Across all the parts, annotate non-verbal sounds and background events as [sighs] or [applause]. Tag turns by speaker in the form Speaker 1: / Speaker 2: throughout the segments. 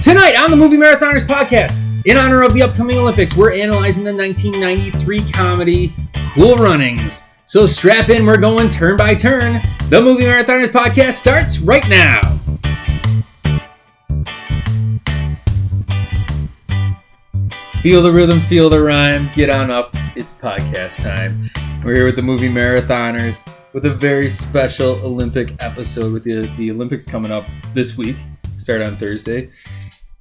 Speaker 1: Tonight on the Movie Marathoners podcast, in honor of the upcoming Olympics, we're analyzing the 1993 comedy Cool Runnings. So strap in, we're going turn by turn. The Movie Marathoners podcast starts right now. Feel the rhythm, feel the rhyme, get on up. It's podcast time. We're here with the Movie Marathoners with a very special Olympic episode with the, the Olympics coming up this week, start on Thursday.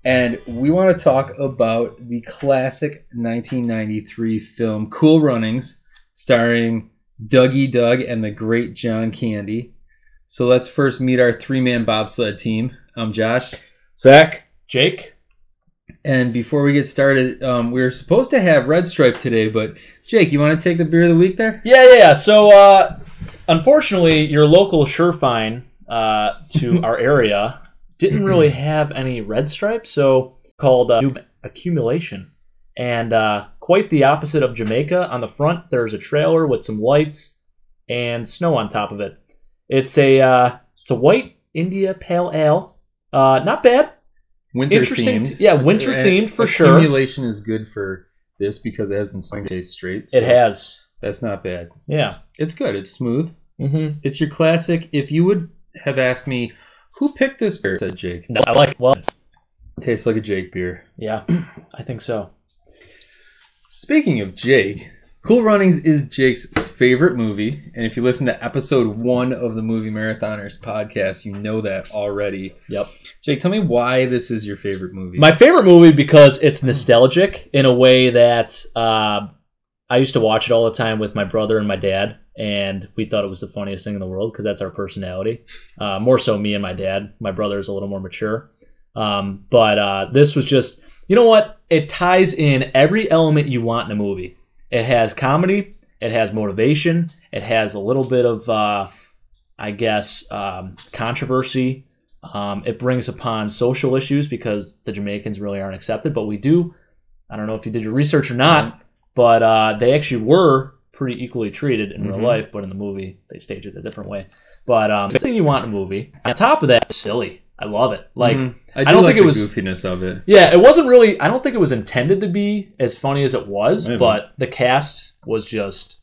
Speaker 1: And we want to talk about the classic 1993 film Cool Runnings, starring Dougie Doug and the great John Candy. So let's first meet our three man bobsled team. I'm Josh.
Speaker 2: Zach,
Speaker 3: Jake?
Speaker 1: And before we get started, um, we were supposed to have Red Stripe today, but Jake, you want to take the beer of the week there?
Speaker 3: Yeah, yeah, yeah. So, uh, unfortunately, your local Surefine uh, to our area didn't really have any red stripes, so called uh, new accumulation. And uh, quite the opposite of Jamaica. On the front, there's a trailer with some lights and snow on top of it. It's a uh, it's a white India Pale Ale. Uh, not bad.
Speaker 1: Winter
Speaker 3: Interesting.
Speaker 1: themed.
Speaker 3: Yeah, winter
Speaker 1: And
Speaker 3: themed for sure.
Speaker 1: Accumulation is good for this because it has been six days straight. so
Speaker 3: It has.
Speaker 1: That's not bad.
Speaker 3: Yeah.
Speaker 1: It's good. It's smooth.
Speaker 3: Mm-hmm.
Speaker 1: It's your classic. If you would have asked me who picked this beer, said Jake.
Speaker 3: No, I like. Well,
Speaker 1: tastes like a Jake beer.
Speaker 3: yeah, I think so.
Speaker 1: Speaking of Jake, Cool Runnings is Jake's favorite movie, and if you listen to episode one of the Movie Marathoners podcast, you know that already.
Speaker 3: Yep.
Speaker 1: Jake, tell me why this is your favorite movie.
Speaker 3: My favorite movie because it's nostalgic in a way that uh, I used to watch it all the time with my brother and my dad, and we thought it was the funniest thing in the world because that's our personality. Uh, more so, me and my dad. My brother is a little more mature, um, but uh, this was just you know what? It ties in every element you want in a movie. It has comedy, it has motivation, it has a little bit of uh, I guess um, controversy. Um, it brings upon social issues because the Jamaicans really aren't accepted, but we do. I don't know if you did your research or not, but uh, they actually were pretty equally treated in
Speaker 1: Mhm.
Speaker 3: real life, but in the movie they stage it a different way. But um, the thing you want in a movie. On top of that, it's silly. I love it. Like
Speaker 1: Mhm. I, do
Speaker 3: Mm. don't
Speaker 1: like
Speaker 3: think it
Speaker 1: the
Speaker 3: was-
Speaker 1: goofiness of it.
Speaker 3: yeah, it wasn't really. I don't think it was intended to be as funny as it was,
Speaker 1: Maybe.
Speaker 3: but the cast was just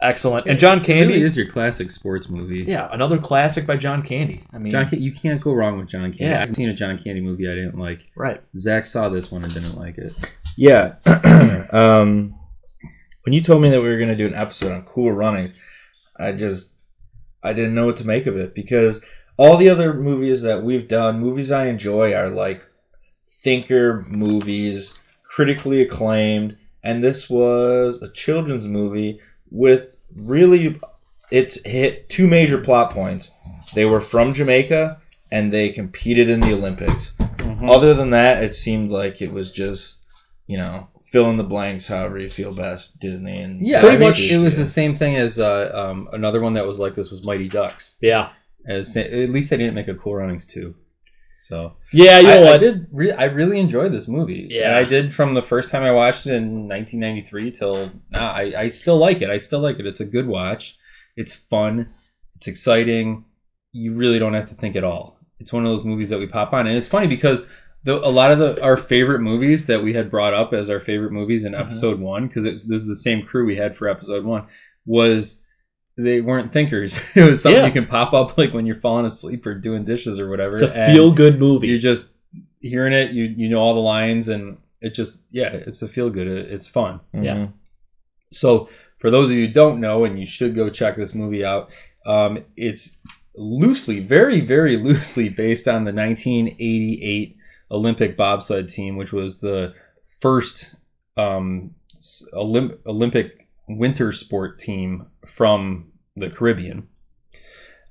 Speaker 3: excellent. And John
Speaker 1: It really
Speaker 3: Candy,
Speaker 1: is your classic sports movie.
Speaker 3: yeah, another classic by John Candy. I mean,
Speaker 1: John, Can- you can't go wrong with John Candy.
Speaker 3: Yeah.
Speaker 1: I've seen a John Candy movie I didn't like.
Speaker 3: right?
Speaker 1: Zach saw this one and didn't like it.
Speaker 2: yeah. [clears throat] um, when you told me that we were going to do an episode on Cool Runnings, I just I didn't know what to make of it because all the other movies that we've done, movies I enjoy, are like thinker movies, critically acclaimed, and this was a children's movie with really it's hit two major plot points. They were from Jamaica and they competed in the Olympics.
Speaker 1: Hmm.
Speaker 3: Mm-hmm.
Speaker 2: Other than that, it seemed like it was just, you know, fill in the blanks however you feel best, Disney and
Speaker 1: Yeah,
Speaker 3: Pretty
Speaker 1: I mean,
Speaker 3: much-
Speaker 1: it was the same thing as uh, um, another one that was like this was Mighty Ducks.
Speaker 3: Yeah,
Speaker 1: As, at least they didn't make a Cool Runnings two. So
Speaker 3: yeah. You know
Speaker 1: I, I
Speaker 3: what?
Speaker 1: did. Re- I really enjoyed this movie.
Speaker 3: Yeah.
Speaker 1: and I did from the first time I watched it in 1993 till now. I, I still like it. I still like it. It's a good watch. It's fun. It's exciting. You really don't have to think at all. It's one of those movies that we pop on, and it's funny because the, a lot of the, our favorite movies that we had brought up as our favorite movies in
Speaker 3: Mhm.
Speaker 1: episode one, because this is the same crew we had for episode one, was they weren't thinkers. [laughs] it was something
Speaker 3: Yeah.
Speaker 1: you can pop up like when you're falling asleep or doing dishes or whatever.
Speaker 3: It's a
Speaker 1: and-
Speaker 3: feel good movie.
Speaker 1: you're just hearing it you you know all the lines and it just yeah it's a feel good it, it's fun
Speaker 3: Yeah.
Speaker 2: Mhm.
Speaker 1: so for those of you who don't know and you should go check this movie out um, it's loosely very very [laughs] loosely based on the 1988 olympic bobsled team which was the first um, s- Olymp- olympic winter sport team from the caribbean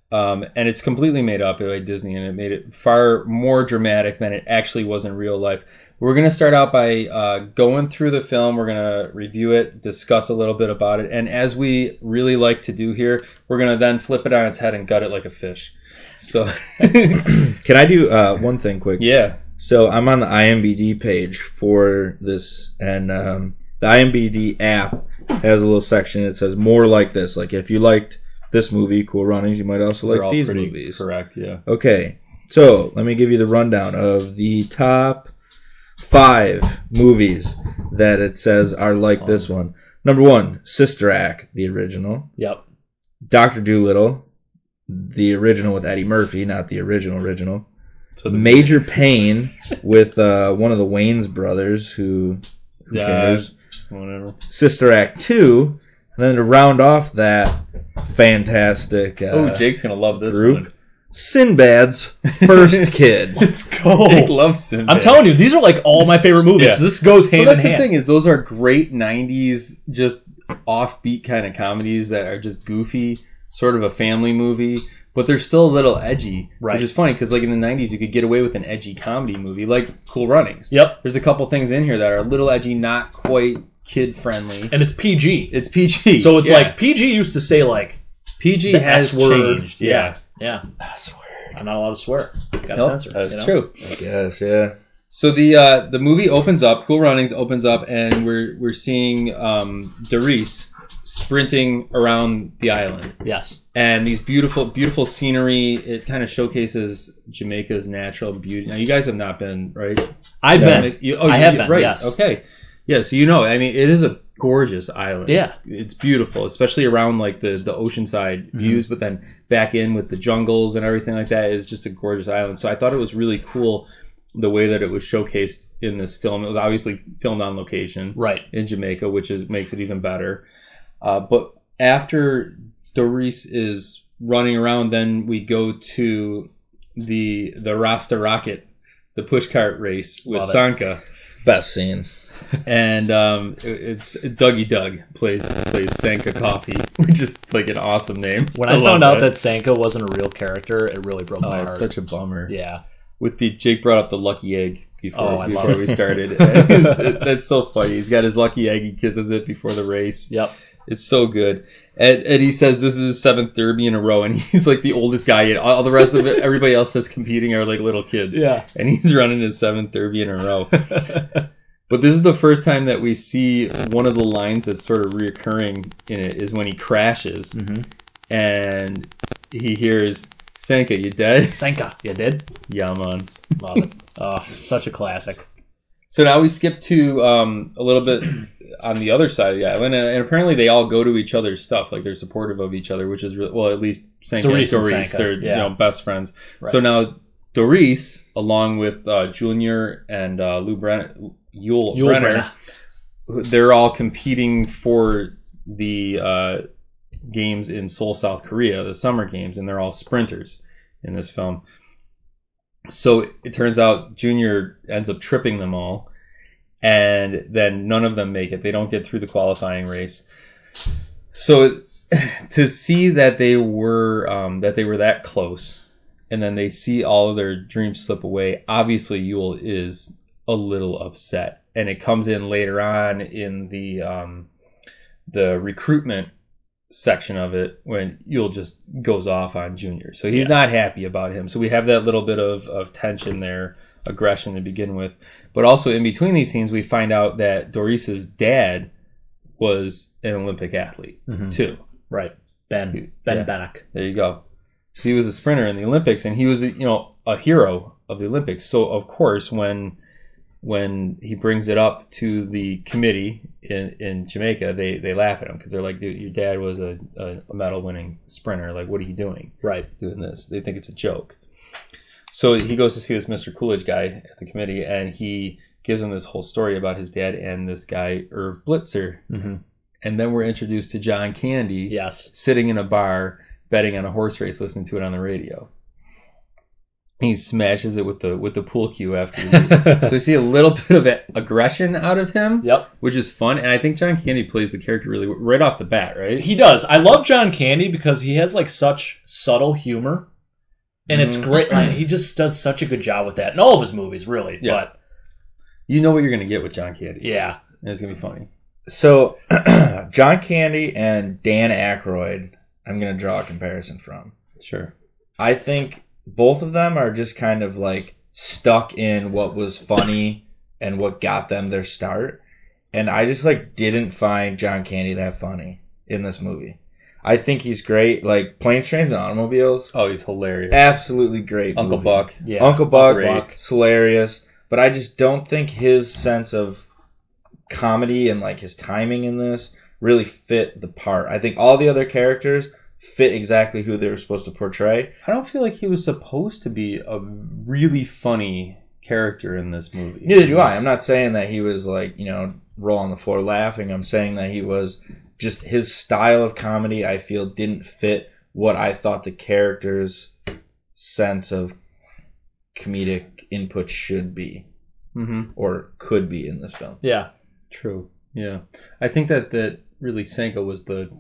Speaker 1: um, and it's completely made up by Disney, and it made it far more dramatic than it actually was in real life. We're gonna start out by uh, going through the film. We're gonna review it, discuss a little bit about it, and as we really like to do here, we're gonna then flip it on its head and gut it like a fish. So,
Speaker 2: [clears throat]
Speaker 1: [laughs]
Speaker 2: Can I do uh, one thing quick? [laughs]
Speaker 1: yeah,
Speaker 2: So I'm on the IMBD page for this, and um, the IMBD app has a little section that says more like this. Like if you liked this movie, Cool Runnings, you might also
Speaker 1: they're
Speaker 2: like
Speaker 1: all
Speaker 2: these
Speaker 1: pretty
Speaker 2: movies.
Speaker 1: correct. Yeah,
Speaker 2: Okay, So let me give you the rundown of the top five movies that it says are like
Speaker 1: Oh.
Speaker 2: this one. Number one, Sister Act, the original.
Speaker 3: Yep.
Speaker 2: Doctor Doolittle, the original with Eddie Murphy, not the original original.
Speaker 1: So the
Speaker 2: Major Pain with uh, one of the Wayne's brothers who, who
Speaker 1: Yeah.
Speaker 2: cares. Uh,
Speaker 1: whatever.
Speaker 2: Sister Act two, and then to round off that fantastic uh,
Speaker 1: oh, Jake's gonna love this
Speaker 2: group.
Speaker 1: one.
Speaker 2: Sinbad's
Speaker 1: [laughs]
Speaker 2: first kid.
Speaker 3: Let's go.
Speaker 2: Oh.
Speaker 1: Jake loves Sinbad.
Speaker 3: I'm telling you, these are like all my favorite movies.
Speaker 1: Yeah.
Speaker 3: This goes
Speaker 1: Well,
Speaker 3: hand in
Speaker 1: that's the
Speaker 3: hand.
Speaker 1: thing is those are great '90s, just offbeat kind of comedies that are just goofy, sort of a family movie, but they're still a little edgy,
Speaker 3: Right.
Speaker 1: Which is funny because like in the '90s, you could get away with an edgy comedy movie like Cool Runnings.
Speaker 3: Yep.
Speaker 1: There's a couple things in here that are a little edgy, not quite kid friendly.
Speaker 3: And it's PG.
Speaker 1: It's PG,
Speaker 3: So it's
Speaker 1: yeah.
Speaker 3: like PG used to say like
Speaker 1: PG
Speaker 3: the
Speaker 1: has
Speaker 3: S word.
Speaker 1: changed. Yeah,
Speaker 3: yeah. I'm not allowed to swear. Got to
Speaker 1: Nope,
Speaker 3: censor.
Speaker 1: That's
Speaker 3: you know?
Speaker 1: true.
Speaker 2: Yes, yeah.
Speaker 1: So the uh, the movie opens up, Cool Runnings opens up, and we're we're seeing um, Doris sprinting around the island,
Speaker 3: Yes.
Speaker 1: and these beautiful beautiful scenery. It kind of showcases Jamaica's natural beauty. Now you guys have not been right.
Speaker 3: I've
Speaker 1: Yeah,
Speaker 3: been.
Speaker 1: ma- you- oh,
Speaker 3: I
Speaker 1: you-
Speaker 3: have
Speaker 1: you-
Speaker 3: been,
Speaker 1: Right.
Speaker 3: yes.
Speaker 1: Okay. Yeah. So you know, I mean, it is a gorgeous island.
Speaker 3: Yeah.
Speaker 1: It's beautiful, especially around like the the oceanside
Speaker 3: Mm-hmm.
Speaker 1: views, but then back in with the jungles and everything like that is just a gorgeous island. So I thought it was really cool the way that it was showcased in this film. It was obviously filmed on location
Speaker 3: Right.
Speaker 1: in Jamaica, which is makes it even better. Uh, but after Doris is running around, then we go to the the Rasta Rocket, the pushcart race with
Speaker 3: Love it.
Speaker 1: Sanka,
Speaker 2: Best scene.
Speaker 1: and um, it, it's Dougie Doug plays plays Sanka Coffee, [laughs] which is like an awesome name.
Speaker 3: When
Speaker 1: I
Speaker 3: I,
Speaker 1: love
Speaker 3: found out that Sanka wasn't a real character, it really broke
Speaker 1: oh,
Speaker 3: my heart.
Speaker 1: it's such a bummer.
Speaker 3: yeah.
Speaker 1: With the Jake brought up the lucky egg
Speaker 3: Oh,
Speaker 1: before
Speaker 3: I love
Speaker 1: before
Speaker 3: it.
Speaker 1: we
Speaker 3: [laughs]
Speaker 1: started. It's- that's so funny. He's got his lucky egg. He kisses it before the race.
Speaker 3: Yep.
Speaker 1: It's so good. And, and he says this is his seventh derby in a row, and [laughs] he's like the oldest guy. And all the rest of it, everybody else that's competing are like little kids.
Speaker 3: Yeah.
Speaker 1: And he's [laughs] running his seventh derby in a
Speaker 3: [laughs]
Speaker 1: row. but this is the first time that we see one of the lines that's sort of reoccurring in it is when he crashes
Speaker 3: Mm-hmm.
Speaker 1: and he hears, Sanka, you dead? [laughs]
Speaker 3: Sanka, you did.
Speaker 1: Yeah, man. [laughs]
Speaker 3: Love it. oh, such a classic.
Speaker 1: So now we skip to um, a little bit on the other side of the island, and, and apparently they all go to each other's stuff. Like they're supportive of each other, which is really, well, at least Sanka
Speaker 3: Doris and
Speaker 1: and Doris,
Speaker 3: Sanka,
Speaker 1: they're
Speaker 3: yeah.
Speaker 1: you know best friends.
Speaker 3: Right.
Speaker 1: So now Doris, along with uh, Junior and uh, Lou Bren- Yule,
Speaker 3: Yul
Speaker 1: Brenner,
Speaker 3: Brynner.
Speaker 1: they're all competing for the uh, games in Seoul, South Korea, the summer games, and they're all sprinters in this film. So it turns out Junior ends up tripping them all, and then none of them make it. They don't get through the qualifying race. So [laughs] to see that they were um, that they were that close, and then they see all of their dreams slip away. Obviously, Yule is a little upset, and it comes in later on in the um, the recruitment section of it when Yule just goes off on Junior. So he's not happy about him. So we have that little bit of, of tension there, aggression to begin with. But also in between these scenes, we find out that Doris's dad was an Olympic athlete
Speaker 3: Mhm.
Speaker 1: too.
Speaker 3: Right. Ben. Ben
Speaker 1: Yeah.
Speaker 3: Bannock.
Speaker 1: There you go. He was a sprinter in the Olympics, and he was, you know, a hero of the Olympics. So of course, when when he brings it up to the committee in, in Jamaica, they, they laugh at him because they're like, "Dude, your dad was a, a medal winning sprinter. Like, what are you doing
Speaker 3: Right.
Speaker 1: doing this?" They think it's a joke. So he goes to see this Mr. Coolidge guy at the committee, and he gives him this whole story about his dad and this guy Irv Blitzer,
Speaker 3: Mm-hmm.
Speaker 1: and then we're introduced to John Candy
Speaker 3: Yes.
Speaker 1: sitting in a bar betting on a horse race listening to it on the radio he smashes it with the with the pool cue after
Speaker 2: [laughs]
Speaker 1: the meet. [laughs] so we see a little bit of a- aggression out of him
Speaker 3: Yep.
Speaker 1: which is fun and i think john candy plays the character really w- right off the bat right
Speaker 3: He does. I love John Candy because he has like such subtle humor, and it's
Speaker 1: Mhm.
Speaker 3: great. Like, he just does such a good job with that in all of his movies, really.
Speaker 1: Yeah.
Speaker 3: But
Speaker 1: you know what you're gonna get with john candy
Speaker 3: yeah,
Speaker 1: and it's gonna be funny
Speaker 2: So, [clears throat] John Candy and Dan Aykroyd, I'm going to draw a comparison from.
Speaker 1: sure
Speaker 2: I think both of them are just kind of like stuck in what was funny and what got them their start. And I just like didn't find John Candy that funny in this movie. I think he's great. Like Planes, Trains, and Automobiles,
Speaker 1: Oh, he's hilarious.
Speaker 2: absolutely great.
Speaker 1: Uncle
Speaker 2: movie.
Speaker 1: Buck.
Speaker 3: Yeah.
Speaker 2: Uncle Buck,
Speaker 1: Great.
Speaker 2: Buck's hilarious, but I just don't think his sense of comedy and like his timing in this really fit the part. I think all the other characters fit exactly who they were supposed to portray.
Speaker 1: I don't feel like he was supposed to be a really funny character in this movie.
Speaker 2: Neither do I. I'm not saying that he was like, you know, roll on the floor laughing. I'm saying that he was just his style of comedy I feel didn't fit what I thought the character's sense of comedic input should be
Speaker 1: Mm-hmm.
Speaker 2: or could be in this film.
Speaker 3: Yeah.
Speaker 1: True. Yeah, I think that that really Senko was the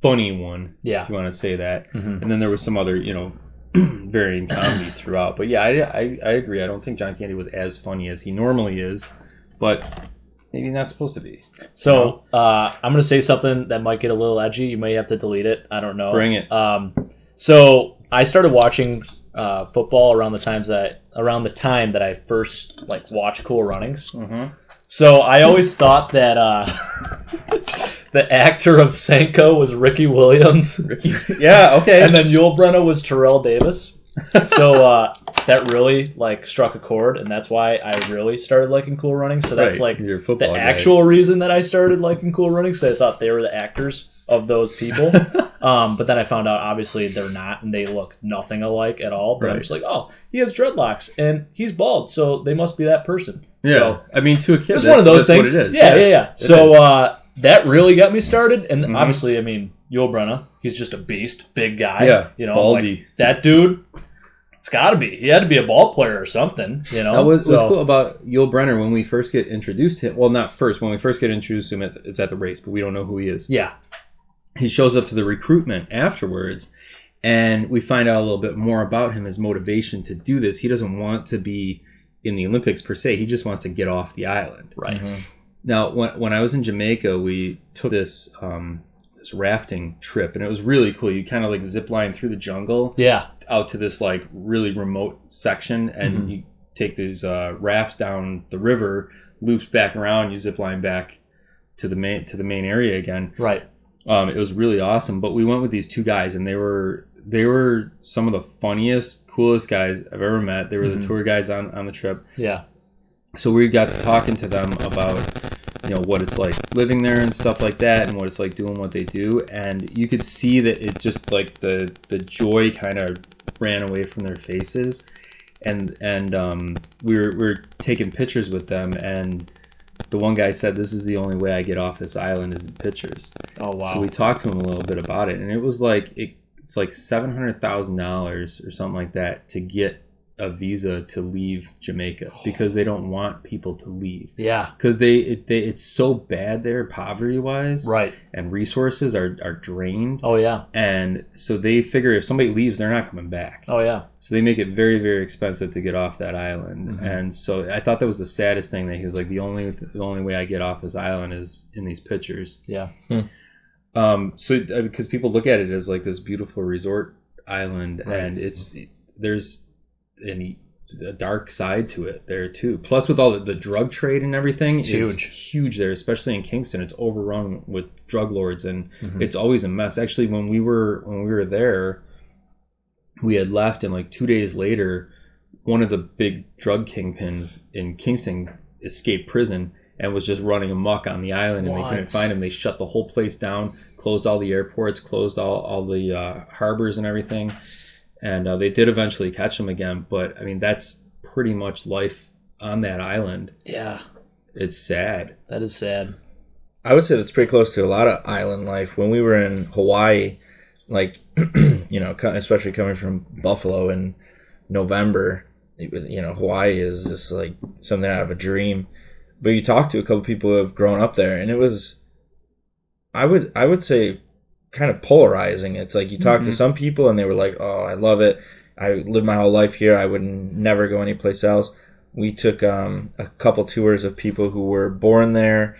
Speaker 1: funny one,
Speaker 3: Yeah.
Speaker 1: if you want to say that.
Speaker 3: Mhm.
Speaker 1: And then there was some other, you know, [clears throat] varying comedy throughout. But yeah, I, I, I agree. I don't think John Candy was as funny as he normally is, but maybe not supposed to be.
Speaker 3: So uh, I'm gonna say something that might get a little edgy. You may have to delete it. I don't know.
Speaker 1: Bring it.
Speaker 3: Um, so I started watching uh, football around the times that around the time that I first like watched Cool Runnings.
Speaker 1: Mm-hmm.
Speaker 3: So I always thought that uh, [laughs] the actor of Senko was Ricky Williams,
Speaker 1: Yeah. Okay. [laughs]
Speaker 3: and then Yul Brenner was Terrell Davis. So uh, that really like struck a chord, and that's why I really started liking Cool Runnings. So that's like
Speaker 1: your
Speaker 3: the
Speaker 1: football guy.
Speaker 3: actual reason that I started liking Cool Running because I thought they were the actors of those
Speaker 1: [laughs]
Speaker 3: people. um, but then I found out obviously they're not, and they look nothing alike at all. But I'm
Speaker 1: Right.
Speaker 3: just like, oh, he has dreadlocks and he's bald, so they must be that person.
Speaker 1: Yeah.
Speaker 3: So,
Speaker 1: I mean, to a kid,
Speaker 3: it's
Speaker 1: that's,
Speaker 3: one of those
Speaker 1: that's
Speaker 3: things.
Speaker 1: What it is.
Speaker 3: Yeah, yeah, yeah.
Speaker 1: It
Speaker 3: So
Speaker 1: is.
Speaker 3: uh, that really got me started, and
Speaker 1: Mhm.
Speaker 3: obviously, I mean, Yul Brenna, he's just a beast, big guy.
Speaker 1: Yeah,
Speaker 3: you know,
Speaker 1: baldy.
Speaker 3: like, that dude. It's got to be. He had to be a ball player or something. You know,
Speaker 1: That was what's
Speaker 3: So-
Speaker 1: cool about Yul Brenner when we first get introduced him. Well, not first when we first get introduced to him. At, it's at the race, but we don't know who he is.
Speaker 3: Yeah,
Speaker 1: he shows up to the recruitment afterwards and we find out a little bit more about him his motivation to do this he doesn't want to be in the olympics per se he just wants to get off the island
Speaker 3: right.
Speaker 1: now when, when i was in jamaica we took this um, this rafting trip and it was really cool you kind of like zip line through the jungle
Speaker 3: Yeah,
Speaker 1: out to this like really remote section and
Speaker 2: Mhm.
Speaker 1: you take these uh, rafts down the river loops back around you zip line back to the main to the main area again
Speaker 3: right.
Speaker 1: um, it was really awesome. But we went with these two guys, and they were they were some of the funniest, coolest guys I've ever met. They were
Speaker 2: Mhm.
Speaker 1: the tour guys on on the trip,
Speaker 3: Yeah,
Speaker 1: so we got to talking to them about you know what it's like living there and stuff like that, and what it's like doing what they do. And you could see that it just like the the joy kind of ran away from their faces and and um, we were we were taking pictures with them, and the one guy said, "This is the only way I get off this island is in pictures."
Speaker 3: Oh wow.
Speaker 1: So we talked to him a little bit about it, and it was like it, it's like seven hundred thousand dollars or something like that to get a visa to leave
Speaker 3: [sighs]
Speaker 1: Jamaica because they don't want people to leave
Speaker 3: Yeah.
Speaker 1: because they it, they it's so bad there poverty wise
Speaker 3: Right.
Speaker 1: and resources are are drained
Speaker 3: Oh yeah.
Speaker 1: and so they figure if somebody leaves they're not coming back
Speaker 3: Oh yeah.
Speaker 1: so they make it very, very expensive to get off that island.
Speaker 2: Mhm.
Speaker 1: And so I thought that was the saddest thing that he was like, the only the only way I get off this island is in these pictures.
Speaker 3: Yeah.
Speaker 2: Hmm.
Speaker 1: Um. So because people look at it as like this beautiful resort island,
Speaker 2: Right.
Speaker 1: and it's there's any a dark side to it there too. Plus with all the, the drug trade and everything,
Speaker 3: It's
Speaker 1: is
Speaker 3: huge.
Speaker 1: huge there, especially in Kingston. It's overrun with drug lords and
Speaker 3: Mm-hmm.
Speaker 2: Mhm.
Speaker 1: it's always a mess. Actually, when we were when we were there, we had left, and like two days later, one of the big drug kingpins in Kingston escaped prison and was just running amok on the island, and they
Speaker 3: What?
Speaker 1: couldn't find him. They shut the whole place down, closed all the airports, closed all all the uh, harbors and everything, and uh, they did eventually catch him again. But I mean, that's pretty much life on that island.
Speaker 3: Yeah.
Speaker 1: It's sad.
Speaker 3: That is sad.
Speaker 2: I would say that's pretty close to a lot of island life. When we were in Hawaii, like [clears throat] you know, co- especially coming from Buffalo in November, it was- you know, Hawaii is just like something out of a dream. But you talk to a couple people who have grown up there, and it was, I would I would say, kind of polarizing. It's like you talk to
Speaker 1: Mhm.
Speaker 2: some people, and they were like, "Oh, I love it. I lived my whole life here. I would never go anyplace else." We took um, a couple tours of people who were born there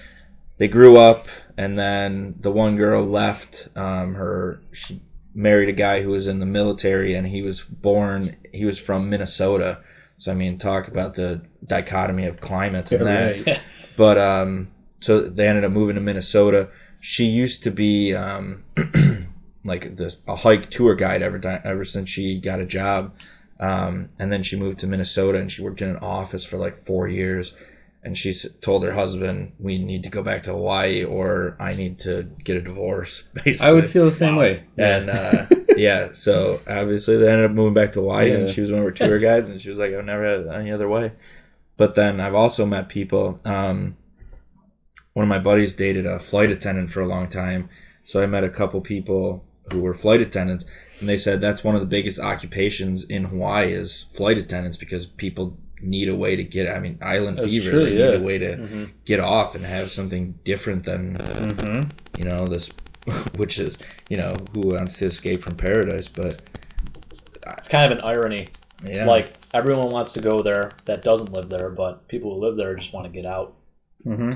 Speaker 2: they grew up and then the one girl left um, her she married a guy who was in the military and he was born he was from minnesota so i mean talk about the dichotomy of climates and that but um, [clears throat] so they ended up moving to Minnesota. She used to be um, like this, a hike tour guide ever di- ever since she got a job, um, and then she moved to Minnesota and she worked in an office for like four years, and she s- told her husband, "We need to go back to Hawaii, or I need to get a divorce." [laughs] Basically,
Speaker 1: I would feel the same way.
Speaker 2: and uh, yeah, so obviously they ended up moving back to Hawaii, and
Speaker 1: Yeah.
Speaker 2: she was one of
Speaker 1: [laughs]
Speaker 2: her tour guides, and she was like, "I've never had it any other way." But then I've also met people. Um, one of my buddies dated a flight attendant for a long time, so I met a couple people who were flight attendants, and they said that's one of the biggest occupations in Hawaii is flight attendants because people need a way to get. I mean, island
Speaker 1: That's
Speaker 2: fever.
Speaker 1: true,
Speaker 2: they
Speaker 1: yeah.
Speaker 2: need a way to
Speaker 3: Mm-hmm.
Speaker 2: get off and have something different than
Speaker 1: hmm
Speaker 2: you know this [laughs] which is you know who wants to escape from paradise but
Speaker 3: It's kind of an irony.
Speaker 2: yeah
Speaker 3: Like everyone wants to go there that doesn't live there, but people who live there just want to get
Speaker 1: [laughs]
Speaker 3: out.
Speaker 1: hmm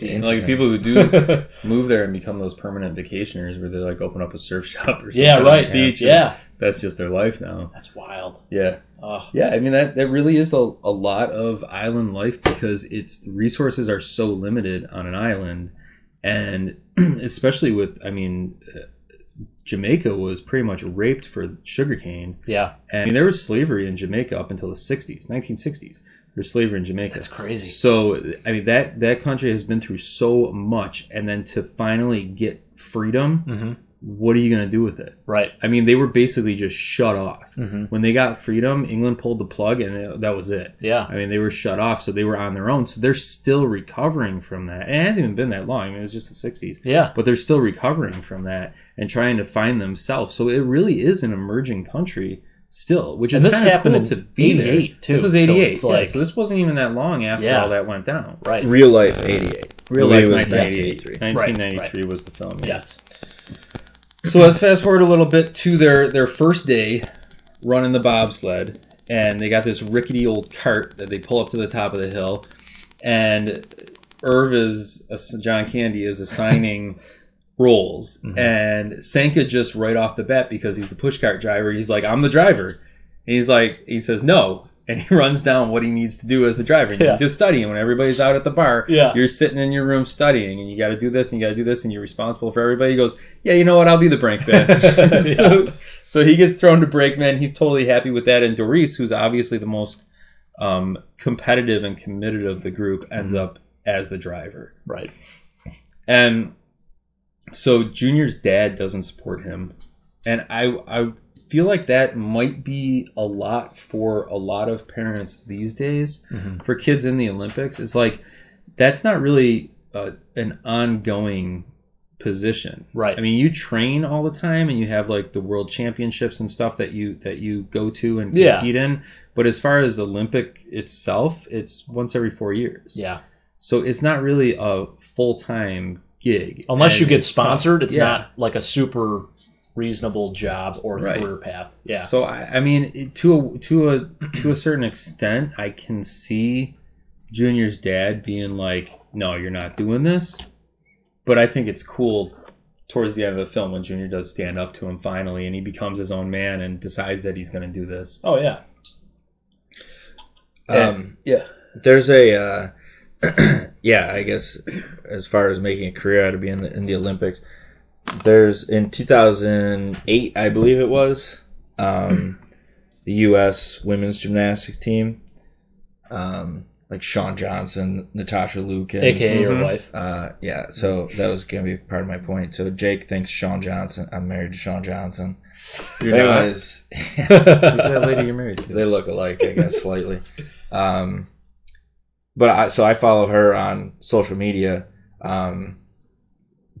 Speaker 2: Interesting.
Speaker 1: Like people who do
Speaker 3: [laughs]
Speaker 1: move there and become those permanent vacationers, where they like open up a surf [laughs] shop or something.
Speaker 3: yeah, right.
Speaker 1: and
Speaker 3: Beach.
Speaker 1: have-
Speaker 3: Yeah,
Speaker 1: that's just their life now.
Speaker 3: that's wild.
Speaker 1: Yeah,
Speaker 3: Ugh.
Speaker 1: yeah. I mean that that really is a, a lot of island life because its resources are so limited on an island, and [clears throat] especially with I mean, uh, Jamaica was pretty much raped for sugarcane,
Speaker 3: yeah,
Speaker 1: and I mean, there was slavery in Jamaica up until the '60s, 1960s. There was slavery in Jamaica.
Speaker 3: that's crazy.
Speaker 1: So I mean that that country has been through so much, and then to finally get freedom,
Speaker 3: Mm-hmm.
Speaker 1: what are you going to do with it?
Speaker 3: Right.
Speaker 1: I mean, they were basically just shut off.
Speaker 3: Mm-hmm.
Speaker 1: When they got freedom, England pulled the plug, and it- that was it.
Speaker 3: Yeah.
Speaker 1: I mean, they were shut off, so they were on their own. So they're still recovering from that, and it hasn't even been that long. I mean, it was just the '60s,
Speaker 3: Yeah.
Speaker 1: but they're still recovering from that and trying to find themselves. So it really is an emerging country still, which is
Speaker 3: And this
Speaker 1: kinda
Speaker 3: happened
Speaker 1: cool
Speaker 3: in
Speaker 1: to be there.
Speaker 3: 88 too,
Speaker 1: This was
Speaker 3: so
Speaker 1: '88,
Speaker 3: it's
Speaker 1: so,
Speaker 3: like-
Speaker 1: so this wasn't even that long after
Speaker 3: Yeah.
Speaker 1: all that went down.
Speaker 3: Right.
Speaker 2: real life 88
Speaker 1: Real
Speaker 2: Movie
Speaker 1: life
Speaker 2: was
Speaker 1: 1983.
Speaker 2: 1983.
Speaker 1: 1993 was the film. yeah. [laughs]
Speaker 3: Yes.
Speaker 1: So let's fast forward a little bit to their their first day running the bobsled, and they got this rickety old cart that they pull up to the top of the hill, and Irv is John Candy is assigning roles,
Speaker 3: Mhm.
Speaker 1: and Sanka just right off the bat because he's the pushcart driver, he's like, "I'm the driver," and he's like, he says no. And he [laughs] runs down what he needs to do as a driver. You
Speaker 3: Yeah.
Speaker 1: need to study. And when everybody's out at the bar, [laughs]
Speaker 3: Yeah.
Speaker 1: you're sitting in your room studying and you got to do this and you got to do this and you're responsible for everybody. He goes, yeah, you know what? I'll be the
Speaker 3: [laughs]
Speaker 1: brakeman. [laughs] so, so he gets thrown to brakeman. He's totally happy with that. And Doris, who's obviously the most um, competitive and committed of the group, ends up as the driver.
Speaker 3: Right.
Speaker 1: And so Junior's dad doesn't support him. And I, I feel like that might be a lot for a lot of parents these days
Speaker 3: Mm-hmm.
Speaker 1: for kids in the Olympics, it's like that's not really uh, an ongoing position.
Speaker 3: Right.
Speaker 1: I mean, you train all the time, and you have like the world championships and stuff that you that you go to and
Speaker 3: Yeah.
Speaker 1: compete in. But as far as Olympic itself, it's once every four years.
Speaker 3: yeah.
Speaker 1: So it's not really a full time gig
Speaker 3: Unless
Speaker 1: And
Speaker 3: you get
Speaker 1: it's tough.
Speaker 3: sponsored, it's
Speaker 1: Yeah.
Speaker 3: not like a super reasonable job or
Speaker 1: Right.
Speaker 3: career path. Yeah.
Speaker 1: So I, I mean, it- to a to a [clears throat] to a certain extent, I can see Junior's dad being like, "No, you're not doing this," but I think it's cool towards the end of the film when Junior does stand up to him finally, and he becomes his own man and decides that he's going to do this.
Speaker 3: Oh yeah.
Speaker 2: um
Speaker 1: Yeah.
Speaker 2: there's a uh, [clears throat] yeah i guess as far as making a career out of being in the, in the olympics there's in 2008 i believe it was um the us women's gymnastics team um like sean johnson natasha luke and
Speaker 3: AKA your
Speaker 1: Mhm. [laughs]
Speaker 3: wife.
Speaker 2: Uh, yeah, so that was gonna be part of my point. So Jake thinks Sean Johnson. I'm married to Sean Johnson.
Speaker 1: You're not.
Speaker 2: Anyways,
Speaker 1: Who's that lady you're married to?
Speaker 2: they look alike, I guess, slightly. Um, but I so I follow her on social media. Um,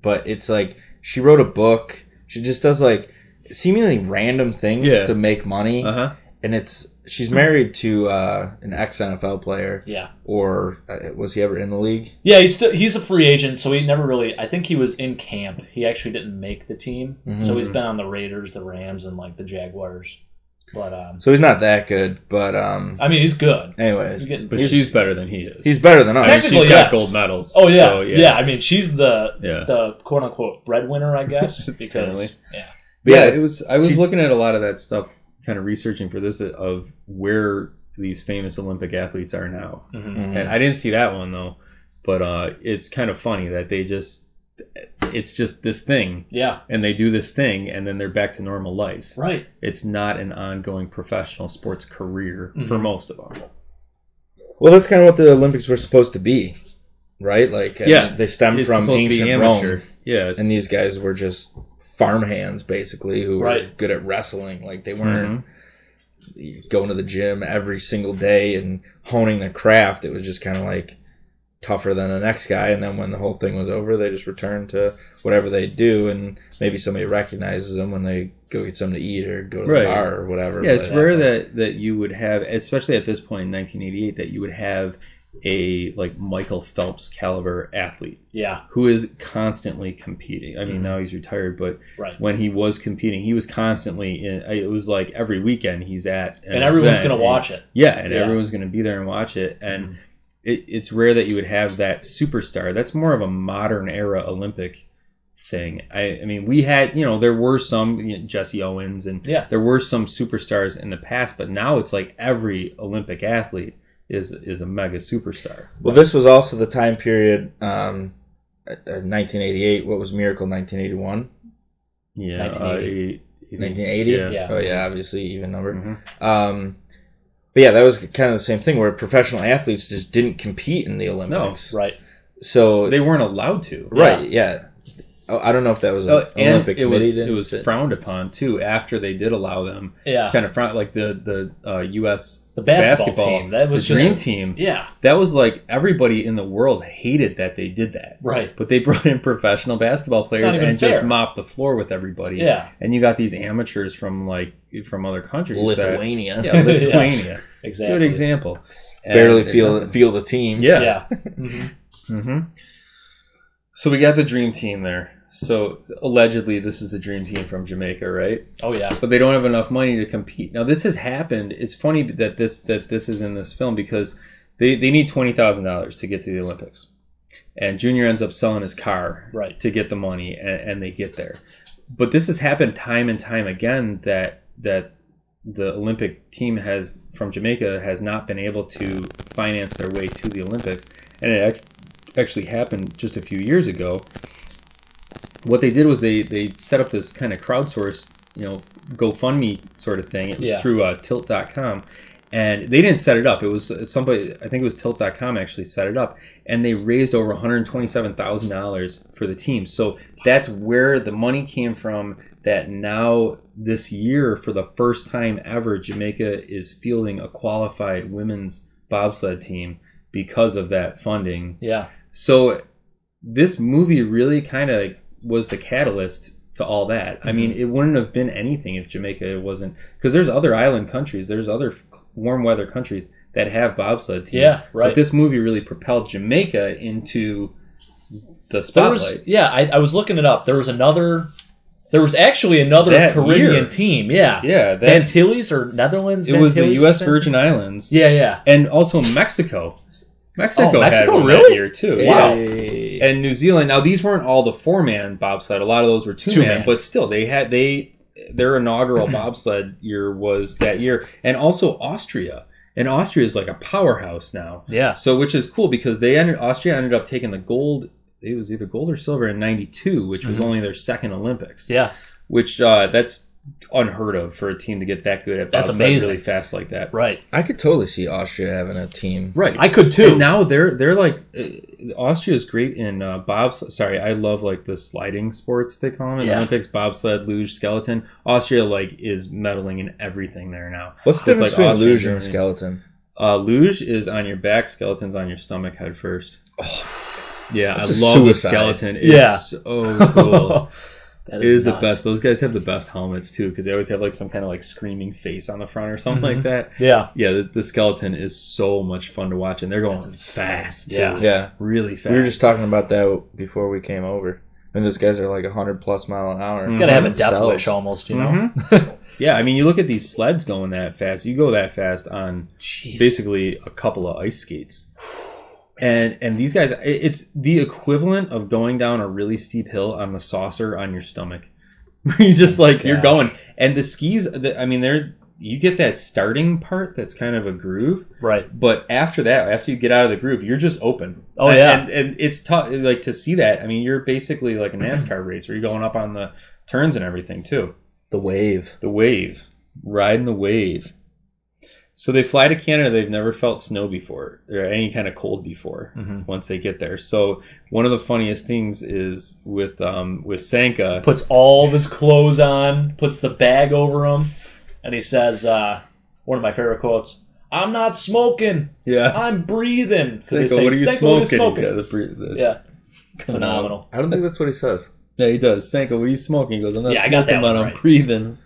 Speaker 2: but it's like she wrote a book. She just does like seemingly random things
Speaker 1: Yeah.
Speaker 2: to make money,
Speaker 1: Uh huh.
Speaker 2: and it's she's married to uh, an ex NFL player,
Speaker 3: [laughs] yeah.
Speaker 2: or uh, was he ever in the league?
Speaker 3: Yeah. He's still he's a free agent, so he never really. I think he was in camp. He actually didn't make the team, so he's
Speaker 1: Mhm.
Speaker 3: been on the Raiders, the Rams, and like the Jaguars. But um,
Speaker 2: So he's not that good, but um,
Speaker 3: I mean, he's good.
Speaker 2: anyways,
Speaker 3: He's getting.
Speaker 1: But she's better than he is.
Speaker 2: He's better than us.
Speaker 1: I mean, she's
Speaker 3: Technically,
Speaker 1: got
Speaker 3: yes.
Speaker 1: gold medals.
Speaker 3: oh yeah,
Speaker 1: so,
Speaker 3: yeah, I mean, she's the
Speaker 1: Yeah.
Speaker 3: the quote unquote breadwinner, I guess,
Speaker 1: [laughs]
Speaker 3: because
Speaker 1: Apparently.
Speaker 3: yeah,
Speaker 2: But
Speaker 1: yeah,
Speaker 2: yeah,
Speaker 1: it was. I was
Speaker 2: she-
Speaker 1: looking at a lot of that stuff, kind of researching for this of where these famous Olympic athletes are now.
Speaker 3: Mhm.
Speaker 2: Mhm.
Speaker 1: And I didn't see that one though, but uh, it's kind of funny that they just it's just this thing,
Speaker 3: Yeah.
Speaker 1: and they do this thing, and then they're back to normal life.
Speaker 3: Right.
Speaker 1: It's not an ongoing professional sports career
Speaker 2: Mm-hmm.
Speaker 1: for
Speaker 3: Mhm.
Speaker 1: most of them.
Speaker 2: Well, that's kind of what the Olympics were supposed to be, right? Like, I
Speaker 1: Yeah.
Speaker 2: mean, they stemmed
Speaker 1: It's
Speaker 2: from
Speaker 1: supposed to be
Speaker 2: ancient
Speaker 1: amateur.
Speaker 2: Rome,
Speaker 1: Yeah, it's,
Speaker 2: and these guys were just farmhands basically who were
Speaker 3: Right.
Speaker 2: good at wrestling. Like, they
Speaker 1: Mhm.
Speaker 2: weren't
Speaker 1: Mm-hmm.
Speaker 2: going to the gym every single day and honing their craft. It was just kind of like tougher than the next guy. And then when the whole thing was over, they just returned to whatever they do, and maybe somebody recognizes them when they go get something to eat or go to the
Speaker 1: Right.
Speaker 2: bar or whatever.
Speaker 1: yeah, it's
Speaker 2: but-
Speaker 1: rare that that you would have, especially at this point in 1988, that you would have a like Michael Phelps caliber athlete.
Speaker 3: Yeah.
Speaker 1: who is constantly competing. I mean,
Speaker 2: Mhm.
Speaker 1: now he's retired, but
Speaker 3: Right.
Speaker 1: when he was competing, he was constantly. In, uh, it was like every weekend he's at, an
Speaker 3: And everyone's
Speaker 1: event,
Speaker 3: gonna
Speaker 1: and-
Speaker 3: watch it. Mm-hmm.
Speaker 1: Yeah, and
Speaker 3: Yeah.
Speaker 1: everyone's gonna be there and watch it. And it, it's rare that you would have that superstar. That's more of a modern era Olympic thing. I, I mean, we had you know there were some you know, Jesse Owens and
Speaker 3: Yeah.
Speaker 1: there were some superstars in the past, but now it's like every Olympic athlete is is a mega superstar.
Speaker 2: Well, this was also the time period, um, uh, uh, 1988. What was Miracle 1981?
Speaker 1: Yeah,
Speaker 3: 1980.
Speaker 1: uh,
Speaker 2: 1980?
Speaker 1: Yeah.
Speaker 3: Yeah.
Speaker 2: Oh, yeah, obviously, even number.
Speaker 1: Mhm.
Speaker 2: Um, but yeah, that was kind of the same thing where professional athletes just didn't compete in the Olympics.
Speaker 3: Right.
Speaker 2: So,
Speaker 1: They weren't allowed to.
Speaker 2: right, yeah. Oh, I don't know if that was an
Speaker 1: Oh, and
Speaker 2: Olympic
Speaker 1: it
Speaker 2: committee.
Speaker 1: was
Speaker 2: didn't-
Speaker 1: it was frowned upon too after they did allow them. It's
Speaker 3: Yeah.
Speaker 1: kind of frowned like the the uh, U.S.
Speaker 3: The basketball,
Speaker 1: basketball,
Speaker 3: team. That was
Speaker 1: the
Speaker 3: just
Speaker 1: dream team.
Speaker 3: Yeah.
Speaker 1: That was like everybody in the world hated that they did that.
Speaker 3: Right.
Speaker 1: But they brought in professional basketball players
Speaker 3: even
Speaker 1: and
Speaker 3: fair.
Speaker 1: just mopped the floor with everybody.
Speaker 3: Yeah.
Speaker 1: And you got these amateurs from like from other countries. that-
Speaker 2: Lithuania.
Speaker 1: yeah,
Speaker 3: [laughs]
Speaker 1: Lithuania.
Speaker 3: Exactly.
Speaker 1: Good example. And-
Speaker 2: [laughs] Barely
Speaker 1: and
Speaker 2: feel
Speaker 1: nothing.
Speaker 2: feel the team.
Speaker 1: Yeah.
Speaker 3: Yeah.
Speaker 1: hmm So we got the dream team there. So allegedly, this is the dream team from Jamaica, right?
Speaker 3: Oh yeah.
Speaker 1: But they don't have enough money to compete. Now this has happened. It's funny that this that this is in this film because they they need twenty thousand dollars to get to the Olympics, and Junior ends up selling his car
Speaker 3: Right.
Speaker 1: to get the money, and, and they get there. But this has happened time and time again that that the Olympic team has from Jamaica has not been able to finance their way to the Olympics, and it act- actually happened just a few years ago. What they did was they they set up this kind of crowdsource, you know, GoFundMe sort of thing. It was
Speaker 3: Yeah.
Speaker 1: through uh, Tilt.com, and they didn't set it up. It was somebody, I think it was Tilt.com actually set it up, and they raised over $127,000 for the team. So that's where the money came from. That now this year, for the first time ever, Jamaica is fielding a qualified women's bobsled team because of that funding.
Speaker 3: Yeah.
Speaker 1: So this movie really kind of was the catalyst to all that. I mean,
Speaker 3: Mm-hmm.
Speaker 1: it wouldn't have been anything if Jamaica wasn't because there's other island countries, there's other f- warm weather countries that have bobsled teams.
Speaker 3: Yeah, right.
Speaker 1: But this movie really propelled Jamaica into the
Speaker 3: There
Speaker 1: spotlight.
Speaker 3: was, yeah, I, I was looking it up. There was another. There was actually another
Speaker 1: That
Speaker 3: Caribbean
Speaker 1: year.
Speaker 3: team. Yeah.
Speaker 1: yeah, that
Speaker 3: Antilles or Netherlands.
Speaker 1: it was the
Speaker 3: Antilles,
Speaker 1: U.S.
Speaker 3: I think?
Speaker 1: Virgin Islands.
Speaker 3: Yeah, yeah.
Speaker 1: and also Mexico. Mexico,
Speaker 3: Oh, Mexico,
Speaker 1: had one
Speaker 3: really?
Speaker 1: that year too.
Speaker 3: Wow.
Speaker 2: Hey.
Speaker 1: and New Zealand. Now these weren't all the four man bobsled. A lot of those were two
Speaker 3: Two-man. Mm-hmm.
Speaker 1: man, but still they had they their inaugural bobsled year was that year, and also Austria. And Austria is like a powerhouse now.
Speaker 3: Yeah.
Speaker 1: So which is cool because they ended Austria ended up taking the gold. It was either gold or silver in '92, which was
Speaker 3: Mhm.
Speaker 1: only their second Olympics.
Speaker 3: Yeah.
Speaker 1: Which uh, that's unheard of for a team to get that good at
Speaker 3: That's
Speaker 1: bobsled
Speaker 3: amazing.
Speaker 1: really fast like that.
Speaker 3: Right.
Speaker 2: I could totally see Austria having a team.
Speaker 1: Right.
Speaker 3: I could too.
Speaker 1: And now they're they're like uh, Austria's great in uh, bobs. Sorry, I love like the sliding sports they call them in the
Speaker 3: Yeah.
Speaker 1: Olympics: bobsled, luge, skeleton. Austria like is meddling in everything there now.
Speaker 2: What's the
Speaker 1: It's
Speaker 2: difference
Speaker 1: like
Speaker 2: between
Speaker 1: Austria and
Speaker 2: luge and
Speaker 1: Germany.
Speaker 2: skeleton?
Speaker 1: Uh, luge is on your back, skeleton's on your stomach head first. [sighs] Yeah,
Speaker 2: That's a
Speaker 1: I love
Speaker 2: suicide.
Speaker 1: the skeleton. It's
Speaker 3: Yeah. [laughs]
Speaker 1: so cool.
Speaker 3: [laughs] that
Speaker 1: it is the
Speaker 3: nuts.
Speaker 1: best. Those guys have the best helmets too because they always have like some kind of like screaming face on the front or something
Speaker 3: Mhm.
Speaker 1: like that.
Speaker 3: Yeah.
Speaker 1: Yeah, the, the skeleton is so much fun to watch, and they're going
Speaker 3: That's insane.
Speaker 1: fast. Too.
Speaker 3: Yeah.
Speaker 2: Yeah.
Speaker 1: really fast.
Speaker 2: We were just talking about that before we came over. And those guys are like 100 plus mile an hour.
Speaker 1: Mhm.
Speaker 3: Gotta have a death
Speaker 2: Themselves.
Speaker 3: wish almost, you know. Mm-hmm.
Speaker 1: Mhm. [laughs] yeah, I mean, you look at these sleds going that fast. You go that fast on
Speaker 3: Jeez.
Speaker 1: basically a couple of ice skates, and and these guys, it- it's the equivalent of going down a really steep hill on the saucer on your stomach. [laughs] you just like you're
Speaker 3: Oh Gosh.
Speaker 1: going, and the skis. the- I mean, they're you get that starting part that's kind of a groove,
Speaker 3: Right.
Speaker 1: but after that, after you get out of the groove, you're just open.
Speaker 3: Oh,
Speaker 1: And-
Speaker 3: yeah.
Speaker 1: and, and it's tough. Like to see that. I mean, you're basically like a NASCAR racer. You're going up on the turns and everything too.
Speaker 2: The wave.
Speaker 1: The wave, riding the wave. So they fly to Canada. They've never felt snow before or any kind of cold before.
Speaker 3: Mhm.
Speaker 1: Once they get there, so one of the funniest things is with um, with Sanka.
Speaker 3: Puts all of his clothes on, puts the bag over him, and he says, uh, one of my favorite quotes, I'm not smoking,
Speaker 1: Yeah,
Speaker 3: I'm breathing. 'Cause
Speaker 1: [laughs]
Speaker 3: they
Speaker 1: Sanka,
Speaker 3: say,
Speaker 1: what are you
Speaker 3: "Sanko,
Speaker 1: smoking?
Speaker 3: what are
Speaker 1: Yeah, the bre- the-
Speaker 3: Yeah.
Speaker 1: Come on. [laughs]
Speaker 3: Phenomenal.
Speaker 2: I don't think that's what he says.
Speaker 1: Yeah, he does. Sanko, what are you smoking? He goes, I'm not
Speaker 3: Yeah, I got
Speaker 1: smoking,
Speaker 3: that
Speaker 1: but
Speaker 3: one
Speaker 1: I'm
Speaker 3: right.
Speaker 1: breathing.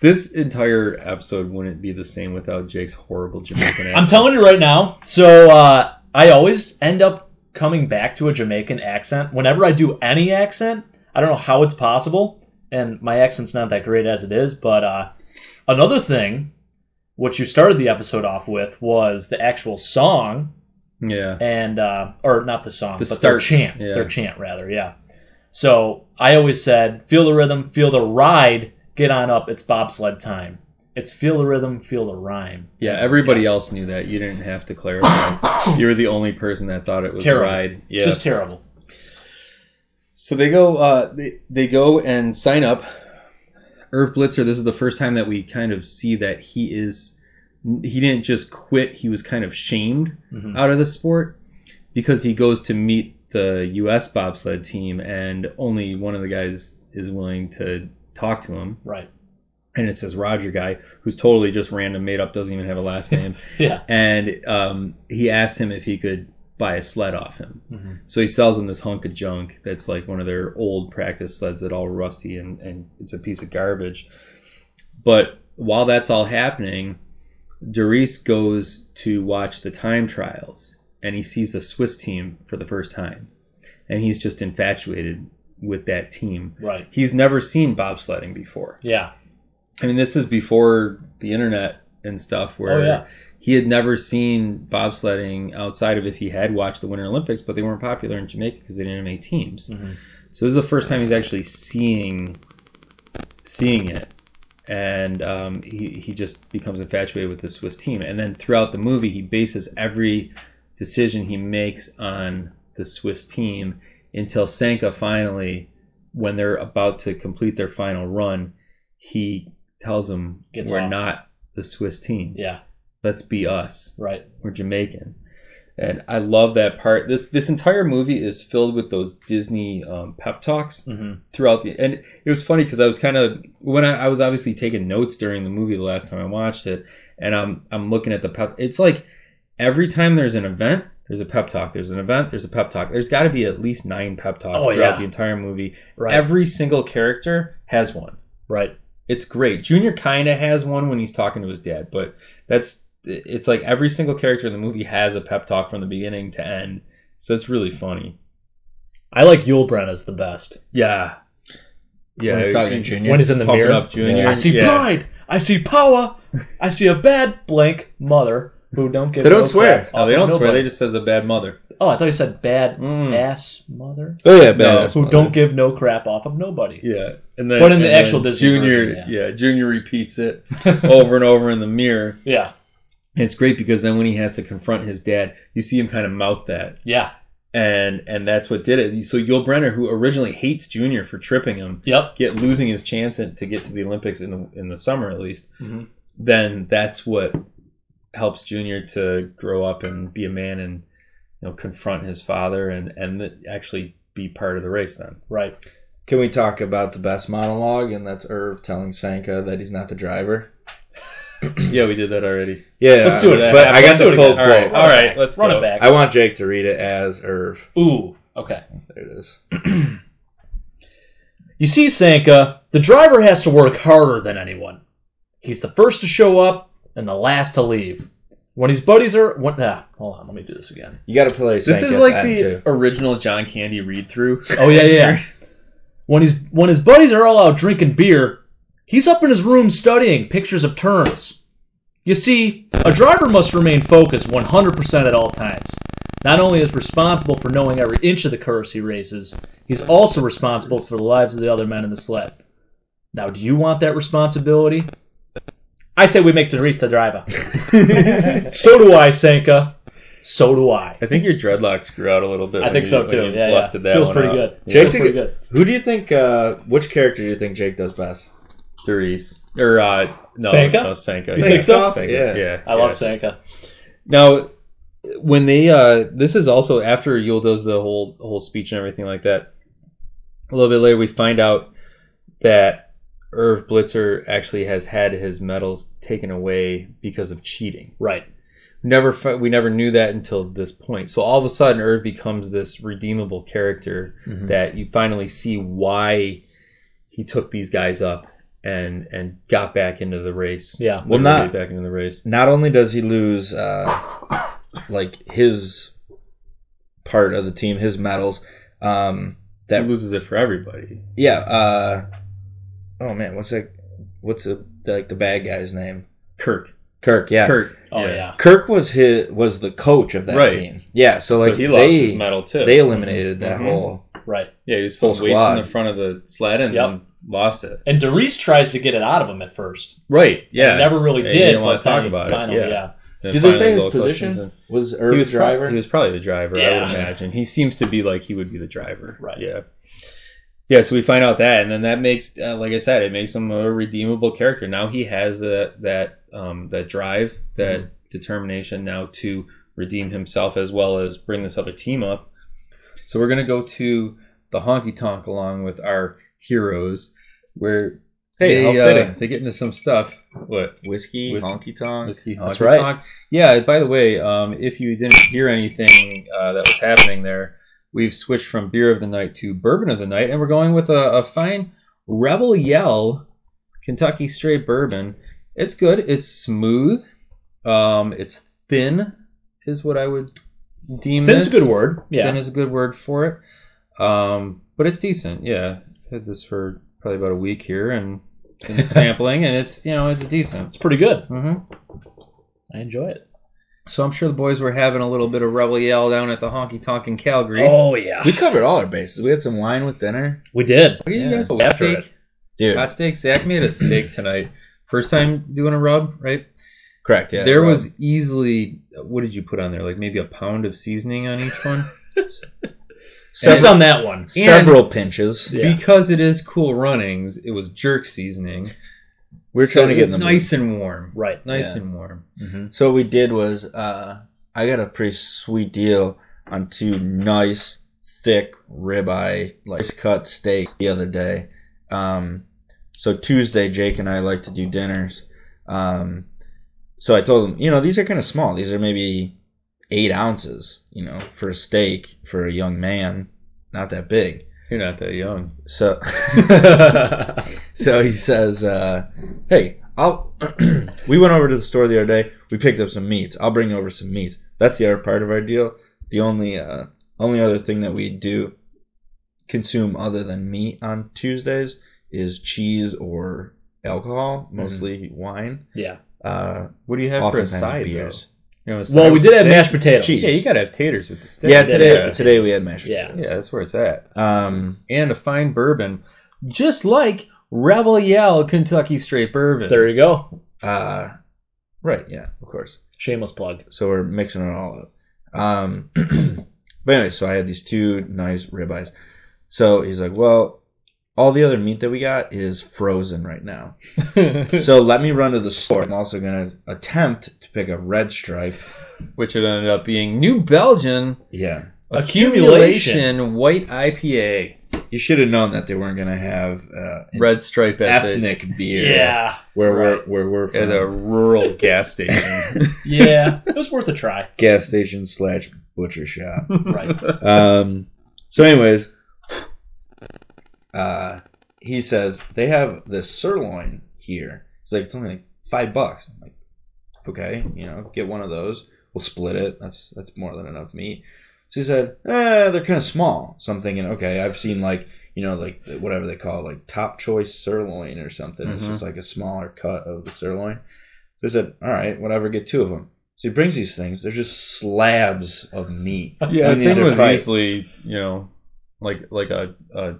Speaker 1: this entire episode wouldn't be the same without Jake's horrible Jamaican accent.
Speaker 3: [laughs] I'm telling you right now. So uh, I always end up coming back to a Jamaican accent whenever I do any accent. I don't know how it's possible, and my accent's not that great as it is. But uh, another thing, what you started the episode off with was the actual song
Speaker 1: Yeah.
Speaker 3: and uh, or not the song,
Speaker 1: The
Speaker 3: but their
Speaker 1: start,
Speaker 3: chant,
Speaker 1: yeah.
Speaker 3: their chant rather, yeah. So I always said, feel the rhythm, feel the ride, get on up, it's bobsled time. It's feel the rhythm, feel the rhyme.
Speaker 1: Yeah, everybody else knew that. You didn't have to [coughs] clarify. you were the only person that thought it was
Speaker 3: Terrible.
Speaker 1: a ride. Yeah.
Speaker 3: Just terrible.
Speaker 1: so they go uh they, they go and sign up. Irv Blitzer, this is the first time that we kind of see that he is he didn't just quit, he was kind of shamed
Speaker 3: Mhm.
Speaker 1: out of the sport because he goes to meet the U.S. bobsled team, and only one of the guys is willing to talk to him.
Speaker 3: Right.
Speaker 1: And it's this Roger guy who's totally just random, made up, doesn't even have a last name.
Speaker 3: Yeah.
Speaker 1: And um, he asks him if he could buy a sled off him.
Speaker 3: Mhm.
Speaker 1: So he sells him this hunk of junk that's like one of their old practice sleds that all rusty and, and it's a piece of garbage. But while that's all happening, Doris goes to watch the time trials and he sees the Swiss team for the first time. And he's just infatuated with that team.
Speaker 3: Right.
Speaker 1: He's never seen bobsledding before.
Speaker 3: Yeah.
Speaker 1: I mean, this is before the internet and stuff where
Speaker 3: Oh, yeah.
Speaker 1: he had never seen bobsledding outside of if he had watched the Winter Olympics, but they weren't popular in Jamaica because they didn't have any teams.
Speaker 3: Mhm.
Speaker 1: So this is the first time he's actually seeing seeing it. And um, he, he just becomes infatuated with the Swiss team. And then throughout the movie, he bases every decision he makes on the Swiss team until Sanka finally, when they're about to complete their final run, he tells them,
Speaker 3: Gets
Speaker 1: We're
Speaker 3: off.
Speaker 1: not the Swiss team.
Speaker 3: Yeah.
Speaker 1: Let's be us
Speaker 3: Right.
Speaker 1: or Jamaican. And I love that part. This this entire movie is filled with those Disney um, pep talks
Speaker 3: hmm
Speaker 1: throughout the. And it was funny because I was kind of when I, I was obviously taking notes during the movie the last time I watched it, and I'm I'm looking at the pep. It's like every time there's an event, there's a pep talk. There's an event, there's a pep talk. There's got to be at least nine pep talks
Speaker 3: Oh,
Speaker 1: throughout
Speaker 3: yeah.
Speaker 1: the entire movie.
Speaker 3: Right.
Speaker 1: Every single character has one.
Speaker 3: right.
Speaker 1: It's great. Junior kind of has one when he's talking to his dad, but that's it's like every single character in the movie has a pep talk from the beginning to end. So it's really funny.
Speaker 3: I like Yulbren as the best.
Speaker 1: Yeah. Yeah.
Speaker 2: When he's talking
Speaker 1: and-
Speaker 2: junior.
Speaker 3: When he's in the
Speaker 1: pumping
Speaker 3: mirror.
Speaker 1: up junior.
Speaker 2: Yeah.
Speaker 3: I see
Speaker 1: yeah.
Speaker 3: pride. I see power. I see a bad blank mother who don't give
Speaker 2: They don't
Speaker 3: no
Speaker 2: swear.
Speaker 3: crap
Speaker 1: No, Oh, they
Speaker 3: off
Speaker 1: don't
Speaker 3: of
Speaker 1: swear.
Speaker 3: nobody.
Speaker 1: They just says a bad mother.
Speaker 3: Oh, I thought you said bad
Speaker 1: Mm.
Speaker 3: ass mother.
Speaker 2: Oh yeah,
Speaker 1: No,
Speaker 2: badass
Speaker 3: Who
Speaker 2: mother.
Speaker 3: don't give no crap off of nobody.
Speaker 1: Yeah. And then,
Speaker 3: But in the
Speaker 1: and then
Speaker 3: actual Disney
Speaker 1: junior,
Speaker 3: version,
Speaker 1: yeah. Junior repeats it [laughs] over and over in the mirror.
Speaker 3: Yeah.
Speaker 1: And it's great because then when he has to confront his dad, you see him kind of mouth that.
Speaker 3: Yeah.
Speaker 1: and and that's what did it. So Yul Brenner, who originally hates Junior for tripping him,
Speaker 3: Yep.
Speaker 1: get losing his chance in, to get to the Olympics in the in the summer at least.
Speaker 3: Mhm.
Speaker 1: Then that's what helps Junior to grow up and be a man and you know confront his father and and th- actually be part of the race. Then
Speaker 3: Right.
Speaker 2: Can we talk about the best monologue? And that's Irv telling Sanka that he's not the driver.
Speaker 1: yeah, we did that already.
Speaker 2: Yeah,
Speaker 3: Let's do it.
Speaker 2: But I
Speaker 3: Let's
Speaker 2: got
Speaker 3: do
Speaker 2: the
Speaker 3: it
Speaker 2: full
Speaker 3: again.
Speaker 1: All
Speaker 2: quote.
Speaker 1: right, all right,
Speaker 3: Back.
Speaker 1: let's
Speaker 3: run
Speaker 1: go.
Speaker 3: it back.
Speaker 2: I want Jake to read it as Irv.
Speaker 3: Ooh. Okay.
Speaker 2: There it is.
Speaker 3: You see, Sanka, the driver has to work harder than anyone. He's the first to show up and the last to leave. When his buddies are, what? Ah, hold on, let me do this again.
Speaker 2: You got to play.
Speaker 1: This
Speaker 2: Sanka
Speaker 1: is
Speaker 2: at
Speaker 1: like
Speaker 2: end,
Speaker 1: the
Speaker 2: too.
Speaker 1: original John Candy read through.
Speaker 3: Oh yeah, yeah. [laughs] when his when his buddies are all out drinking beer, he's up in his room studying pictures of turns. You see, a driver must remain focused 100% at all times. Not only is responsible for knowing every inch of the curves he races, he's also responsible for the lives of the other men in the sled. Now, do you want that responsibility? I say we make Doris the driver. [laughs]
Speaker 1: [laughs]
Speaker 3: so do I, Sanka. So do I.
Speaker 1: I think your dreadlocks grew out a little bit.
Speaker 3: I
Speaker 1: when
Speaker 3: think
Speaker 1: you-
Speaker 3: so
Speaker 1: when
Speaker 3: too.
Speaker 1: you
Speaker 3: Yeah, yeah.
Speaker 1: busted that
Speaker 3: feels
Speaker 1: one
Speaker 3: pretty
Speaker 1: out.
Speaker 3: good.
Speaker 1: Yeah.
Speaker 2: Jake's
Speaker 3: Feels pretty good.
Speaker 2: Who do you think? Uh, which character do you think Jake does best?
Speaker 1: Therese. Or uh, no,
Speaker 3: Sanka?
Speaker 1: no, Sanka.
Speaker 2: You
Speaker 1: Yeah.
Speaker 2: think so?
Speaker 1: Sanka,
Speaker 2: Yeah.
Speaker 1: yeah.
Speaker 3: I
Speaker 1: yeah.
Speaker 3: love Sanka.
Speaker 1: Now, when they uh, this is also after Yule does the whole whole speech and everything like that. A little bit later, we find out that Irv Blitzer actually has had his medals taken away because of cheating.
Speaker 3: Right.
Speaker 1: Never, fi- we never knew that until this point. So all of a sudden, Irv becomes this redeemable character
Speaker 2: Hmm.
Speaker 1: that you finally see why he took these guys up and and got back into the race.
Speaker 3: Yeah.
Speaker 2: Well,
Speaker 1: Literally
Speaker 2: not-
Speaker 1: back into the race.
Speaker 2: Not only does he lose, uh, like his part of the team, his medals. Um,
Speaker 1: That
Speaker 2: that
Speaker 1: loses it for everybody.
Speaker 2: yeah. Uh, oh man, what's that? What's the like the bad guy's name?
Speaker 1: Kirk.
Speaker 2: Kirk. Yeah. Kirk.
Speaker 1: Kirk.
Speaker 3: Oh yeah.
Speaker 2: was his was the coach of that
Speaker 1: Right.
Speaker 2: team. Yeah. So like
Speaker 1: so he
Speaker 2: they
Speaker 1: lost his medal too.
Speaker 2: they eliminated that
Speaker 1: Mhm.
Speaker 2: whole.
Speaker 3: Right.
Speaker 1: yeah, he was
Speaker 2: whole
Speaker 1: putting weights in
Speaker 2: squad.
Speaker 1: the front of the sled and
Speaker 3: Yep.
Speaker 1: then lost it.
Speaker 3: And Doris tries to get it out of him at first.
Speaker 1: Right. Yeah.
Speaker 3: He never really
Speaker 1: Yeah,
Speaker 3: did.
Speaker 1: he didn't
Speaker 3: but
Speaker 1: wanna
Speaker 3: then
Speaker 1: talk
Speaker 3: he
Speaker 1: about it,
Speaker 3: finally-
Speaker 1: yeah. Then
Speaker 2: Did they
Speaker 1: finally
Speaker 2: say his
Speaker 1: Gold Coast comes
Speaker 2: position
Speaker 1: in.
Speaker 2: was
Speaker 1: He
Speaker 2: Irv's
Speaker 1: was pro-
Speaker 2: driver?
Speaker 1: he was probably the driver. I would
Speaker 3: Yeah.
Speaker 1: imagine he seems to be like he would be the driver.
Speaker 3: Right.
Speaker 1: Yeah. Yeah. So we find out that, and then that makes, uh, like I said, it makes him a redeemable character. Now he has the that um, that drive, that
Speaker 3: Mm-hmm.
Speaker 1: determination now to redeem himself as well as bring this other team up. So we're gonna go to the honky tonk along with our heroes, where
Speaker 2: Hey,
Speaker 1: they,
Speaker 2: how
Speaker 1: uh,
Speaker 2: fitting.
Speaker 1: they get into some stuff. What?
Speaker 2: Whiskey,
Speaker 1: Whiskey.
Speaker 2: honky tonk.
Speaker 1: Whiskey
Speaker 3: That's
Speaker 1: honky
Speaker 3: right.
Speaker 1: tonk? Yeah, by the way, um, if you didn't hear anything uh, that was happening there, we've switched from beer of the night to bourbon of the night, and we're going with a, a fine Rebel Yell Kentucky Straight Bourbon. It's good. It's smooth. Um, it's thin, is what I would deem.
Speaker 3: Thin's a
Speaker 1: this.
Speaker 3: good word. Yeah.
Speaker 1: Thin is a good word for it. Um, but it's decent. Yeah, had this for probably about a week here and been sampling, and it's you know it's decent.
Speaker 3: It's pretty good.
Speaker 1: hmm
Speaker 3: I enjoy it.
Speaker 1: So I'm sure the boys were having a little bit of rebel yell down at the honky tonk in Calgary.
Speaker 3: Oh yeah.
Speaker 2: We covered all our bases. We had some wine with dinner.
Speaker 3: We did.
Speaker 1: Look at you
Speaker 2: yeah.
Speaker 1: guys,
Speaker 3: After
Speaker 1: steak,
Speaker 3: it.
Speaker 2: Dude,
Speaker 1: hot steak. Zach made a steak tonight. First time doing a rub, right?
Speaker 2: correct. Yeah,
Speaker 1: there
Speaker 2: right.
Speaker 1: was easily what did you put on there? Like maybe a pound of seasoning on each
Speaker 2: [laughs]
Speaker 1: one.
Speaker 3: Just
Speaker 2: several,
Speaker 3: on that one.
Speaker 2: several pinches.
Speaker 3: Yeah.
Speaker 1: Because it is cool runnings, it was jerk seasoning.
Speaker 2: We're
Speaker 1: So
Speaker 2: trying to
Speaker 1: it
Speaker 2: get
Speaker 1: was
Speaker 2: in the
Speaker 1: nice and warm.
Speaker 3: Right.
Speaker 1: Nice
Speaker 2: Yeah.
Speaker 1: and warm.
Speaker 2: So what we did was uh, I got a pretty sweet deal on two nice, thick ribeye, like nice cut steaks the other day. Um, so Tuesday, Jake and I like to do dinners. Um, so I told him, you know, these are kind of small. These are maybe eight ounces, you know, for a steak for a young man. Not that big.
Speaker 1: You're not that young.
Speaker 2: So, [laughs] so he says, uh, "Hey, I'll." [clears throat] we went over to the store the other day. We picked up some meats. I'll bring over some meats. That's the other part of our deal. The only uh, only other thing that we do consume other than meat on Tuesdays is cheese or alcohol, mostly wine.
Speaker 3: Yeah.
Speaker 2: Uh,
Speaker 1: What do you have Mm-hmm. for a
Speaker 2: oftentimes
Speaker 1: side
Speaker 2: beers.
Speaker 1: though? You know, a
Speaker 3: Well,
Speaker 1: side
Speaker 3: we
Speaker 1: with
Speaker 3: did
Speaker 1: a
Speaker 3: have
Speaker 1: steak?
Speaker 3: mashed potatoes.
Speaker 2: Cheese.
Speaker 1: Yeah, you gotta have taters with the steak.
Speaker 2: Yeah,
Speaker 3: Yeah,
Speaker 2: today
Speaker 3: mashed
Speaker 2: today we had mashed.
Speaker 3: Yeah.
Speaker 1: Yeah, that's where it's at.
Speaker 2: Um,
Speaker 1: And a fine bourbon, just like Rebel Yell Kentucky Straight Bourbon.
Speaker 3: There you go.
Speaker 2: uh, right. Yeah. Of course.
Speaker 1: [laughs]
Speaker 3: Shameless plug.
Speaker 2: so we're mixing it all up. Um, [clears throat] but anyway, so I had these two nice ribeyes. So he's like, "Well, all the other meat that we got is frozen right [laughs] now. so let me run to the store. I'm also gonna attempt to pick a red stripe.
Speaker 1: Which it ended up being New Belgian
Speaker 2: Yeah,
Speaker 3: Accumulation.
Speaker 1: Accumulation White IPA.
Speaker 2: you should have known that they weren't gonna have uh, an
Speaker 1: Red Stripe Ethic
Speaker 2: ethnic beer.
Speaker 3: Yeah.
Speaker 2: where
Speaker 3: right.
Speaker 2: we're where we're
Speaker 1: at
Speaker 2: from.
Speaker 1: a rural gas
Speaker 2: [laughs]
Speaker 1: station.
Speaker 3: Yeah. it was worth a try.
Speaker 2: Gas station slash butcher shop.
Speaker 3: Right.
Speaker 2: um, so anyways uh, he says they have this sirloin here it's like it's only like five bucks i'm like okay you know get one of those we'll split it that's that's more than enough meat so he said eh, they're kind of small so i'm thinking okay i've seen like you know like the- whatever they call it, like top choice sirloin or something it's
Speaker 1: Mhm.
Speaker 2: just like a smaller cut of the sirloin so he said all right whatever get two of them so he brings these things they're just slabs of meat
Speaker 1: Yeah,
Speaker 2: I mean,
Speaker 1: the
Speaker 2: these
Speaker 1: thing
Speaker 2: are
Speaker 1: was
Speaker 2: probably-
Speaker 1: easily, you know, like like a, a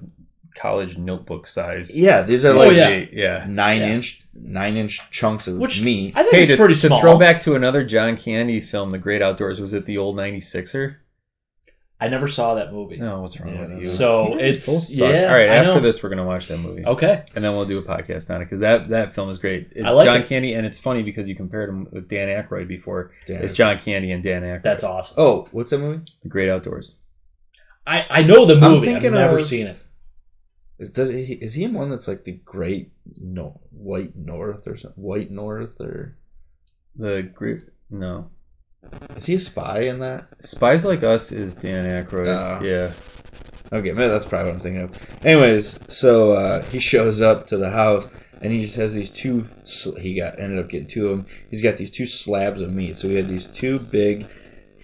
Speaker 1: college notebook size.
Speaker 2: Yeah, these are
Speaker 1: Oh,
Speaker 2: like
Speaker 1: yeah. yeah.
Speaker 2: nine
Speaker 3: Yeah.
Speaker 2: inch nine inch chunks of
Speaker 3: Which-
Speaker 2: meat.
Speaker 3: I think
Speaker 1: Hey,
Speaker 3: it's
Speaker 1: to,
Speaker 3: pretty
Speaker 1: to
Speaker 3: small.
Speaker 1: throw back to another John Candy film, The Great Outdoors, was it the old 96er?
Speaker 3: I never saw that movie.
Speaker 1: No, what's wrong
Speaker 2: Yeah,
Speaker 1: with
Speaker 2: that's-
Speaker 1: you?
Speaker 3: So
Speaker 1: You guys
Speaker 3: it's
Speaker 1: both suck.
Speaker 3: yeah.
Speaker 1: All right,
Speaker 3: I
Speaker 1: after
Speaker 3: know.
Speaker 1: this, we're going to watch that movie.
Speaker 3: Okay.
Speaker 1: And then we'll do a podcast on it because that, that film is great. It's
Speaker 3: I like
Speaker 1: John
Speaker 3: it.
Speaker 1: Candy, and it's funny because you compared him with Dan Aykroyd before.
Speaker 2: Damn.
Speaker 1: It's John Candy and Dan Aykroyd.
Speaker 3: That's awesome.
Speaker 2: Oh, what's that movie?
Speaker 1: The Great Outdoors.
Speaker 3: I, I know the
Speaker 2: I'm
Speaker 3: movie. I've
Speaker 2: thinking
Speaker 3: never
Speaker 2: of-
Speaker 3: seen it.
Speaker 2: Is, does he, is he in one that's like the Great No White North or something? White North or
Speaker 1: The group. No.
Speaker 2: is he a spy in that?
Speaker 1: Spies Like Us is Dan Aykroyd. [laughs]
Speaker 2: Oh.
Speaker 1: yeah.
Speaker 2: Okay, maybe that's probably what I'm thinking of. Anyways, so uh, he shows up to the house and he just has these two. Sl- he got ended up getting two of them. He's got these two slabs of meat. So he had these two big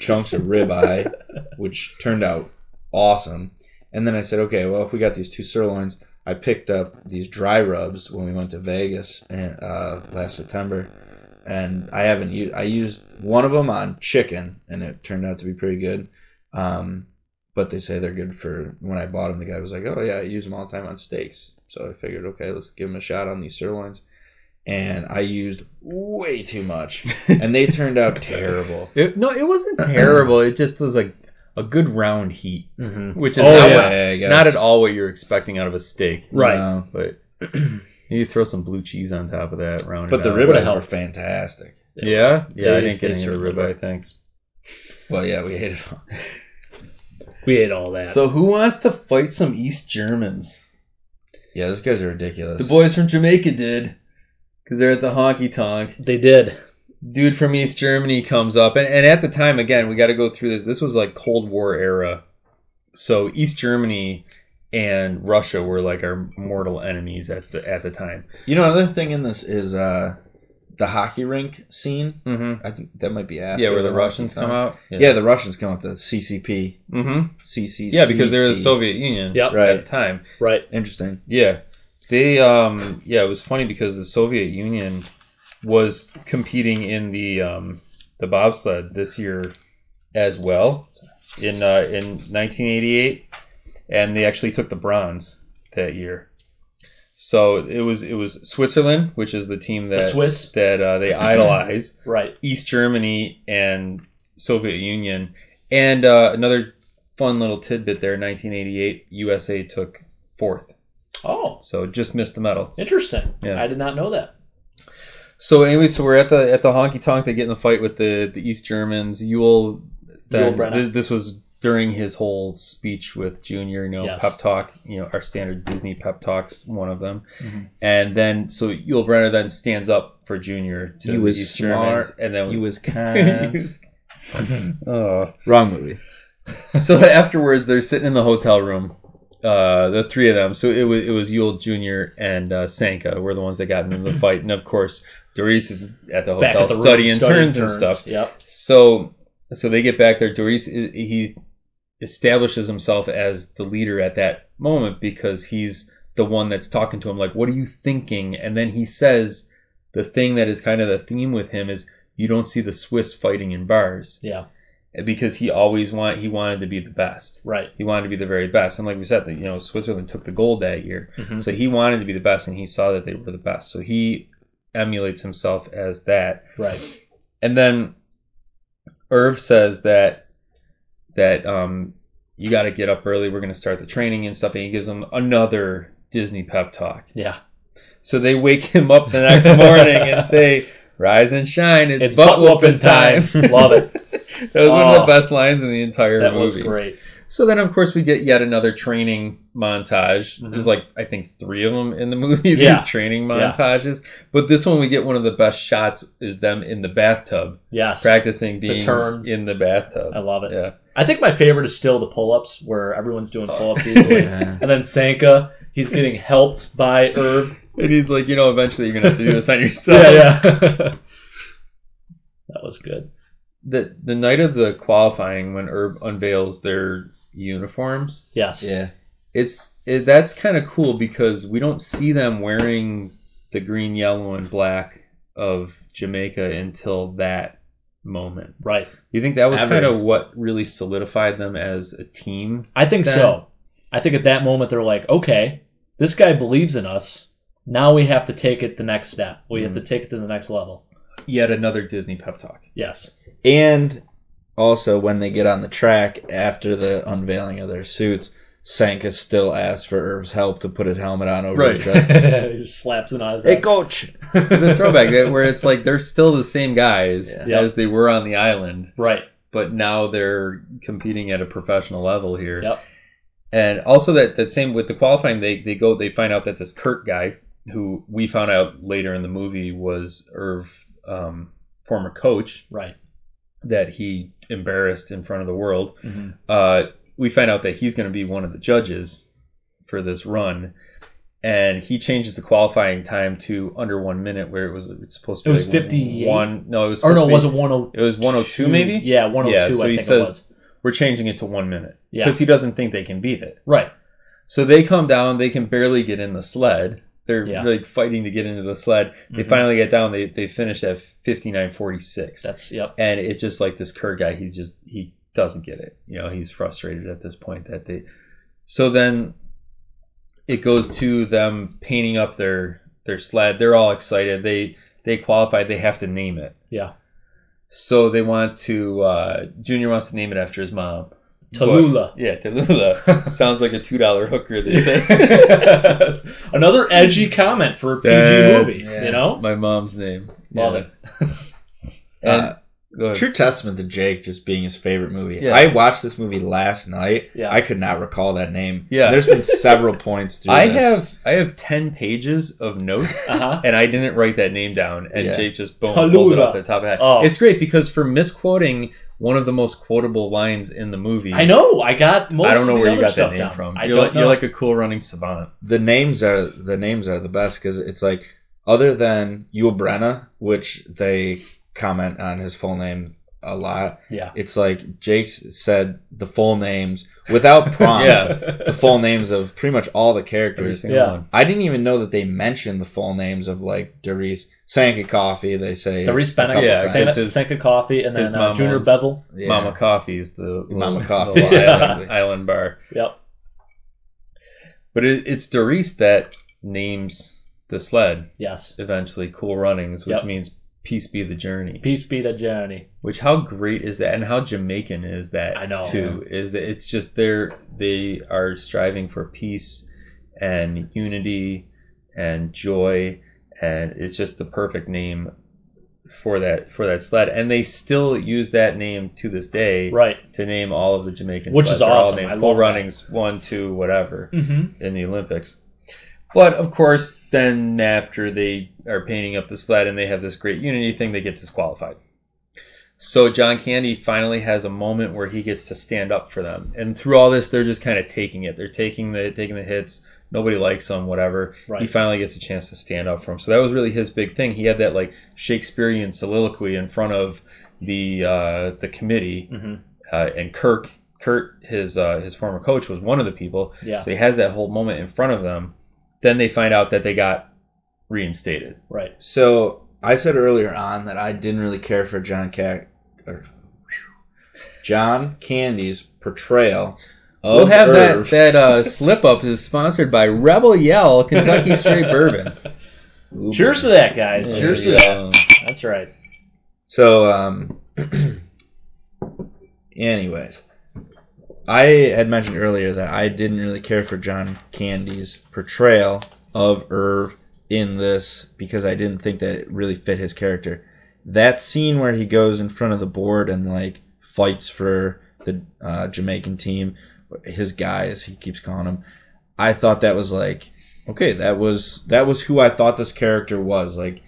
Speaker 2: chunks of ribeye, which turned out awesome. And then I said, okay, well, if we got these two sirloins, I picked up these dry rubs when we went to Vegas and, uh, last September. And I haven't used. I used one of them on chicken, and it turned out to be pretty good. Um, but they say they're good for when I bought them. The guy was like, "Oh yeah, I use them all the time on steaks." So I figured, okay, let's give them a shot on these sirloins. And I used way too much, and they turned
Speaker 1: [laughs]
Speaker 2: out terrible.
Speaker 1: It, no, it wasn't terrible. it just was like a good round heat, which is
Speaker 3: Oh,
Speaker 1: not,
Speaker 3: yeah.
Speaker 1: what- not at all what you're expecting out of a steak.
Speaker 3: Right.
Speaker 2: No.
Speaker 1: But [clears throat] you throw some blue cheese on top of that round.
Speaker 2: But the
Speaker 3: would've
Speaker 2: ribeyes were
Speaker 3: helped.
Speaker 2: fantastic.
Speaker 1: Yeah, yeah. I
Speaker 3: They-
Speaker 1: didn't get any
Speaker 3: they
Speaker 1: of the
Speaker 3: certainly
Speaker 1: ribeye. Thanks.
Speaker 2: Well, yeah, we ate it all.
Speaker 3: We ate all that.
Speaker 1: who wants to fight some East Germans?
Speaker 2: Yeah, those guys are ridiculous.
Speaker 1: boys from Jamaica did, because they're at the honky tonk.
Speaker 3: they did.
Speaker 1: Dude from East Germany comes up, and, and at the time, again, we got to go through this. This was like Cold War era, so East Germany and Russia were like our mortal enemies at the at the time.
Speaker 2: you know, another thing in this is uh, the hockey rink scene.
Speaker 1: Mm-hmm.
Speaker 2: I think that might be after.
Speaker 1: Yeah, where the
Speaker 2: hockey
Speaker 1: Russians come
Speaker 2: time.
Speaker 1: out.
Speaker 2: Yeah, the Russians come out. The CCP,
Speaker 1: hmm
Speaker 2: CCC.
Speaker 1: yeah, because they're the Soviet Union
Speaker 3: Yep.
Speaker 2: Right.
Speaker 1: at the time.
Speaker 3: Right.
Speaker 2: Interesting.
Speaker 1: Yeah. They um yeah, it was funny because the Soviet Union was competing in the um the bobsled this year as well in uh, in 1988 and they actually took the bronze that year. So it was it was Switzerland, which is the team
Speaker 3: The
Speaker 1: that
Speaker 3: Swiss.
Speaker 1: that uh, they idolize.
Speaker 3: Right.
Speaker 1: East Germany and Soviet Union. And uh, another fun little tidbit there: 1988, USA took fourth,
Speaker 3: Oh,
Speaker 1: so just missed the medal.
Speaker 3: interesting.
Speaker 1: Yeah.
Speaker 3: I did not know that.
Speaker 1: So anyway, so we're at the at the honky tonk. They get in the fight with the the East Germans. Yul,
Speaker 3: Yul
Speaker 1: then,
Speaker 3: Brynner.
Speaker 1: this, this was during his whole speech with Junior. You know,
Speaker 3: Yes.
Speaker 1: pep talk. You know, our standard Disney pep talks. One of them.
Speaker 2: Mhm.
Speaker 1: And then so Yul Brenner then stands up for Junior to
Speaker 2: He
Speaker 1: the
Speaker 2: was
Speaker 1: East
Speaker 2: smart.
Speaker 1: Germans, and then
Speaker 2: He [laughs] was
Speaker 1: He
Speaker 2: kind.
Speaker 1: [laughs] was- oh.
Speaker 2: Wrong movie.
Speaker 3: [laughs]
Speaker 1: so afterwards, they're sitting in the hotel room, uh, the three of them. So it was it was Yule Jr. and uh, Sanka were the ones that got into the fight, and of course Doris is at the hotel
Speaker 3: Back at the room,
Speaker 1: studying turns and
Speaker 3: turns.
Speaker 1: stuff.
Speaker 3: Yep.
Speaker 1: So so they get back there. Doris i- he establishes himself as the leader at that moment because he's the one that's talking to him like, "What are you thinking?" And then he says the thing that is kind of the theme with him is you don't see the Swiss fighting in bars
Speaker 3: Yeah.
Speaker 1: because he always want he wanted to be the best.
Speaker 3: Right.
Speaker 1: He wanted to be the very best, and like we said, that you know Switzerland took the gold that year,
Speaker 3: Mm-hmm.
Speaker 1: so he wanted to be the best, and he saw that they were the best, so he emulates himself as that.
Speaker 3: Right.
Speaker 1: And then Irv says that that um, you got to get up early. We're going to start the training and stuff, and he gives them another Disney pep talk.
Speaker 3: Yeah.
Speaker 1: So they wake him up the
Speaker 3: [laughs]
Speaker 1: next morning and say, "Rise and shine! It's, butt whooping time."
Speaker 3: [laughs] Love it.
Speaker 1: [laughs] That was one of
Speaker 3: Oh.
Speaker 1: the best lines in the entire
Speaker 3: That
Speaker 1: movie.
Speaker 3: was great.
Speaker 1: So then, of course, we get yet another training montage.
Speaker 3: Mhm.
Speaker 1: There's like I think three of them in the [laughs] movie.
Speaker 3: Yeah.
Speaker 1: These training
Speaker 3: Yeah.
Speaker 1: montages, but this one we get one of the best shots is them in the bathtub
Speaker 3: Yes.
Speaker 1: practicing being
Speaker 3: turns.
Speaker 1: in the bathtub.
Speaker 3: I love it.
Speaker 1: Yeah,
Speaker 3: I think my favorite is still the pull-ups, where everyone's doing pull-ups [laughs] easily,
Speaker 2: Yeah.
Speaker 3: and then Sanka, he's getting helped by Herb.
Speaker 1: and he's like, you know, eventually you're gonna have to do this on yourself.
Speaker 3: [laughs] Yeah, yeah. [laughs] that was good.
Speaker 1: The the night of the qualifying when Herb unveils their uniforms,
Speaker 3: Yes.
Speaker 2: yeah.
Speaker 1: it's it, that's kind of cool because we don't see them wearing the green, yellow, and black of Jamaica until that moment.
Speaker 3: Right.
Speaker 1: You think that was
Speaker 2: Ever.
Speaker 1: kind of what really solidified them as a team?
Speaker 3: I think
Speaker 1: Then-
Speaker 3: so. I think at that moment they're like, okay, this guy believes in us. Now we have to take it the next step. We have to take it to the next level.
Speaker 1: Yet another Disney pep talk.
Speaker 3: [laughs] Yes.
Speaker 2: And also, when they get on the track after the unveiling of their suits, Sanka still asks for Irv's help to put his helmet on over his
Speaker 1: Right.
Speaker 3: [laughs]
Speaker 2: dress.
Speaker 3: he just slaps an eyes.
Speaker 2: hey, coach!
Speaker 1: It's a [laughs] throwback that- where it's like they're still the same guys
Speaker 3: Yeah.
Speaker 1: as they were on the island,
Speaker 3: Right.
Speaker 1: but now they're competing at a professional level here.
Speaker 3: Yep.
Speaker 1: And also that that same with the qualifying, they they go they find out that this Kurt guy, who we found out later in the movie was Irv, um, former coach
Speaker 3: Right.
Speaker 1: that he embarrassed in front of the world. uh, we find out that he's going to be one of the judges for this run, and he changes the qualifying time to under one minute, where it was it's supposed to be
Speaker 3: It was
Speaker 1: like
Speaker 3: 58?
Speaker 1: One, no, it was
Speaker 3: Or
Speaker 1: supposed
Speaker 3: no,
Speaker 1: to be-
Speaker 3: was oh it 102?
Speaker 1: It was one hundred two, maybe.
Speaker 3: Yeah, 102,
Speaker 1: Yeah, so
Speaker 3: I
Speaker 1: he
Speaker 3: think it
Speaker 1: says-
Speaker 3: was.
Speaker 1: We're changing it to one minute
Speaker 3: Yeah.
Speaker 1: because he doesn't think they can beat it.
Speaker 3: Right.
Speaker 1: So they come down. They can barely get in the sled. They're
Speaker 3: Yeah.
Speaker 1: like fighting to get into the sled. They
Speaker 3: Mhm.
Speaker 1: finally get down. They they finish at fifty nine forty six. [laughs]
Speaker 3: That's, yep. [laughs]
Speaker 1: and it's just like this Kerr guy. He just he doesn't get it. You know, he's frustrated at this point that they. So then, it goes to them painting up their their sled. They're all excited. They they qualified. They have to name it.
Speaker 3: Yeah.
Speaker 1: So they want to. Uh, Junior wants to name it after his mom.
Speaker 3: Tallulah.
Speaker 1: But- yeah,
Speaker 3: [laughs]
Speaker 1: Tallulah sounds like a two dollar hooker. They say.
Speaker 3: Yes. Another edgy comment for a PG
Speaker 1: That's-
Speaker 3: movie,
Speaker 2: yeah.
Speaker 3: you know?
Speaker 1: My mom's name.
Speaker 3: Oh. Love
Speaker 1: Yeah.
Speaker 3: it.
Speaker 1: [laughs] And-
Speaker 2: Uh,
Speaker 1: Go ahead.
Speaker 2: true testament to Jake just being his favorite movie.
Speaker 1: Yeah.
Speaker 2: I watched this movie last night.
Speaker 1: [laughs]
Speaker 3: Yeah.
Speaker 2: I could not recall that name.
Speaker 1: Yeah.
Speaker 2: There's been several points through
Speaker 1: I
Speaker 2: this.
Speaker 1: have I have ten pages of notes
Speaker 3: Uh-huh.
Speaker 1: and I didn't write that name down, and
Speaker 2: Yeah.
Speaker 1: Jake just boom pulls it
Speaker 3: Tallulah.
Speaker 1: off the top of the head.
Speaker 3: Oh.
Speaker 1: It's great because for misquoting one of the most quotable lines in the movie,
Speaker 3: I know. I got most
Speaker 1: I don't know
Speaker 3: of the
Speaker 1: where
Speaker 3: other
Speaker 1: you got that
Speaker 3: stuff
Speaker 1: name
Speaker 3: down.
Speaker 1: from.
Speaker 3: I
Speaker 1: you're,
Speaker 3: don't
Speaker 1: like,
Speaker 3: know.
Speaker 1: you're like a cool running savant.
Speaker 2: the names are the names are the best because it's like other than Yul Brenna, which they comment on his full name a lot.
Speaker 3: Yeah.
Speaker 2: It's like Jake said the full names without prompt.
Speaker 1: Yeah.
Speaker 3: [laughs]
Speaker 2: The full names of pretty much all the
Speaker 1: Every
Speaker 2: characters.
Speaker 1: single
Speaker 3: Yeah.
Speaker 1: one.
Speaker 2: I didn't even know that they mentioned the full names of like Doris Sanka Coffee. They say
Speaker 3: Doris
Speaker 2: a couple
Speaker 3: Bennett, yeah,
Speaker 1: times.
Speaker 3: Sen-
Speaker 1: This is-
Speaker 3: Senka Coffee, and
Speaker 1: his
Speaker 3: then uh,
Speaker 1: mom
Speaker 3: Junior
Speaker 1: owns-
Speaker 3: Bevel.
Speaker 2: Yeah.
Speaker 1: Mama Coffee is the
Speaker 2: Mama
Speaker 1: the
Speaker 2: Coffee,
Speaker 1: little
Speaker 3: yeah,
Speaker 1: island-
Speaker 2: exactly.
Speaker 1: island bar.
Speaker 3: Yep.
Speaker 1: But it, it's Doris that names the sled
Speaker 3: Yes.
Speaker 1: eventually Cool Runnings, which
Speaker 3: Yep.
Speaker 1: means peace be the journey.
Speaker 3: Peace be to Journey.
Speaker 1: Which how great is that, and how Jamaican is that?
Speaker 3: I know.
Speaker 1: too. Is that it's just they're they are striving for peace and unity and joy, and it's just the perfect name for that for that sled. And they still use that name to this day
Speaker 3: Right.
Speaker 1: to name all of the Jamaican
Speaker 3: Which
Speaker 1: sleds.
Speaker 3: is
Speaker 1: They're all
Speaker 3: awesome.
Speaker 1: named
Speaker 3: I love
Speaker 1: Cool
Speaker 3: that.
Speaker 1: runnings one, two, whatever
Speaker 3: Mm-hmm.
Speaker 1: in the Olympics. But of course, then after they are painting up the sled and they have this great unity thing, they get disqualified. So John Candy finally has a moment where he gets to stand up for them. And through all this, they're just kind of taking it. They're taking the taking the hits. Nobody likes him, whatever. He
Speaker 3: Right.
Speaker 1: finally gets a chance to stand up for him. So that was really his big thing. He had that like Shakespearean soliloquy in front of the uh, the committee,
Speaker 3: hmm
Speaker 1: uh, and Kirk, Kurt, his uh, his former coach, was one of the people.
Speaker 3: Yeah.
Speaker 1: So he has that whole moment in front of them. Then they find out that they got reinstated.
Speaker 3: Right.
Speaker 2: So I said earlier on that I didn't really care for John Cat or John Candy's portrayal. Of
Speaker 1: we'll have
Speaker 2: Irv.
Speaker 1: that that uh, slip up is sponsored by Rebel Yell Kentucky Straight Bourbon.
Speaker 3: Cheers to that, guys. Cheers to that. That's right.
Speaker 2: So, um, anyways, I had mentioned earlier that I didn't really care for John Candy's portrayal of Irv in this because I didn't think that it really fit his character. That scene where he goes in front of the board and like fights for the uh, Jamaican team, his guy as he keeps calling him, I thought that was like okay, that was that was who I thought this character was like.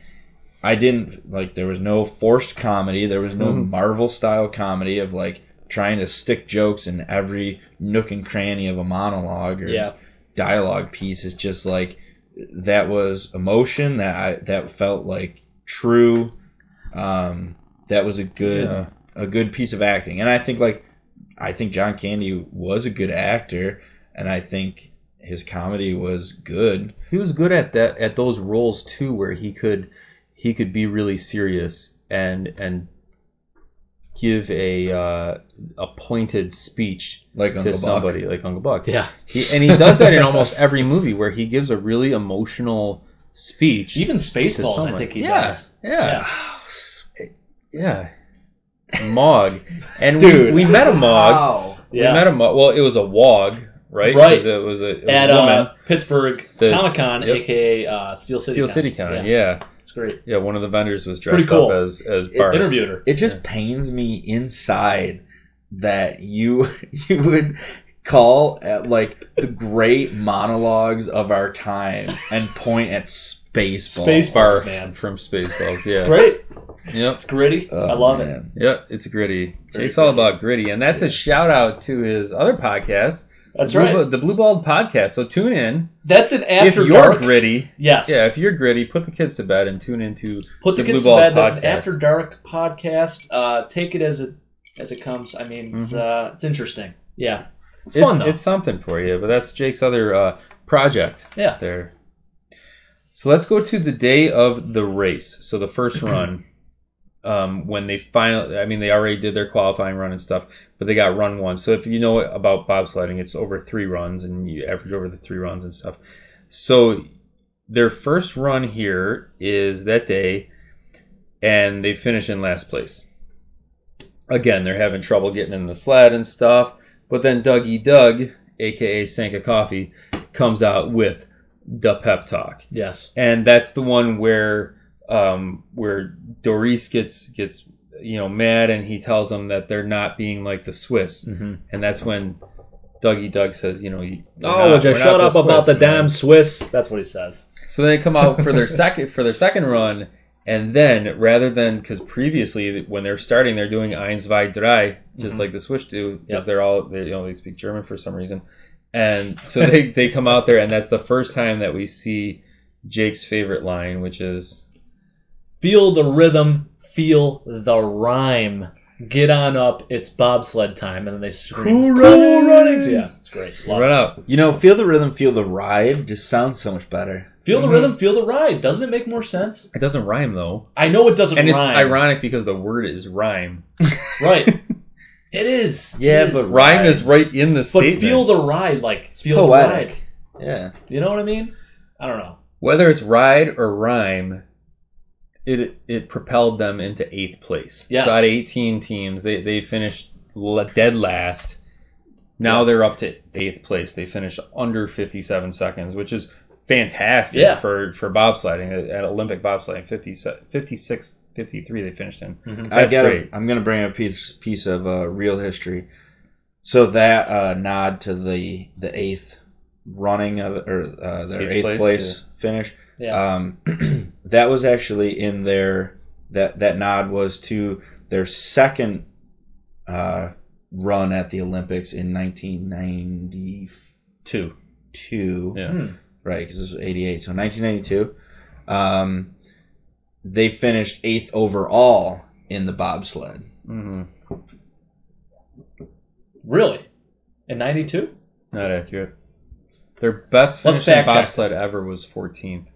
Speaker 2: I didn't like there was no forced comedy, there was no
Speaker 1: Mhm.
Speaker 2: Marvel style comedy of like trying to stick jokes in every nook and cranny of a monologue or
Speaker 3: Yeah.
Speaker 2: dialogue piece. It's just like that was emotion that I that felt like true. Um, that was a good
Speaker 1: Yeah.
Speaker 2: a good piece of acting, and I think like I think John Candy was a good actor, and I think his comedy was good.
Speaker 1: He was good at that at those roles too, where he could he could be really serious and and give a uh, a pointed speech
Speaker 2: like
Speaker 1: to
Speaker 2: Uncle
Speaker 1: somebody
Speaker 2: Buck.
Speaker 1: like Uncle Buck.
Speaker 3: Yeah.
Speaker 1: He, and he does that in almost every movie where he gives a really emotional speech.
Speaker 3: Even
Speaker 1: to
Speaker 3: Spaceballs, I
Speaker 1: someone.
Speaker 3: think he
Speaker 1: yeah,
Speaker 3: does.
Speaker 1: Yeah, yeah, Mog, and
Speaker 2: Dude.
Speaker 1: we, we met a Mog.
Speaker 2: Wow.
Speaker 1: We met a Mog. Well, it was a Wog, right?
Speaker 3: Right.
Speaker 1: 'Cause It was a, it was a
Speaker 3: At
Speaker 1: woman.
Speaker 3: uh, Pittsburgh
Speaker 1: Oh, The-
Speaker 3: Comic Con,
Speaker 1: yep.
Speaker 3: aka uh, Steel City.
Speaker 1: Steel
Speaker 3: Con.
Speaker 1: City Con. Yeah.
Speaker 3: it's great.
Speaker 1: yeah, One of the vendors was
Speaker 3: Pretty
Speaker 1: dressed
Speaker 3: cool.
Speaker 1: up as as
Speaker 2: It-
Speaker 1: Barf.
Speaker 3: Interviewed her.
Speaker 2: It just pains me inside that you [laughs] you would call at like the great monologues of our time and point at Spaceballs.
Speaker 3: Space
Speaker 1: Barf
Speaker 3: Man.
Speaker 1: from Spaceballs. Yeah.
Speaker 3: It's great.
Speaker 1: Yep.
Speaker 3: It's gritty.
Speaker 2: Oh,
Speaker 3: I love it.
Speaker 2: man.
Speaker 1: Yep. It's gritty.
Speaker 3: Very
Speaker 1: Jake's all
Speaker 3: gritty.
Speaker 1: about gritty, and that's a shout out to his other podcast.
Speaker 3: That's
Speaker 1: Blue
Speaker 3: right.
Speaker 1: Ba- the Blue Bald Podcast. So tune in
Speaker 3: That's an after
Speaker 1: if you're
Speaker 3: dark.
Speaker 1: gritty.
Speaker 3: yes.
Speaker 1: Yeah, if you're gritty, put the kids to bed and tune into.
Speaker 3: Put the,
Speaker 1: The
Speaker 3: kids
Speaker 1: Blue Ball
Speaker 3: to bed. That's an
Speaker 1: Podcast.
Speaker 3: after dark podcast. Uh, take it as it as it comes. I mean, it's uh, it's interesting. Yeah, it's, fun though.
Speaker 1: it's something for you, but that's Jake's other uh, project
Speaker 3: yeah.
Speaker 1: there. So let's go to the day of the race. So the
Speaker 3: [clears throat]
Speaker 1: first run, um, when they finally, I mean, they already did their qualifying run and stuff, but they got run one. So if you know about bobsledding, it's over three runs and you average over the three runs and stuff. So their first run here is that day, and they finish in last place. Again, they're having trouble getting in the sled and stuff, but then Dougie Doug, aka Sanka Coffee, comes out with the pep talk
Speaker 3: Yes.
Speaker 1: and that's the one where um, where Doris gets gets you know mad, and he tells them that they're not being like the Swiss, and that's when Dougie Doug says, you know, you- we're
Speaker 3: Oh,
Speaker 1: not-
Speaker 3: would you
Speaker 1: we're not
Speaker 3: shut
Speaker 1: the
Speaker 3: up about
Speaker 1: Swiss,
Speaker 3: the
Speaker 1: man.
Speaker 3: damn Swiss? That's what he says.
Speaker 1: So they come out for their second for their second run, and then rather than because previously when they're starting, they're doing eins zwei drei, just
Speaker 3: Mhm.
Speaker 1: like the Swiss do, because
Speaker 3: Yep.
Speaker 1: they're all they you know they speak German for some reason, and so
Speaker 3: [laughs]
Speaker 1: they they come out there, and that's the first time that we see Jake's favorite line, which is.
Speaker 3: Feel the rhythm. Feel the rhyme. Get on up. It's bobsled time, and then they scream.
Speaker 2: Cool
Speaker 3: "Cool
Speaker 2: runnings!"
Speaker 3: Yeah, it's great. Love
Speaker 1: Run
Speaker 3: it.
Speaker 1: up.
Speaker 2: You know, feel the rhythm, feel the ride just sounds so much better.
Speaker 3: Feel the
Speaker 1: Mhm.
Speaker 3: rhythm. Feel the rhyme. Doesn't it make more sense?
Speaker 1: It doesn't rhyme though,
Speaker 3: I know it doesn't.
Speaker 1: and it's
Speaker 3: rhyme.
Speaker 1: ironic because the word is rhyme.
Speaker 3: right? it is. It
Speaker 2: Yeah,
Speaker 3: is.
Speaker 2: but
Speaker 3: but
Speaker 1: Rhyme
Speaker 2: Rhyme.
Speaker 1: is right in the statement.
Speaker 3: feel the ride. Like feel the ride.
Speaker 2: Poetic. Yeah.
Speaker 3: You know what I mean? I don't know.
Speaker 1: Whether it's ride or rhyme, it it propelled them into eighth place.
Speaker 3: Yes.
Speaker 1: So out of eighteen teams, they they finished la- dead last. Now
Speaker 3: Yeah.
Speaker 1: they're up to eighth place. They finished under fifty-seven seconds, which is fantastic
Speaker 3: Yeah.
Speaker 1: for for bobsliding at Olympic bobsliding. 50, 56, 53 they finished in.
Speaker 2: I
Speaker 1: That's
Speaker 2: got
Speaker 1: great.
Speaker 2: I'm going to bring up a piece, piece of uh, real history. So that uh, nod to the the eighth running of or uh, their
Speaker 1: Eighth
Speaker 2: eighth,
Speaker 1: place,
Speaker 2: place, finish.
Speaker 3: Yeah.
Speaker 2: Um, [clears throat] that was actually in their that that nod was to their second uh, run at the Olympics in 1992.
Speaker 1: Two. Yeah.
Speaker 3: Hmm.
Speaker 2: right? Because this was '88, so 1992. Um, they finished eighth overall in the bobsled.
Speaker 3: Mm-hmm.
Speaker 1: hmm
Speaker 3: Really? In '92?
Speaker 1: Not accurate. Their best
Speaker 3: Let's
Speaker 1: finish in
Speaker 3: fact check.
Speaker 1: bobsled ever was 14th.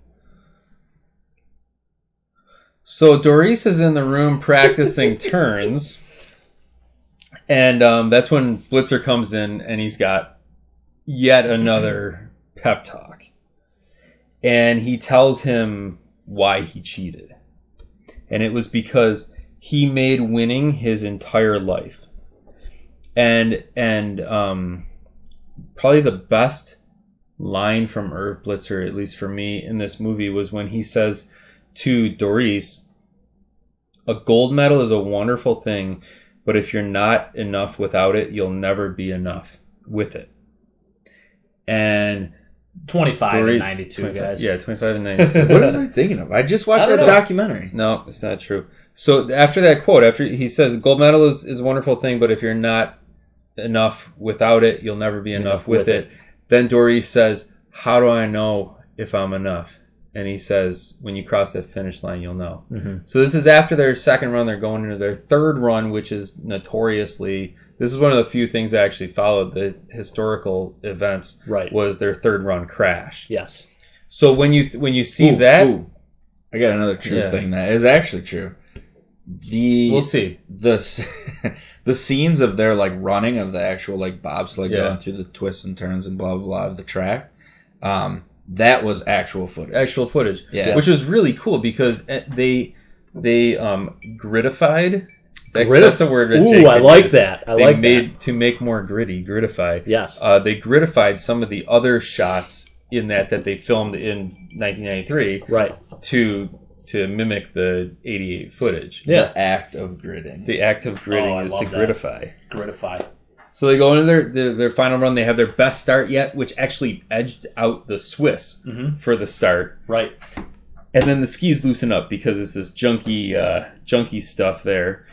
Speaker 1: So Doris is in the room practicing turns, and um, that's when Blitzer comes in and he's got yet another pep talk, and he tells him why he cheated, and it was because he made winning his entire life, and and um, probably the best line from Irv Blitzer, at least for me, in this movie was when he says to Doris, "A gold medal is a wonderful thing, but if you're not enough without it, you'll never be enough with it." And
Speaker 3: 25
Speaker 1: Dory-
Speaker 3: and 92,
Speaker 1: 25
Speaker 3: guys.
Speaker 1: yeah, twenty-five and
Speaker 2: [laughs]
Speaker 1: ninety-two.
Speaker 2: What was I thinking of? I just watched
Speaker 3: I don't
Speaker 2: that
Speaker 3: know.
Speaker 2: documentary.
Speaker 1: No, it's not true. So th- after that quote, after he says gold medal is, is a wonderful thing, but if you're not enough without it, you'll never be enough, with, it. Then Dory says, How do I know if I'm enough? And he says, When you cross that finish line, you'll know.
Speaker 3: Mhm.
Speaker 1: So this is after their second run. They're going into their third run, which is notoriously this is one of the few things that actually followed the historical events
Speaker 3: Right.
Speaker 1: was their third run crash.
Speaker 3: Yes.
Speaker 1: So when you when you see
Speaker 2: Ooh,
Speaker 1: that
Speaker 2: ooh. I got another true
Speaker 1: Yeah.
Speaker 2: thing that is actually true. the
Speaker 1: We'll see.
Speaker 2: the s- [laughs] the scenes of their like running of the actual like bobsled
Speaker 1: Yeah.
Speaker 2: going through the twists and turns and blah blah blah of the track. Um, that was actual footage.
Speaker 1: actual footage,
Speaker 2: Yeah.
Speaker 1: which was really cool because eh, they they um gridified. That,
Speaker 3: Gridif-
Speaker 1: that's a word. that Jake
Speaker 3: Ooh, I
Speaker 1: had
Speaker 3: like
Speaker 1: used.
Speaker 3: that. I
Speaker 1: they
Speaker 3: like
Speaker 1: made to make more gritty. Gritify.
Speaker 3: that. Yes.
Speaker 1: Uh, they gridified some of the other shots in that that they filmed in 1993
Speaker 3: Right.
Speaker 1: to to mimic the 88 footage.
Speaker 3: Yeah.
Speaker 2: The act of gridding.
Speaker 1: The act of gritting
Speaker 3: Oh, I
Speaker 1: is to
Speaker 3: love that.
Speaker 1: gritify.
Speaker 3: Gridify.
Speaker 1: So they go into their, their their final run. They have their best start yet, which actually edged out the Swiss
Speaker 3: Mm-hmm.
Speaker 1: for the start.
Speaker 3: Right.
Speaker 1: and then the skis loosen up because it's this junky uh, junky stuff there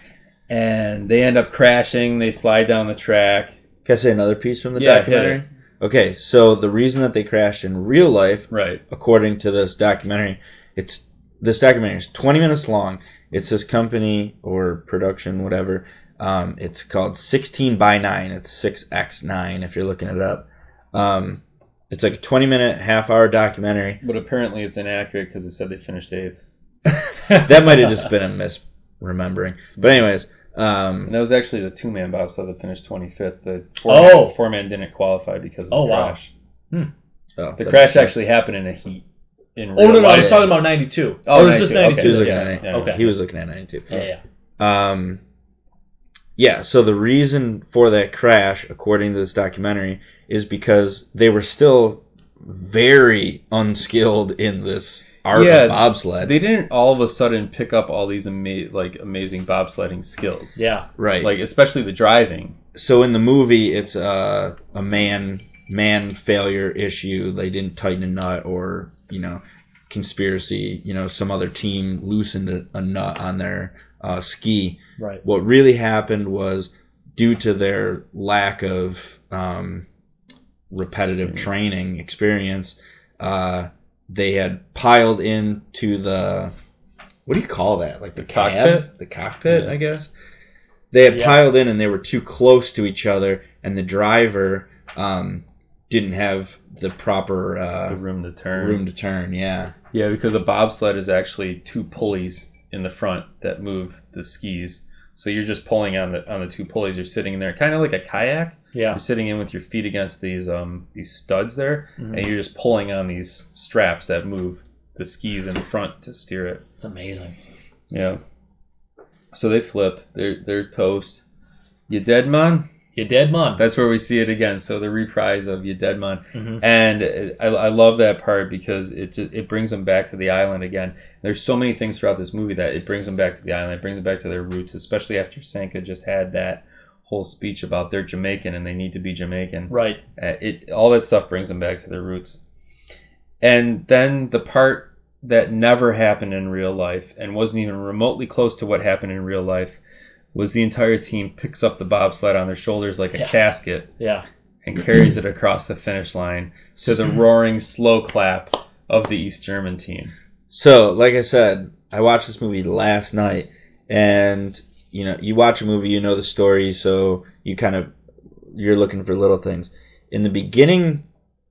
Speaker 1: and they end up crashing they slide down the track
Speaker 2: Can I say another piece from the
Speaker 1: Yeah,
Speaker 2: documentary? Okay, so the reason that they crashed in real life,
Speaker 1: right
Speaker 2: according to this documentary, it's this documentary is 20 minutes long. It's this company or production, whatever. Um, it's called 16 by 9. It's 6x9 if you're looking it up. Um, it's like a 20 minute, half hour documentary.
Speaker 1: but apparently it's inaccurate because it said they finished eighth
Speaker 2: That might have just been a misremembering. But, anyways, um,
Speaker 1: and that was actually the two-man bobsled that finished 25th the
Speaker 3: Oh.
Speaker 1: four-man, four-man didn't qualify because of the
Speaker 3: Oh, wow.
Speaker 1: crash
Speaker 2: oh,
Speaker 1: the
Speaker 2: that
Speaker 1: crash
Speaker 2: makes sense.
Speaker 1: actually happened in a heat in
Speaker 3: Oh
Speaker 1: real
Speaker 3: no, no, I
Speaker 1: life.
Speaker 3: was talking about ninety two.
Speaker 1: Oh,
Speaker 3: or is this
Speaker 1: 92, okay.
Speaker 2: He was
Speaker 3: 92?
Speaker 2: looking at
Speaker 1: Yeah,
Speaker 2: it.
Speaker 1: yeah,
Speaker 3: okay.
Speaker 2: He was looking at 92.
Speaker 3: Yeah, yeah.
Speaker 2: Um, yeah, so the reason for that crash, according to this documentary, is because they were still very unskilled in this art
Speaker 1: Yeah,
Speaker 2: of bobsled.
Speaker 1: they didn't all of a sudden pick up all these ama- like amazing bobsledding skills
Speaker 3: Yeah.
Speaker 2: right.
Speaker 1: like especially the driving
Speaker 2: so in the movie, it's uh, a man man failure issue. They didn't tighten a nut, or you know, conspiracy. You know, some other team loosened a, a nut on their uh, ski.
Speaker 3: Right.
Speaker 2: what really happened was due to their lack of um, repetitive training experience uh, they had piled into the what do you call that like the, cab?
Speaker 1: cockpit?
Speaker 2: the cockpit
Speaker 1: Yeah.
Speaker 2: i guess they had
Speaker 3: Yeah.
Speaker 2: piled in and they were too close to each other and the driver um, didn't have the proper
Speaker 1: the
Speaker 2: uh,
Speaker 1: room to turn
Speaker 2: room to turn yeah
Speaker 1: Yeah, because a bobsled is actually two pulleys in the front that move the skis. So you're just pulling on the on the two pulleys. You're sitting in there, kind of like a kayak.
Speaker 3: Yeah.
Speaker 1: You're sitting in with your feet against these um these studs there,
Speaker 3: Mhm.
Speaker 1: and you're just pulling on these straps that move the skis in front to steer it.
Speaker 3: It's amazing.
Speaker 1: Yeah. So they flipped. They're they're toast. You dead man.
Speaker 3: You dead man.
Speaker 1: That's where we see it again. So the reprise of you dead man.
Speaker 3: Mhm.
Speaker 1: And I, I love that part because it just, it brings them back to the island again. There's so many things throughout this movie that it brings them back to the island. It brings them back to their roots, especially after Sanka just had that whole speech about they're Jamaican and they need to be Jamaican.
Speaker 3: Right.
Speaker 1: Uh, It all that stuff brings them back to their roots. And then the part that never happened in real life and wasn't even remotely close to what happened in real life was the entire team picks up the bobsled on their shoulders like a
Speaker 3: Yeah.
Speaker 1: casket
Speaker 3: Yeah.
Speaker 1: and carries it across the finish line to the roaring slow clap of the East German team.
Speaker 2: So, like I said, I watched this movie last night, and you know, you watch a movie, you know the story, so you kind of you're looking for little things. In the beginning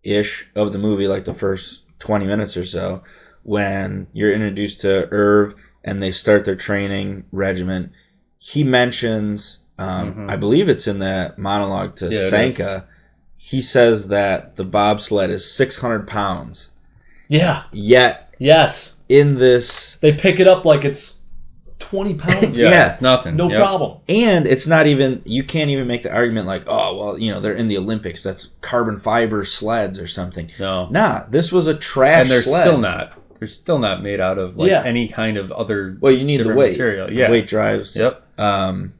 Speaker 2: ish of the movie, like the first twenty minutes or so, when you're introduced to Irv and they start their training regimen, he mentions, um,
Speaker 1: Mhm.
Speaker 2: I believe it's in that monologue to
Speaker 1: Yeah, it is.
Speaker 2: Sanka. He says that the bobsled is 600 pounds,
Speaker 3: Yeah.
Speaker 2: yet
Speaker 3: Yes.
Speaker 2: in this
Speaker 3: They pick it up like it's
Speaker 1: [laughs]
Speaker 3: twenty pounds.
Speaker 2: Yeah.
Speaker 1: it's nothing.
Speaker 3: No
Speaker 1: Yep.
Speaker 3: problem.
Speaker 2: and it's not even you can't even make the argument like oh well you know they're in the olympics that's carbon fiber sleds or something
Speaker 1: No,
Speaker 2: nah this was a trash
Speaker 1: and they're
Speaker 2: sled.
Speaker 1: still not. They're still not made out of like
Speaker 3: Yeah.
Speaker 1: any kind of other
Speaker 2: well you need the
Speaker 1: different
Speaker 2: weight
Speaker 1: material.
Speaker 2: The
Speaker 1: Yeah.
Speaker 2: weight drives
Speaker 1: Yep.
Speaker 2: um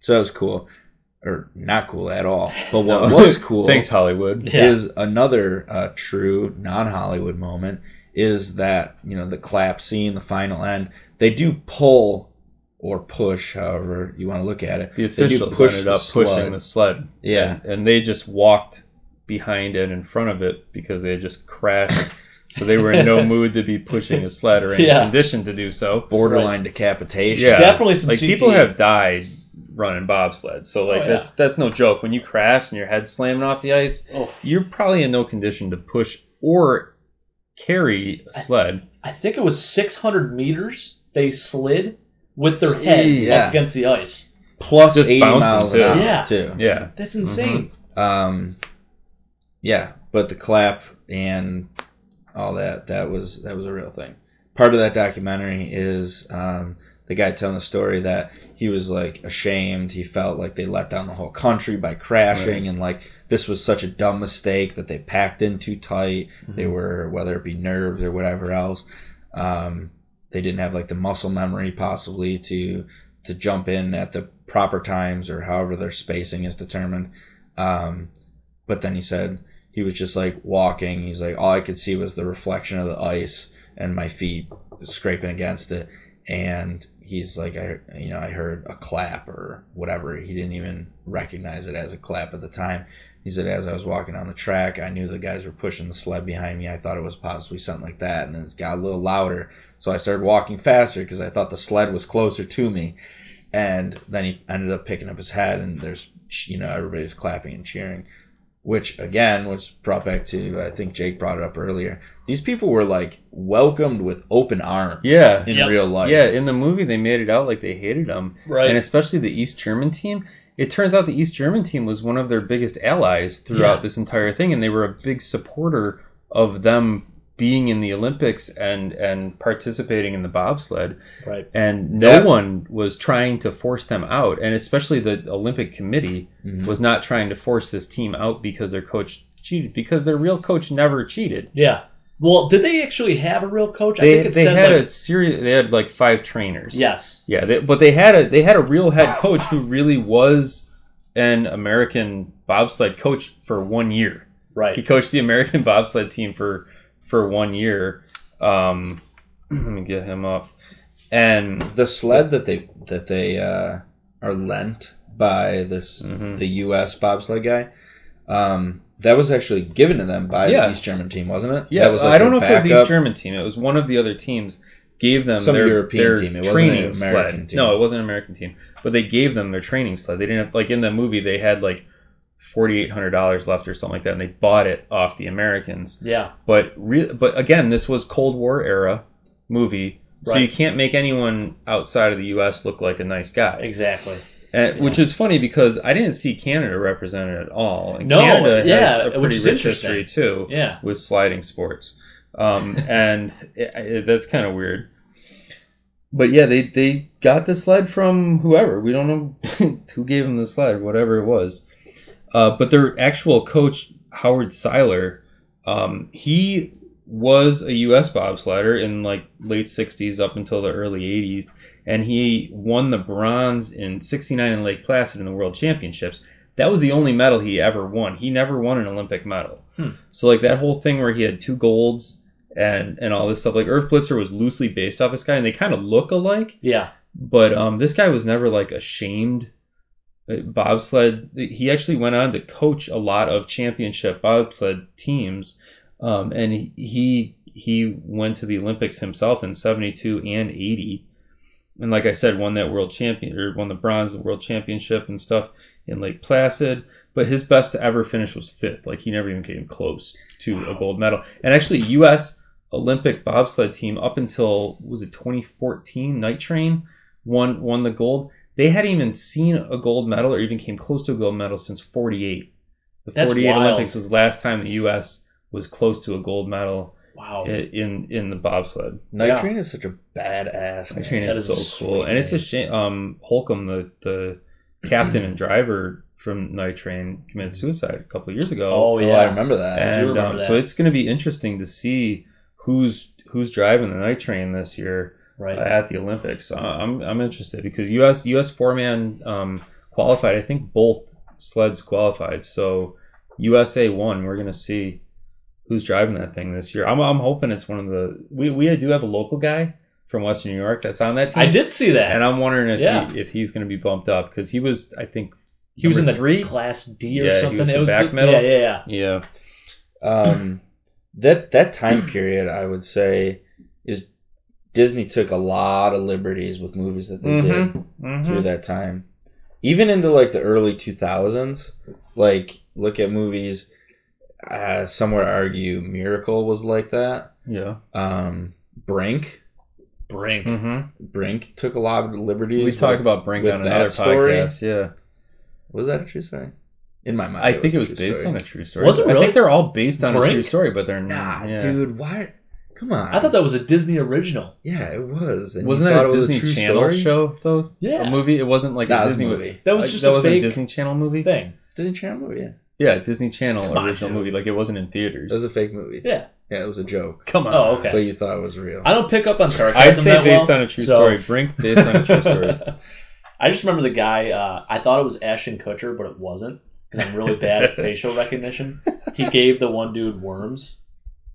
Speaker 2: so that was cool or not cool at all
Speaker 1: [laughs]
Speaker 2: but what
Speaker 1: No.
Speaker 2: was cool
Speaker 1: Thanks, Hollywood.
Speaker 3: Yeah.
Speaker 2: is another uh, true non-hollywood moment is that you know the clap scene the final end they do pull or push however you want to look at it
Speaker 1: The
Speaker 2: They do
Speaker 1: officials
Speaker 2: push
Speaker 1: ended
Speaker 2: the
Speaker 1: up pushing
Speaker 2: sled.
Speaker 1: the sled,
Speaker 2: yeah
Speaker 1: and they just walked behind and in front of it because they had just crashed. so they were in
Speaker 2: [laughs]
Speaker 1: no mood to be pushing a sled or in
Speaker 3: Yeah.
Speaker 1: condition to do so.
Speaker 2: borderline decapitation.
Speaker 1: Yeah.
Speaker 3: Definitely some E.
Speaker 1: like
Speaker 3: CTE.
Speaker 1: people have died running bobsleds so like
Speaker 3: Oh, yeah.
Speaker 1: that's that's no joke when you crash and your head's slamming off the ice
Speaker 3: Oh,
Speaker 1: you're probably in no condition to push or carry a sled
Speaker 3: I think it was six hundred meters. They slid, with their heads
Speaker 2: Yeah.
Speaker 3: up against the ice.
Speaker 2: Plus
Speaker 1: Just
Speaker 2: 80
Speaker 1: bouncing,
Speaker 2: miles
Speaker 1: too.
Speaker 2: an hour
Speaker 3: Yeah.
Speaker 2: too.
Speaker 1: Yeah.
Speaker 3: That's insane.
Speaker 2: Um, yeah, but the clap and all that that was that was a real thing. Part of that documentary is um, the guy telling the story that he was like ashamed. He felt like they let down the whole country by crashing, and like this was such a dumb mistake that they packed in too tight. They
Speaker 1: Mm-hmm.
Speaker 2: were whether it be nerves or whatever else. Um, they didn't have like the muscle memory possibly to to jump in at the proper times or however their spacing is determined. Um, but then he said he was just like walking. He's like, all I could see was the reflection of the ice and my feet scraping against it. And he's like, I, you know, I heard a clap or whatever. He didn't even recognize it as a clap at the time. He said, as I was walking on the track, I knew the guys were pushing the sled behind me. I thought it was possibly something like that. And then it got a little louder. So I started walking faster because I thought the sled was closer to me and then he ended up picking up his hat and there's you know everybody's clapping and cheering which again was brought back to i think jake brought it up earlier these people were like welcomed with open arms
Speaker 1: Yeah.
Speaker 2: in
Speaker 3: Yep.
Speaker 2: real life
Speaker 1: Yeah, in the movie they made it out like they hated him,
Speaker 3: Right.
Speaker 1: and especially the East German team. It turns out the East German team was one of their biggest allies throughout
Speaker 3: Yeah.
Speaker 1: this entire thing, and they were a big supporter of them being in the Olympics and and participating in the bobsled.
Speaker 3: right.
Speaker 1: And no
Speaker 2: That-
Speaker 1: one was trying to force them out, and especially the Olympic Committee
Speaker 2: Mhm.
Speaker 3: Mm-hmm.
Speaker 1: was not trying to force this team out because their coach cheated. Because their real coach never cheated
Speaker 3: Yeah. Well, did they actually have a real coach? I
Speaker 1: they,
Speaker 3: think it
Speaker 1: they
Speaker 3: said
Speaker 1: had
Speaker 3: like,
Speaker 1: a serious they had like five trainers
Speaker 3: yes.
Speaker 1: yeah they, but they had a they had a real head coach who really was an american bobsled coach for one year he
Speaker 3: Right.
Speaker 1: coached the american [laughs] bobsled team for for one year um [clears throat] let me get him up and
Speaker 2: the sled that they that they uh, are lent by this
Speaker 1: Mhm.
Speaker 2: the us bobsled guy um that was actually given to them by
Speaker 1: Yeah.
Speaker 2: the east german team wasn't it
Speaker 1: yeah
Speaker 2: that was like
Speaker 1: i don't know
Speaker 2: their
Speaker 1: if it was the
Speaker 2: backup.
Speaker 1: east german team it was one of the other teams gave them
Speaker 2: Some
Speaker 1: their,
Speaker 2: European
Speaker 1: their
Speaker 2: team. It wasn't an
Speaker 1: training
Speaker 2: American
Speaker 1: sled
Speaker 2: team.
Speaker 1: no it wasn't an american team but they gave them their training sled they didn't have like in the movie they had like $4800 left or something like that and they bought it off the americans
Speaker 3: Yeah.
Speaker 1: but re- but again, this was Cold War era movie, so
Speaker 3: Right.
Speaker 1: you can't make anyone outside of the U.S. look like a nice guy,
Speaker 3: Exactly.
Speaker 1: And- which is funny because I didn't see Canada represented at all. And
Speaker 3: No,
Speaker 1: Canada has
Speaker 3: yeah,
Speaker 1: a
Speaker 3: which
Speaker 1: pretty
Speaker 3: is
Speaker 1: rich
Speaker 3: interesting.
Speaker 1: history too
Speaker 3: Yeah.
Speaker 1: with sliding sports, um, and it, it- that's kind of weird. But yeah, they they got the sled from whoever. We don't know [laughs] who gave them the sled, whatever it was. Uh, but their actual coach, Howard Seiler, um, he was a U.S. bobsledder in like late '60s up until the early '80s, and he won the bronze in '69 in Lake Placid in the World Championships. That was the only medal he ever won. He never won an Olympic medal.
Speaker 3: Hmm.
Speaker 1: So like that whole thing where he had two golds and and all this stuff. Like Earth Blitzer was loosely based off this guy, and they kind of look alike
Speaker 3: Yeah.
Speaker 1: but um, this guy was never like ashamed uh, bobsled. He actually went on to coach a lot of championship bobsled teams, um, and he he went to the Olympics himself in '72 and '80, and like I said, won that world champion or won the bronze at the world championship and stuff in Lake Placid. But his best to ever finish was fifth. Like he never even came close to a gold medal. And actually, U.S. Olympic bobsled team up until was it 2014 Night Train won won the gold. They hadn't even seen a gold medal or even came close to a gold medal since 48. The
Speaker 3: That's
Speaker 1: 48
Speaker 3: wild.
Speaker 1: Olympics was the last time the U.S. was close to a gold medal
Speaker 3: Wow.
Speaker 1: i- in in the bobsled.
Speaker 3: Yeah.
Speaker 2: nitrine is such a badass
Speaker 1: That
Speaker 2: name.
Speaker 1: train
Speaker 3: That
Speaker 1: is,
Speaker 3: is a
Speaker 1: so cool,
Speaker 3: sweet
Speaker 1: and it's a
Speaker 3: name.
Speaker 1: shame. Um, Holcomb, the the captain and driver from Night Train, committed suicide a couple years ago.
Speaker 3: Mm-hmm. oh
Speaker 2: oh i
Speaker 3: yeah.
Speaker 2: remember that
Speaker 3: do
Speaker 1: and
Speaker 3: remember
Speaker 1: um,
Speaker 3: that.
Speaker 1: so it's going to be interesting to see who's who's driving the Night Train this year
Speaker 3: right.
Speaker 1: at the Olympics. Uh, I'm I'm interested because U.S. U.S. four man um, qualified. I think both sleds qualified. So USA won. We're gonna see who's driving that thing this year. I'm I'm hoping it's one of the we we do have a local guy from Western New York that's on that team.
Speaker 3: I did see that.
Speaker 1: and I'm wondering if
Speaker 3: Yeah.
Speaker 1: he, if he's gonna be bumped up because he was I think
Speaker 3: he was in
Speaker 1: number
Speaker 3: the
Speaker 1: three.
Speaker 3: class D or
Speaker 1: Yeah, he
Speaker 3: something.
Speaker 1: was the
Speaker 3: It
Speaker 1: back medal.
Speaker 3: Yeah, yeah, yeah.
Speaker 1: Yeah,
Speaker 2: um that that time period i would say is disney took a lot of liberties with movies that they
Speaker 1: Mm-hmm.
Speaker 2: did through that time even into like the early 2000s like look at movies uh some would argue miracle was like that
Speaker 1: yeah.
Speaker 2: um brink
Speaker 3: Brink.
Speaker 1: Mm-hmm.
Speaker 2: Brink took a lot of liberties.
Speaker 1: We
Speaker 2: with-
Speaker 1: talked about Brink
Speaker 2: with
Speaker 1: on
Speaker 2: that
Speaker 1: another
Speaker 2: story?
Speaker 1: podcast. Yeah,
Speaker 2: Was that a true story? In my mind,
Speaker 1: I think it was
Speaker 2: a true
Speaker 1: based
Speaker 2: story.
Speaker 1: on a true story.
Speaker 3: Was it
Speaker 1: I
Speaker 3: really?
Speaker 1: think they're all based on a true
Speaker 3: Brink?
Speaker 1: story, but they're
Speaker 2: Nah,
Speaker 1: not. yeah.
Speaker 2: dude, what? Come on.
Speaker 3: I thought that was a Disney original.
Speaker 2: Yeah, it was. And you
Speaker 1: Wasn't
Speaker 2: thought
Speaker 1: that a
Speaker 2: it was
Speaker 1: Disney Channel show though?
Speaker 3: Yeah.
Speaker 1: a movie. It wasn't like a
Speaker 2: Nah, it was a
Speaker 1: Disney
Speaker 2: movie.
Speaker 1: movie.
Speaker 3: That was
Speaker 1: Like,
Speaker 3: just
Speaker 1: that
Speaker 3: a
Speaker 1: was a
Speaker 3: fake
Speaker 1: Disney Channel movie.
Speaker 3: thing.
Speaker 2: Disney Channel movie? Yeah,
Speaker 1: Yeah, Disney Channel
Speaker 3: Come on,
Speaker 1: original
Speaker 3: dude.
Speaker 1: movie. Like it wasn't in
Speaker 2: it
Speaker 1: theaters.
Speaker 2: was a fake movie.
Speaker 3: Yeah.
Speaker 2: Yeah, it was a joke,
Speaker 1: Come on.
Speaker 3: Oh, okay.
Speaker 2: but you thought it was real.
Speaker 3: I don't pick up on sarcasm.
Speaker 1: I'd say
Speaker 3: that
Speaker 1: based
Speaker 3: well,
Speaker 1: on a true
Speaker 3: so-
Speaker 1: story. Brink based on a
Speaker 3: [laughs]
Speaker 1: true story.
Speaker 3: I just remember the guy. Uh, I thought it was Ashton Kutcher, but it wasn't because I'm really bad at facial recognition. He gave the one dude worms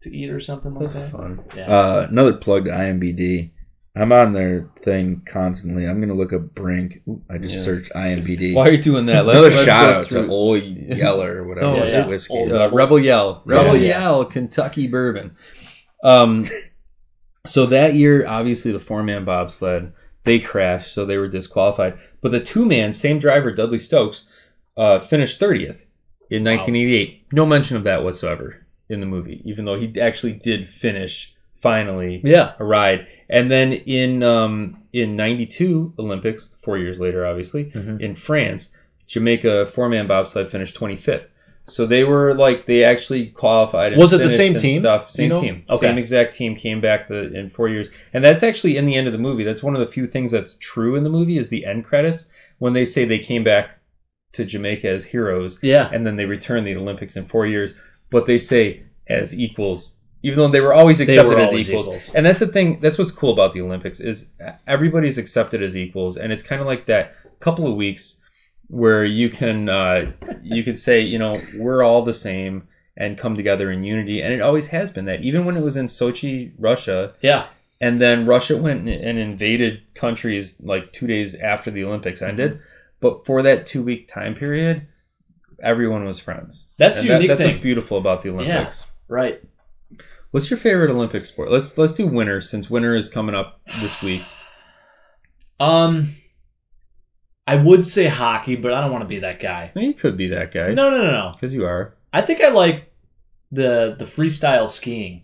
Speaker 3: to eat or something like
Speaker 1: That's
Speaker 3: that.
Speaker 1: fun.
Speaker 2: Uh, another plug to IMBD. I'm on their thing constantly. I'm gonna look up Brink. Ooh, I just
Speaker 1: Yeah.
Speaker 2: searched IMBD.
Speaker 1: Why are you doing [laughs] that?
Speaker 2: another
Speaker 1: let's
Speaker 2: shout
Speaker 1: go
Speaker 2: out
Speaker 1: through-
Speaker 2: to Old Yeller, or whatever
Speaker 1: Oh,
Speaker 2: his
Speaker 3: yeah.
Speaker 2: whiskey
Speaker 1: Old,
Speaker 2: is.
Speaker 1: uh, Rebel Yell, Rebel
Speaker 3: Yeah.
Speaker 1: Yell, Kentucky Bourbon.
Speaker 3: [laughs]
Speaker 1: Um, so that year, obviously, the four man bobsled they crashed, so they were disqualified. But the two man, same driver, Dudley Stokes, uh, finished thirtieth in 1988. No mention of that whatsoever in the movie, even though he actually did finish finally
Speaker 3: Yeah.
Speaker 1: a ride. And then in um, in '92 Olympics, four years later, obviously
Speaker 3: Mhm.
Speaker 1: in France, Jamaica four man bobsled finished 25th. So they were like they actually qualified. And
Speaker 3: Was it the
Speaker 1: finished
Speaker 3: same
Speaker 1: and
Speaker 3: team?
Speaker 1: Stuff. Same
Speaker 3: You know?
Speaker 1: team.
Speaker 3: Okay.
Speaker 1: Same exact team came back the, in four years, and that's actually in the end of the movie. That's one of the few things that's true in the movie is the end credits when they say they came back to Jamaica as heroes
Speaker 3: Yeah.
Speaker 1: and then they return to the Olympics in four years. But they say as equals, even though they were always accepted
Speaker 3: were
Speaker 1: as
Speaker 3: always
Speaker 1: equals.
Speaker 3: equals.
Speaker 1: And that's the thing. That's what's cool about the Olympics is everybody's accepted as equals, and it's kind of like that couple of weeks where you can uh, you could say, you know, we're all the same and come together in unity. And it always has been that. Even when it was in Sochi, Russia,
Speaker 3: Yeah.
Speaker 1: and then Russia went and invaded countries like two days after the Olympics
Speaker 3: Mm-hmm.
Speaker 1: ended. But for that two week time period, everyone was friends.
Speaker 3: That's
Speaker 1: And
Speaker 3: the unique
Speaker 1: that's
Speaker 3: thing.
Speaker 1: what's beautiful about the Olympics.
Speaker 3: Right.
Speaker 1: What's your favorite Olympic sport? Let's let's do winter since winter is coming up
Speaker 3: [sighs]
Speaker 1: this week.
Speaker 3: Um, I would say hockey, but I don't want to be that guy.
Speaker 1: Well, you could be that guy.
Speaker 3: No, no, no, no.
Speaker 1: because you are.
Speaker 3: I think I like the the freestyle skiing,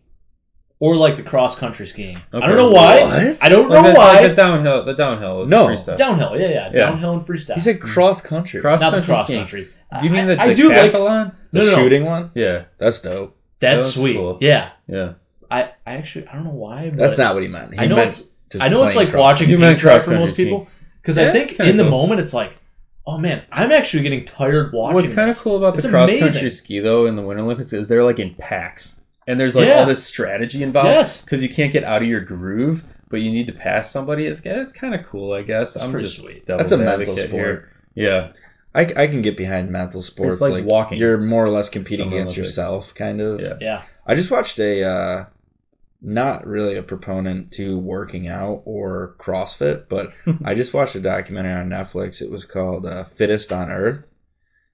Speaker 3: or like the cross country skiing. I
Speaker 1: Okay.
Speaker 3: don't know why.
Speaker 2: What?
Speaker 3: I don't
Speaker 1: Like
Speaker 3: know
Speaker 1: the,
Speaker 3: why.
Speaker 1: Like the downhill. The downhill.
Speaker 2: No.
Speaker 1: freestyle.
Speaker 3: downhill, yeah, yeah,
Speaker 1: Yeah.
Speaker 3: downhill and freestyle.
Speaker 2: He said cross country.
Speaker 1: Mm. cross
Speaker 3: not the
Speaker 1: country
Speaker 3: cross
Speaker 1: skiing.
Speaker 3: country.
Speaker 1: Do you mean
Speaker 3: I-
Speaker 1: the,
Speaker 3: I,
Speaker 1: the
Speaker 3: do like
Speaker 1: decathlon?
Speaker 2: The
Speaker 3: no, no, no.
Speaker 2: shooting one?
Speaker 1: Yeah,
Speaker 2: That's dope.
Speaker 3: That's
Speaker 1: That was
Speaker 3: sweet.
Speaker 1: cool.
Speaker 3: Yeah,
Speaker 1: yeah.
Speaker 3: I, I actually I don't know why. But
Speaker 2: That's not what he meant. He
Speaker 3: I know
Speaker 2: meant
Speaker 3: it's
Speaker 2: just
Speaker 3: I know it's
Speaker 2: plain
Speaker 3: like
Speaker 2: cross
Speaker 3: watching
Speaker 1: You
Speaker 3: you
Speaker 1: meant
Speaker 3: track for
Speaker 1: cross-country
Speaker 3: most people because
Speaker 1: Yeah,
Speaker 3: I
Speaker 1: it's
Speaker 3: think
Speaker 1: kinda
Speaker 3: in the
Speaker 1: cool.
Speaker 3: moment it's like, oh man, I'm actually getting tired watching.
Speaker 1: What's kind of
Speaker 3: this.
Speaker 1: cool about the
Speaker 3: It's
Speaker 1: cross country
Speaker 3: amazing.
Speaker 1: ski though in the Winter Olympics is they're like in packs and there's like
Speaker 3: Yeah.
Speaker 1: all this strategy involved.
Speaker 3: Yes.
Speaker 1: because you can't get out of your groove, but you need to pass somebody. It's it's kind of cool, I guess.
Speaker 3: It's
Speaker 1: I'm
Speaker 3: pretty
Speaker 1: just
Speaker 3: sweet.
Speaker 1: devil's
Speaker 2: That's a mental
Speaker 1: advocate
Speaker 2: sport.
Speaker 1: here. Yeah,
Speaker 2: I, I can get behind mental sports.
Speaker 1: like walking.
Speaker 2: You're more or less competing
Speaker 1: Summer
Speaker 2: against
Speaker 1: Olympics.
Speaker 2: yourself, kind of.
Speaker 1: Yeah.
Speaker 3: Yeah,
Speaker 2: I just watched a, uh, not really a proponent to working out or CrossFit,
Speaker 1: [laughs]
Speaker 2: but I just watched a documentary on Netflix. It was called uh, Fittest on Earth,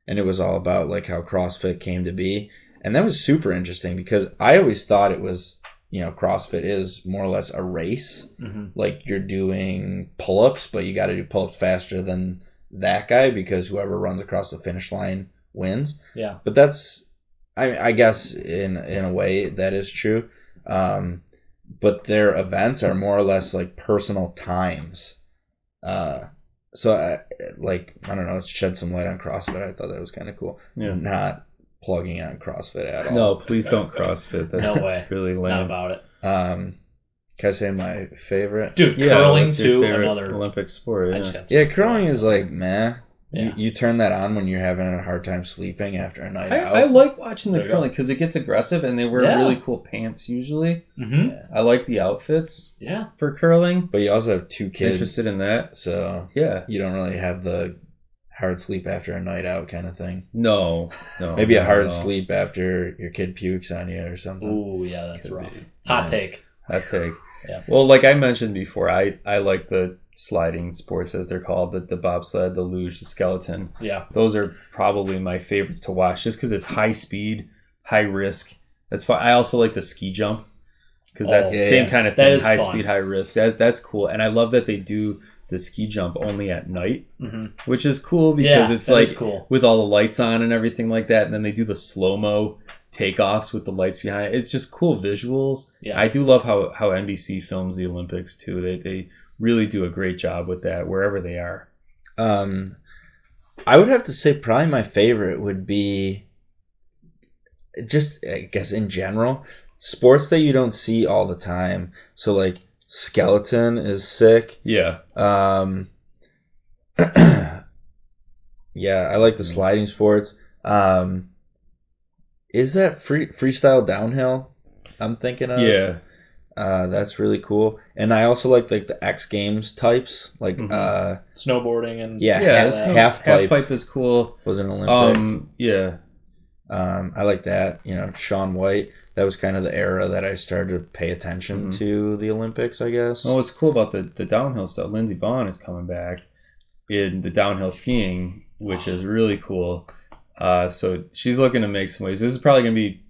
Speaker 2: and it was all about like how CrossFit came to be, and that was super interesting because I always thought it was, you know, CrossFit is more or less a race
Speaker 3: Mhm.
Speaker 2: like you're doing pull-ups but you got to do pull-ups faster than that guy because whoever runs across the finish line wins
Speaker 3: yeah.
Speaker 2: but that's i mean, i guess in in a way that is true um but their events are more or less like personal times uh so i like i don't know it shed some light on crossfit i thought that was kind of cool
Speaker 1: yeah.
Speaker 2: not plugging on crossfit at all
Speaker 1: No, please don't CrossFit. That's
Speaker 3: No way.
Speaker 1: really
Speaker 3: Not
Speaker 1: lame.
Speaker 3: about it,
Speaker 2: um can i say my favorite
Speaker 3: dude.
Speaker 1: Yeah,
Speaker 3: curling
Speaker 1: what's your
Speaker 3: to
Speaker 1: favorite
Speaker 3: another.
Speaker 1: Olympic sport. yeah.
Speaker 3: I just got
Speaker 2: Yeah, curling is like meh.
Speaker 3: Yeah.
Speaker 2: You, you turn that on when you're having a hard time sleeping after a night
Speaker 1: I,
Speaker 2: out.
Speaker 1: I like watching the
Speaker 3: There you
Speaker 1: curling because it gets aggressive and they wear
Speaker 3: Yeah.
Speaker 1: really cool pants usually.
Speaker 3: hmm
Speaker 1: I like the outfits
Speaker 3: Yeah,
Speaker 1: for curling.
Speaker 2: but you also have two kids,
Speaker 1: Interested in that?
Speaker 2: so
Speaker 1: Yeah.
Speaker 2: you don't really have the hard sleep after a night out kind of thing.
Speaker 1: No. [laughs] No.
Speaker 2: Maybe a hard
Speaker 1: no.
Speaker 2: sleep after your kid pukes on you or something.
Speaker 3: ooh, yeah, that's
Speaker 2: Could
Speaker 3: rough.
Speaker 2: be.
Speaker 3: Hot
Speaker 2: Yeah.
Speaker 3: take.
Speaker 1: Hot take.
Speaker 3: Yeah.
Speaker 1: Well, like I mentioned before, I I like the sliding sports as they're called, the, the bobsled, the luge, the skeleton.
Speaker 3: Yeah,
Speaker 1: Those are probably my favorites to watch just because it's high speed, high risk. That's fun. I also like the ski jump because that's
Speaker 3: Oh,
Speaker 1: the
Speaker 2: yeah,
Speaker 1: same
Speaker 2: yeah.
Speaker 1: kind of
Speaker 3: That
Speaker 1: thing.
Speaker 3: is
Speaker 1: high
Speaker 3: fun.
Speaker 1: speed, high risk. That that's cool, and I love that they do the ski jump only at night,
Speaker 3: hmm
Speaker 1: which is cool because
Speaker 3: yeah,
Speaker 1: it's
Speaker 3: that
Speaker 1: like
Speaker 3: is cool.
Speaker 1: with all the lights on and everything like that. And then they do the slow mo takeoffs with the lights behind it. It's just cool visuals.
Speaker 3: Yeah.
Speaker 1: I do love how how NBC films the Olympics too. They they really do a great job with that wherever they are.
Speaker 2: Um, I would have to say probably my favorite would be just I guess in general sports that you don't see all the time. So like skeleton is sick.
Speaker 1: Yeah.
Speaker 2: Um, [clears throat] yeah, I like the sliding sports. Um, is that free freestyle downhill? I'm thinking of
Speaker 1: yeah.
Speaker 2: Uh, that's really cool, and I also like like the X Games types, like
Speaker 1: Mhm.
Speaker 2: uh,
Speaker 3: snowboarding and
Speaker 2: yeah,
Speaker 1: Yeah.
Speaker 2: half,
Speaker 1: it's no-
Speaker 2: half pipe
Speaker 1: half pipe is cool.
Speaker 2: was an Olympic. Um,
Speaker 1: Um. Yeah.
Speaker 2: I like that. You know, Sean White. That was kind of the era that I started to pay attention
Speaker 1: Mhm.
Speaker 2: to the Olympics. I guess.
Speaker 1: Well, what's cool about the, the downhill stuff? Lindsey Vaughn is coming back in the downhill skiing, which is really cool. Uh, so she's looking to make some waves. This is probably going to be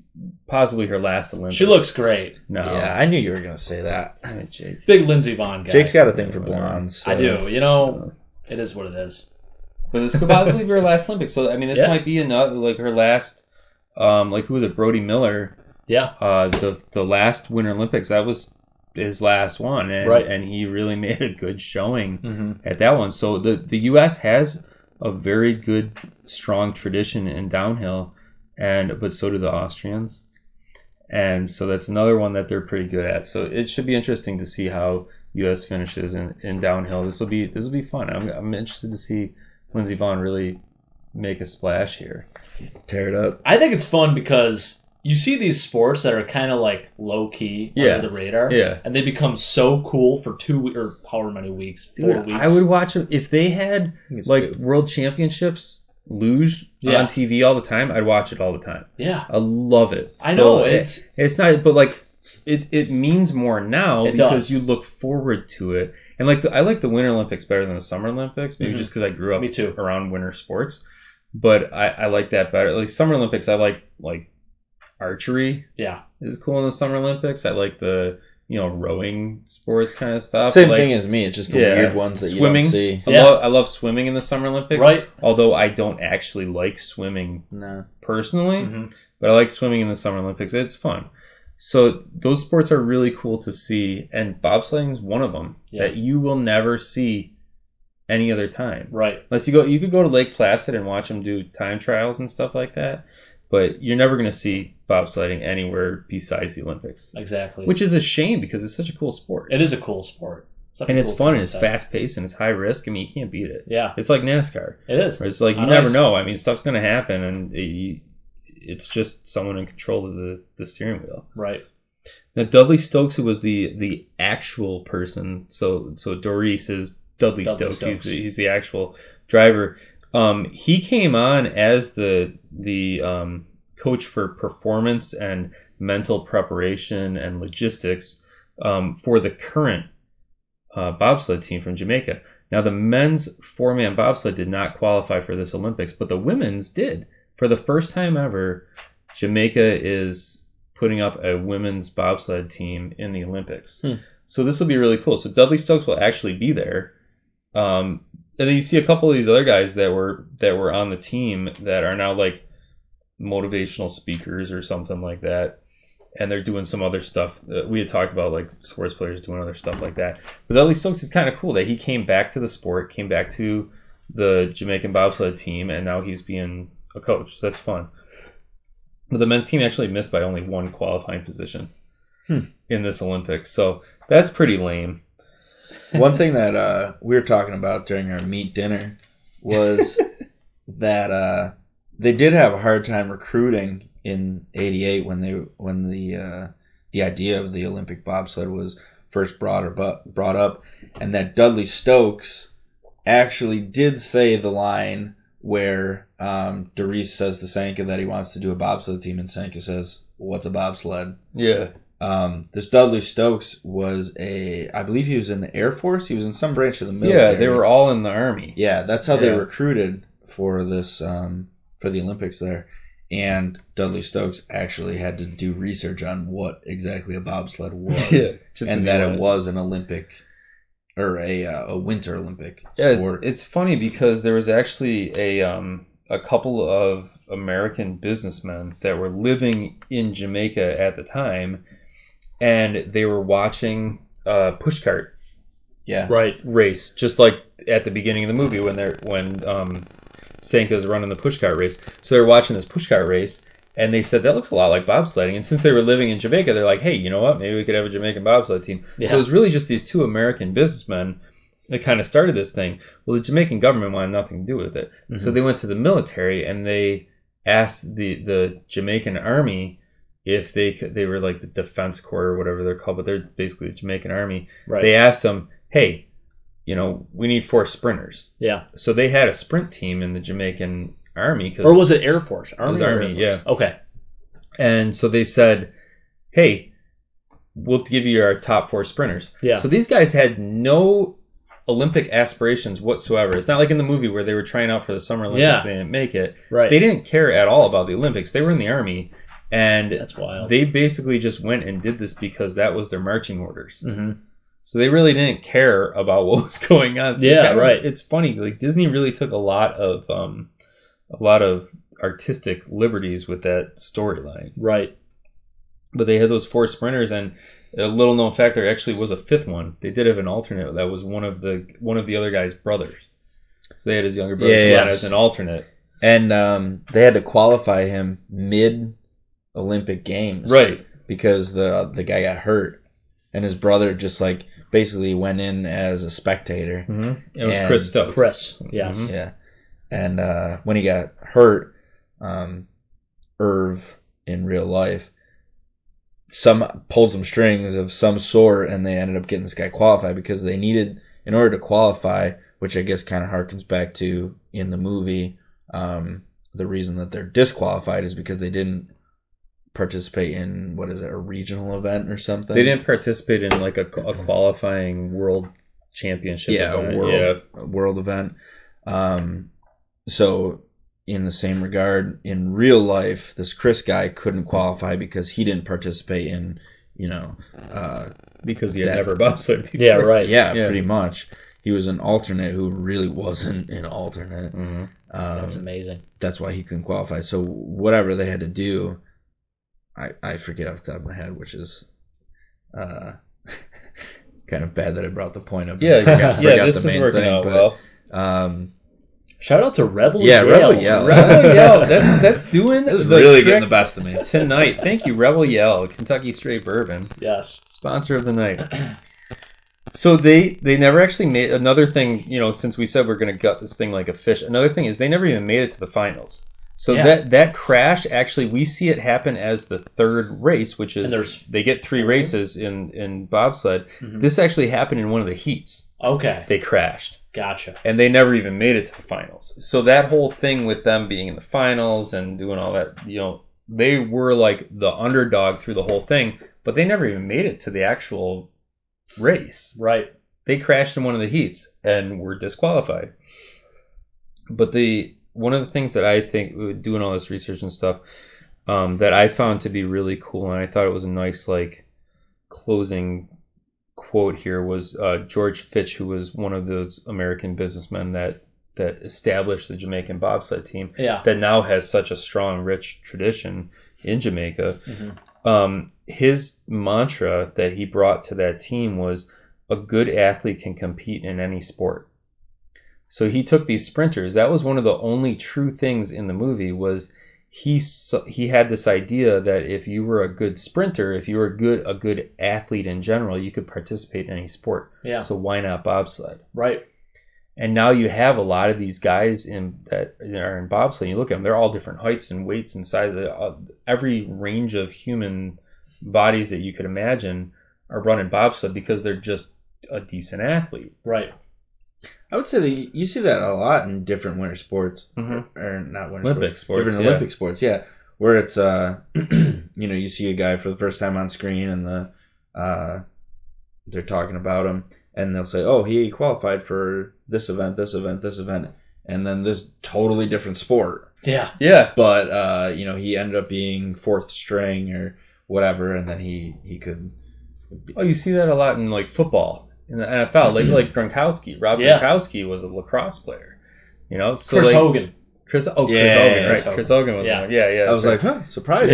Speaker 1: possibly her last Olympics.
Speaker 3: she looks great.
Speaker 1: no.
Speaker 2: Yeah, I knew you were gonna say that.
Speaker 1: Damn it, Jake.
Speaker 3: Big Lindsey Vaughn guy.
Speaker 2: Jake's got a thing for blondes.
Speaker 3: I
Speaker 2: so-
Speaker 3: do. You know, it is what it is.
Speaker 1: But this could possibly be her last Olympics. So I mean, this
Speaker 3: Yeah.
Speaker 1: might be another like her last. Um, like who was it? Brody Miller.
Speaker 3: Yeah.
Speaker 1: Uh, the the last Winter Olympics that was his last one, and,
Speaker 3: Right.
Speaker 1: and he really [laughs] made a good showing at that one. So the the U.S. has a very good, strong tradition in downhill, and but so do the Austrians, and so that's another one that they're pretty good at. So it should be interesting to see how U.S. finishes in, in downhill. This will be this will be fun. I'm I'm interested to see Lindsey Vaughn really make a splash here.
Speaker 2: Tear it up.
Speaker 3: I think it's fun because you see these sports that are kind of like low key
Speaker 1: Yeah.
Speaker 3: under the radar.
Speaker 1: Yeah.
Speaker 3: And they become so cool for two we- or however many weeks, four
Speaker 1: Dude,
Speaker 3: weeks.
Speaker 1: I would watch it if they had
Speaker 2: I think it's
Speaker 1: like
Speaker 2: good.
Speaker 1: world championships luge
Speaker 3: Yeah.
Speaker 1: on TV all the time. I'd watch it all the time.
Speaker 3: Yeah.
Speaker 1: I love it.
Speaker 3: I
Speaker 1: So
Speaker 3: know.
Speaker 1: it-
Speaker 3: It's
Speaker 1: It's not, but like it, it means more now
Speaker 3: It
Speaker 1: because
Speaker 3: does.
Speaker 1: you look forward to it. And like the, I like the Winter Olympics better than the Summer Olympics, maybe
Speaker 3: Mhm.
Speaker 1: just 'cause just because I grew up
Speaker 3: me too.
Speaker 1: around winter sports. But I, I like that better. Like Summer Olympics, I like like archery
Speaker 3: Yeah.
Speaker 1: is cool in the Summer Olympics. I like the you know rowing sports kind of stuff.
Speaker 2: Same
Speaker 1: Like,
Speaker 2: thing as me. It's just the
Speaker 1: Yeah.
Speaker 2: weird ones that
Speaker 1: Swimming.
Speaker 2: you don't see.
Speaker 1: I
Speaker 3: Yeah.
Speaker 1: love I love swimming in the Summer Olympics.
Speaker 3: Right.
Speaker 1: Although I don't actually like swimming
Speaker 2: No.
Speaker 1: personally,
Speaker 3: Mhm.
Speaker 1: but I like swimming in the Summer Olympics. It's fun. So those sports are really cool to see, and bobsledding is one of them
Speaker 3: Yeah.
Speaker 1: that you will never see any other time.
Speaker 3: Right.
Speaker 1: Unless you go, you could go to Lake Placid and watch them do time trials and stuff like that, but you're never going to see bobsledding anywhere besides the Olympics,
Speaker 3: Exactly.
Speaker 1: which is a shame because it's such a cool sport
Speaker 3: it is a cool sport. Such a
Speaker 1: and it's
Speaker 3: cool
Speaker 1: fun and it's
Speaker 3: concept.
Speaker 1: fast paced and it's high risk. I mean, you can't beat it.
Speaker 3: Yeah.
Speaker 1: It's like NASCAR.
Speaker 3: It is.
Speaker 1: It's like you
Speaker 3: On
Speaker 1: never
Speaker 3: ice.
Speaker 1: know. I mean, stuff's going to happen, and you, it's just someone in control of the, the steering wheel.
Speaker 3: Right.
Speaker 1: Now Dudley Stokes, who was the the actual person, so so Doris is Dudley,
Speaker 3: Dudley
Speaker 1: Stokes. He's
Speaker 3: Stokes.
Speaker 1: the he's the actual driver. Um, he came on as the the um, coach for performance and mental preparation and logistics um, for the current uh, bobsled team from Jamaica. Now, the men's four man bobsled did not qualify for this Olympics, but the women's did. For the first time ever, Jamaica is putting up a women's bobsled team in the Olympics.
Speaker 2: Hmm.
Speaker 1: So, this will be really cool. So, Dudley Stokes will actually be there. Um, and then you see a couple of these other guys that were that were on the team that are now like motivational speakers or something like that and they're doing some other stuff that we had talked about like sports players doing other stuff like that but Dudley Stokes is kind of cool that he came back to the sport came back to the Jamaican bobsled team and now he's being a coach so that's fun but the men's team actually missed by only one qualifying position
Speaker 2: Hmm.
Speaker 1: in this Olympics so that's pretty lame
Speaker 2: One thing that uh, we were talking about during our meat dinner was that uh, they did have a hard time recruiting in '88 when they when the uh, the idea of the Olympic bobsled was first brought or bu- brought up, and that Dudley Stokes actually did say the line where um, Doris says to Sanka that he wants to do a bobsled team, and Sanka says, "What's a bobsled?"
Speaker 1: yeah
Speaker 2: Um, this Dudley Stokes was a, I believe he was in the Air Force. He was in some branch of the military.
Speaker 1: yeah they were all in the army
Speaker 2: [laughs] Yeah, that's how they
Speaker 1: Yeah.
Speaker 2: recruited for this um, for the Olympics there. And Dudley Stokes actually had to do research on what exactly a
Speaker 1: [laughs]
Speaker 2: bobsled was,
Speaker 1: just 'cause
Speaker 2: and
Speaker 1: he
Speaker 2: that it
Speaker 1: wanted-
Speaker 2: was an Olympic or a uh, a Winter Olympic
Speaker 1: Yeah, it's,
Speaker 2: sport.
Speaker 1: it's funny because there was actually a um, a couple of American businessmen that were living in Jamaica at the time, and they were watching a pushcart
Speaker 2: Yeah.
Speaker 3: Right.
Speaker 1: race, just like at the beginning of the movie when they're when um, Sanka's running the pushcart race. So they're watching this pushcart race, and they said that looks a lot like bobsledding. And since they were living in Jamaica, they're like, hey, you know what? Maybe we could have a Jamaican bobsled team.
Speaker 3: Yeah.
Speaker 1: So it was really just these two American businessmen that kind of started this thing. Well, the Jamaican government wanted nothing to do with it. So
Speaker 3: Mhm.
Speaker 1: they went to the military and they asked the, the Jamaican army if they could, they were like the defense corps or whatever they're called, but they're basically the Jamaican army.
Speaker 3: right.
Speaker 1: They asked them, hey, you know, we need four sprinters.
Speaker 3: yeah.
Speaker 1: So they had a sprint team in the Jamaican army. Cause,
Speaker 3: Or was it Air Force? Army.
Speaker 1: was
Speaker 3: or Air
Speaker 1: Army,
Speaker 3: Force? Okay.
Speaker 1: and so they said, hey, we'll give you our top four sprinters.
Speaker 3: Yeah.
Speaker 1: So these guys had no Olympic aspirations whatsoever. It's not like in the movie where they were trying out for the Summer Olympics
Speaker 3: Yeah.
Speaker 1: and they didn't make it.
Speaker 3: right.
Speaker 1: They didn't care at all about the Olympics. They were in the army and
Speaker 3: That's wild.
Speaker 1: they basically just went and did this because that was their marching orders.
Speaker 3: hmm
Speaker 1: So they really didn't care about [laughs] what was going on. So it's
Speaker 3: Yeah,
Speaker 1: kind of-
Speaker 3: right.
Speaker 1: It's funny. Like Disney really took a lot of um, a lot of artistic liberties with that storyline.
Speaker 3: Right.
Speaker 1: But they had those four sprinters, and a little known fact, there actually was a fifth one. They did have an alternate that was one of the one of the other guy's brothers. So they had his younger brother
Speaker 2: Yeah,
Speaker 1: come out
Speaker 2: yes.
Speaker 1: as an alternate.
Speaker 2: And um, they had to qualify him mid Olympic Games.
Speaker 1: Right.
Speaker 2: Because the the guy got hurt. And his brother just like basically went in as a spectator.
Speaker 1: It was
Speaker 2: And
Speaker 1: Chris Stokes.
Speaker 3: Chris. Yes.
Speaker 1: Mhm.
Speaker 2: Yeah. And uh, when he got hurt, um, Irv in real life, some pulled some strings of some sort, and they ended up getting this guy qualified because they needed, in order to qualify, which I guess kind of harkens back to in the movie, um, the reason that they're disqualified is because they didn't participate in what is it, a regional event or something?
Speaker 1: They didn't participate in like a, a qualifying world championship.
Speaker 2: yeah, a
Speaker 1: event.
Speaker 2: world
Speaker 1: Yeah.
Speaker 2: a world event. Um, so in the same regard, in real life, this Chris guy couldn't qualify because he didn't participate in, you know, uh,
Speaker 1: Because he had
Speaker 2: That-
Speaker 1: never [laughs] bobsled before.
Speaker 3: Yeah. Right.
Speaker 2: yeah,
Speaker 1: Mm-hmm. Yeah.
Speaker 2: pretty much. He was an alternate who really wasn't an alternate.
Speaker 3: Mm-hmm.
Speaker 1: hmm
Speaker 2: Um,
Speaker 3: That's
Speaker 2: that's,
Speaker 3: amazing.
Speaker 2: why he couldn't qualify. So whatever they had to do, I I forget off the top of my head, which is. Uh, [laughs] Kind of bad that I brought the point up. and
Speaker 1: Yeah,
Speaker 2: forgot- [laughs]
Speaker 1: yeah,
Speaker 2: forgot
Speaker 1: this
Speaker 2: the
Speaker 1: is
Speaker 2: main
Speaker 1: working
Speaker 2: thing,
Speaker 1: out
Speaker 2: but,
Speaker 1: well.
Speaker 2: Um,
Speaker 3: Shout out to Rebel.
Speaker 2: Yeah,
Speaker 3: Yell.
Speaker 2: Rebel Yell. [laughs]
Speaker 1: Rebel [laughs] Yell, that's that's doing
Speaker 2: This is
Speaker 1: the
Speaker 2: really
Speaker 1: trick
Speaker 2: getting the best of me.
Speaker 1: tonight. Thank you, Rebel Yell, Kentucky Straight Bourbon,
Speaker 3: Yes.
Speaker 1: sponsor of the night.
Speaker 2: [clears throat]
Speaker 1: So they they never actually made another thing. You know, since we said we're going to gut this thing like a fish, another thing is they never even made it to the finals. So
Speaker 3: Yeah.
Speaker 1: that that crash actually we see it happen as the third race, which
Speaker 3: And
Speaker 1: is
Speaker 3: there's-
Speaker 1: they get three races in in bobsled.
Speaker 3: Mhm.
Speaker 1: This actually happened in one of the heats.
Speaker 3: Okay.
Speaker 1: They crashed
Speaker 3: Gotcha.
Speaker 1: and they never even made it to the finals. So that whole thing with them being in the finals and doing all that, you know, they were like the underdog through the whole thing, but they never even made it to the actual race.
Speaker 3: Right.
Speaker 1: They crashed in one of the heats and were disqualified. But the one of the things that I think doing all this research and stuff um, that I found to be really cool, and I thought it was a nice like closing quote here was uh, George Fitch, who was one of those American businessmen that that established the Jamaican bobsled team
Speaker 3: Yeah.
Speaker 1: that now has such a strong, rich tradition in Jamaica.
Speaker 3: Mhm.
Speaker 1: Um, his mantra that he brought to that team was, "A good athlete can compete in any sport." So he took these sprinters. That was one of the only true things in the movie was he s- he had this idea that if you were a good sprinter, if you were a good a good athlete in general, you could participate in any sport.
Speaker 3: Yeah.
Speaker 1: So why not bobsled?
Speaker 3: Right.
Speaker 1: And now you have a lot of these guys in that are in bobsleigh. You look at them; they're all different heights and weights and sizes. Uh, Every range of human bodies that you could imagine are running bobsled because they're just a decent athlete.
Speaker 3: Right.
Speaker 2: I would say that you you see that a lot in different winter sports,
Speaker 1: Mhm.
Speaker 2: or not winter
Speaker 1: Olympic sports,
Speaker 2: different
Speaker 1: yeah.
Speaker 2: Mm-hmm. Olympic sports. Yeah, where it's uh, [clears throat] you know, you see a guy for the first time on screen, and the uh, they're talking about him, and they'll say, "Oh, he qualified for this event, this event, this event," and then this totally different sport,
Speaker 3: Yeah.
Speaker 1: Yeah,
Speaker 2: but uh, you know, he ended up being fourth string or whatever, and then he he could.
Speaker 1: Oh, you see that a lot in like football in the NFL. Like like Gronkowski, Rob
Speaker 3: Yeah.
Speaker 1: Gronkowski was a lacrosse player. You know, so
Speaker 3: Chris
Speaker 1: like,
Speaker 3: Hogan.
Speaker 1: Chris. Oh, Chris
Speaker 2: Yeah,
Speaker 1: Elgin,
Speaker 2: yeah,
Speaker 1: right?
Speaker 3: Chris Hogan.
Speaker 1: Chris Elgin was
Speaker 3: Yeah.
Speaker 1: yeah. yeah, yeah.
Speaker 2: I was
Speaker 1: sorry.
Speaker 2: like, huh, surprising.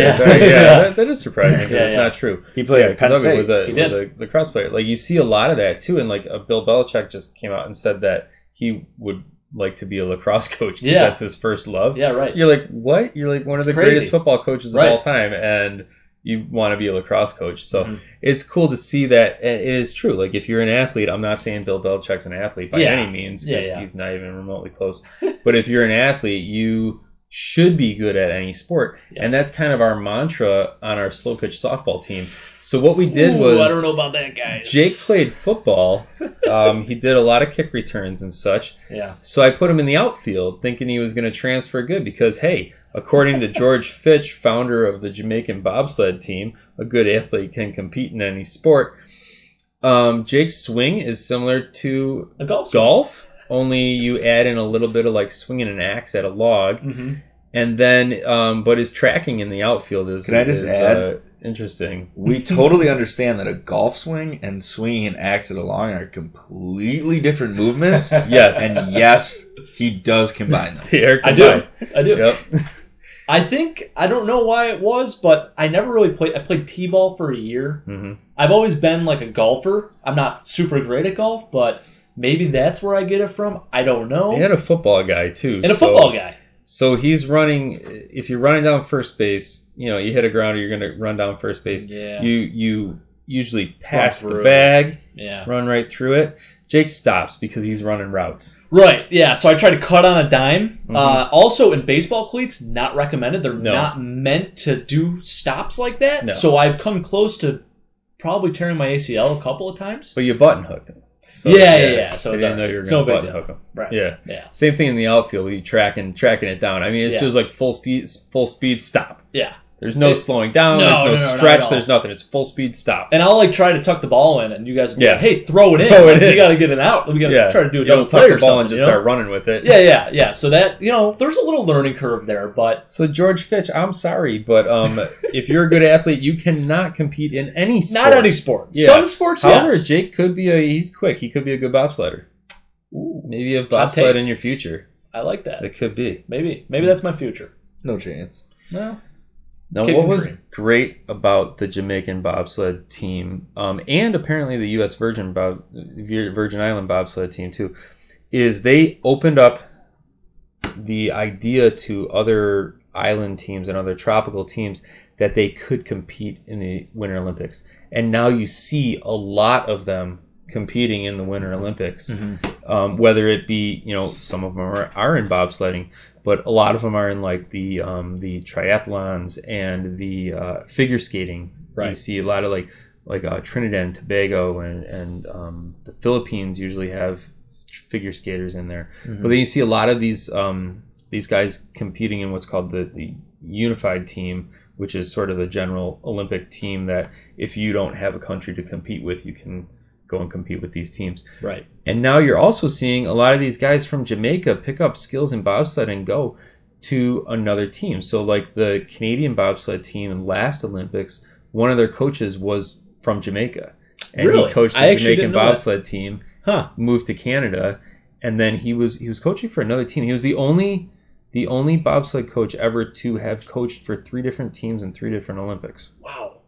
Speaker 1: [laughs] yeah,
Speaker 3: Yeah.
Speaker 1: sorry, yeah,
Speaker 2: Yeah.
Speaker 1: That, that is surprising because
Speaker 3: Yeah,
Speaker 1: it's
Speaker 3: yeah.
Speaker 1: not true.
Speaker 2: [laughs] He played
Speaker 1: yeah,
Speaker 2: at Penn
Speaker 1: Penn
Speaker 2: State.
Speaker 1: was a
Speaker 3: He
Speaker 1: was a lacrosse player. Like you see a lot of that too, and like uh, Bill Belichick just came out and said that he would like to be a lacrosse [laughs] coach because
Speaker 3: Yeah.
Speaker 1: that's his first love.
Speaker 3: Yeah, right.
Speaker 1: You're like, what? You're like one
Speaker 3: It's
Speaker 1: of the
Speaker 3: crazy.
Speaker 1: greatest football coaches
Speaker 3: Right.
Speaker 1: of all time, and you want to be a lacrosse coach. So
Speaker 3: Mhm.
Speaker 1: it's cool to see that and it is true. Like if you're an athlete, I'm not saying Bill Belichick's an athlete by
Speaker 3: Yeah.
Speaker 1: any means because
Speaker 3: Yeah, yeah.
Speaker 1: he's not even remotely close. but if you're an athlete, you should be good at any sport,
Speaker 3: Yeah.
Speaker 1: and that's kind of our mantra on our slow pitch softball team. So what we did was
Speaker 3: Ooh, I don't know about that, guys.
Speaker 1: Jake played
Speaker 3: [laughs]
Speaker 1: football. Um, he did a lot of kick returns and such.
Speaker 3: Yeah.
Speaker 1: So I put him in the outfield thinking he was going to transfer good because, hey, according to George Fitch, founder of the Jamaican bobsled team, a good athlete can compete in any sport. Um, Jake's swing is similar to
Speaker 3: A golf.
Speaker 1: golf, only you add in a little bit of like swinging an axe at a log.
Speaker 3: hmm
Speaker 1: And then, um, but his tracking in the outfield is,
Speaker 2: Can I just
Speaker 1: is,
Speaker 2: add?
Speaker 1: Uh, interesting.
Speaker 2: We [laughs] totally understand that a golf swing and swinging an axe at a long are completely different movements. [laughs]
Speaker 1: Yes. [laughs]
Speaker 2: and yes, he does combine them.
Speaker 1: The air
Speaker 3: I do.
Speaker 1: combined.
Speaker 3: I do.
Speaker 1: Yep.
Speaker 3: I think I don't know why it was, but I never really played. I played t-ball for a year.
Speaker 1: hmm
Speaker 3: I've always been like a golfer. I'm not super great at golf, but maybe that's where I get it from. I don't know.
Speaker 1: They had a football guy too.
Speaker 3: and a
Speaker 1: so-
Speaker 3: football guy.
Speaker 1: So he's running. If you're running down first base, you know you hit a grounder, you're going to run down first base.
Speaker 3: Yeah.
Speaker 1: You you usually pass
Speaker 3: through
Speaker 1: the
Speaker 3: it.
Speaker 1: bag,
Speaker 3: yeah.
Speaker 1: run right through it. Jake stops because he's running routes.
Speaker 3: Right. Yeah. So I tried to cut on a dime.
Speaker 1: Mhm.
Speaker 3: Uh, also, in baseball cleats, not recommended. They're
Speaker 1: No.
Speaker 3: not meant to do stops like that.
Speaker 1: No.
Speaker 3: So I've come close to probably tearing my ACL a couple of times.
Speaker 1: But you button hooked him. So,
Speaker 3: Yeah, yeah, yeah. So
Speaker 1: I
Speaker 3: it's
Speaker 1: didn't
Speaker 3: all
Speaker 1: know you were going
Speaker 3: right.
Speaker 1: to
Speaker 3: It's no big
Speaker 1: button
Speaker 3: deal.
Speaker 1: hook him.
Speaker 3: Right.
Speaker 1: Yeah.
Speaker 3: Yeah.
Speaker 1: Same thing in the outfield. You tracking tracking it down. I mean, it's
Speaker 3: Yeah.
Speaker 1: just like full speed full speed stop.
Speaker 3: Yeah.
Speaker 1: There's no
Speaker 3: It-
Speaker 1: slowing down.
Speaker 3: No,
Speaker 1: there's no,
Speaker 3: no, no, not at
Speaker 1: stretch.
Speaker 3: all.
Speaker 1: There's nothing. It's full speed stop.
Speaker 3: And I'll like try to tuck the ball in, and you guys, will be
Speaker 1: Yeah.
Speaker 3: like, hey, throw it in.
Speaker 1: Throw it
Speaker 3: Like,
Speaker 1: in.
Speaker 3: You got to get it out. We got to try to do a
Speaker 1: You
Speaker 3: double
Speaker 1: don't
Speaker 3: play
Speaker 1: tuck
Speaker 3: or
Speaker 1: the ball
Speaker 3: something,
Speaker 1: and just
Speaker 3: you know?
Speaker 1: start running with it.
Speaker 3: Yeah, yeah, yeah. So that you know, there's a little learning curve there, but
Speaker 1: So George Fitch, I'm sorry, but
Speaker 3: [laughs]
Speaker 1: um, if you're a good athlete, you cannot compete in any sport.
Speaker 3: not any sport.
Speaker 1: Yeah.
Speaker 3: Some sports,
Speaker 1: However,
Speaker 3: yes.
Speaker 1: Jake could be a he's quick. He could be a good bobsledder.
Speaker 3: Ooh,
Speaker 1: Maybe a
Speaker 3: Hot
Speaker 1: bobsled
Speaker 3: take.
Speaker 1: in your future.
Speaker 3: I like that.
Speaker 1: It could be.
Speaker 3: Maybe, maybe that's my future.
Speaker 2: No chance.
Speaker 1: No. Now,
Speaker 3: Kid
Speaker 1: what
Speaker 3: can
Speaker 1: was
Speaker 3: dream.
Speaker 1: great about the Jamaican bobsled team, um, and apparently the U.S. Virgin Bob, Virgin Island bobsled team too, is they opened up the idea to other island teams and other tropical teams that they could compete in the Winter Olympics, and now you see a lot of them competing in the Winter Olympics um, whether it be you know some of them are, are in bobsledding, but a lot of them are in like the um, the triathlons and the uh, figure skating. You
Speaker 3: Right.
Speaker 1: see a lot of like like uh, Trinidad and Tobago and and um, the Philippines usually have figure skaters in there. But then you see a lot of these um, these guys competing in what's called the, the unified team, which is sort of the general Olympic team that if you don't have a country to compete with, you can go and compete with these teams.
Speaker 3: Right.
Speaker 1: And now you're also seeing a lot of these guys from Jamaica pick up skills in bobsled and go to another team. So, like the Canadian bobsled team in last Olympics, one of their coaches was from Jamaica. And
Speaker 3: Really?
Speaker 1: he coached the
Speaker 3: I actually
Speaker 1: Jamaican
Speaker 3: didn't know that.
Speaker 1: bobsled team,
Speaker 3: Huh.
Speaker 1: moved to Canada, and then he was he was coaching for another team. He was the only the only bobsled coach ever to have coached for three different teams in three different Olympics.
Speaker 3: Wow.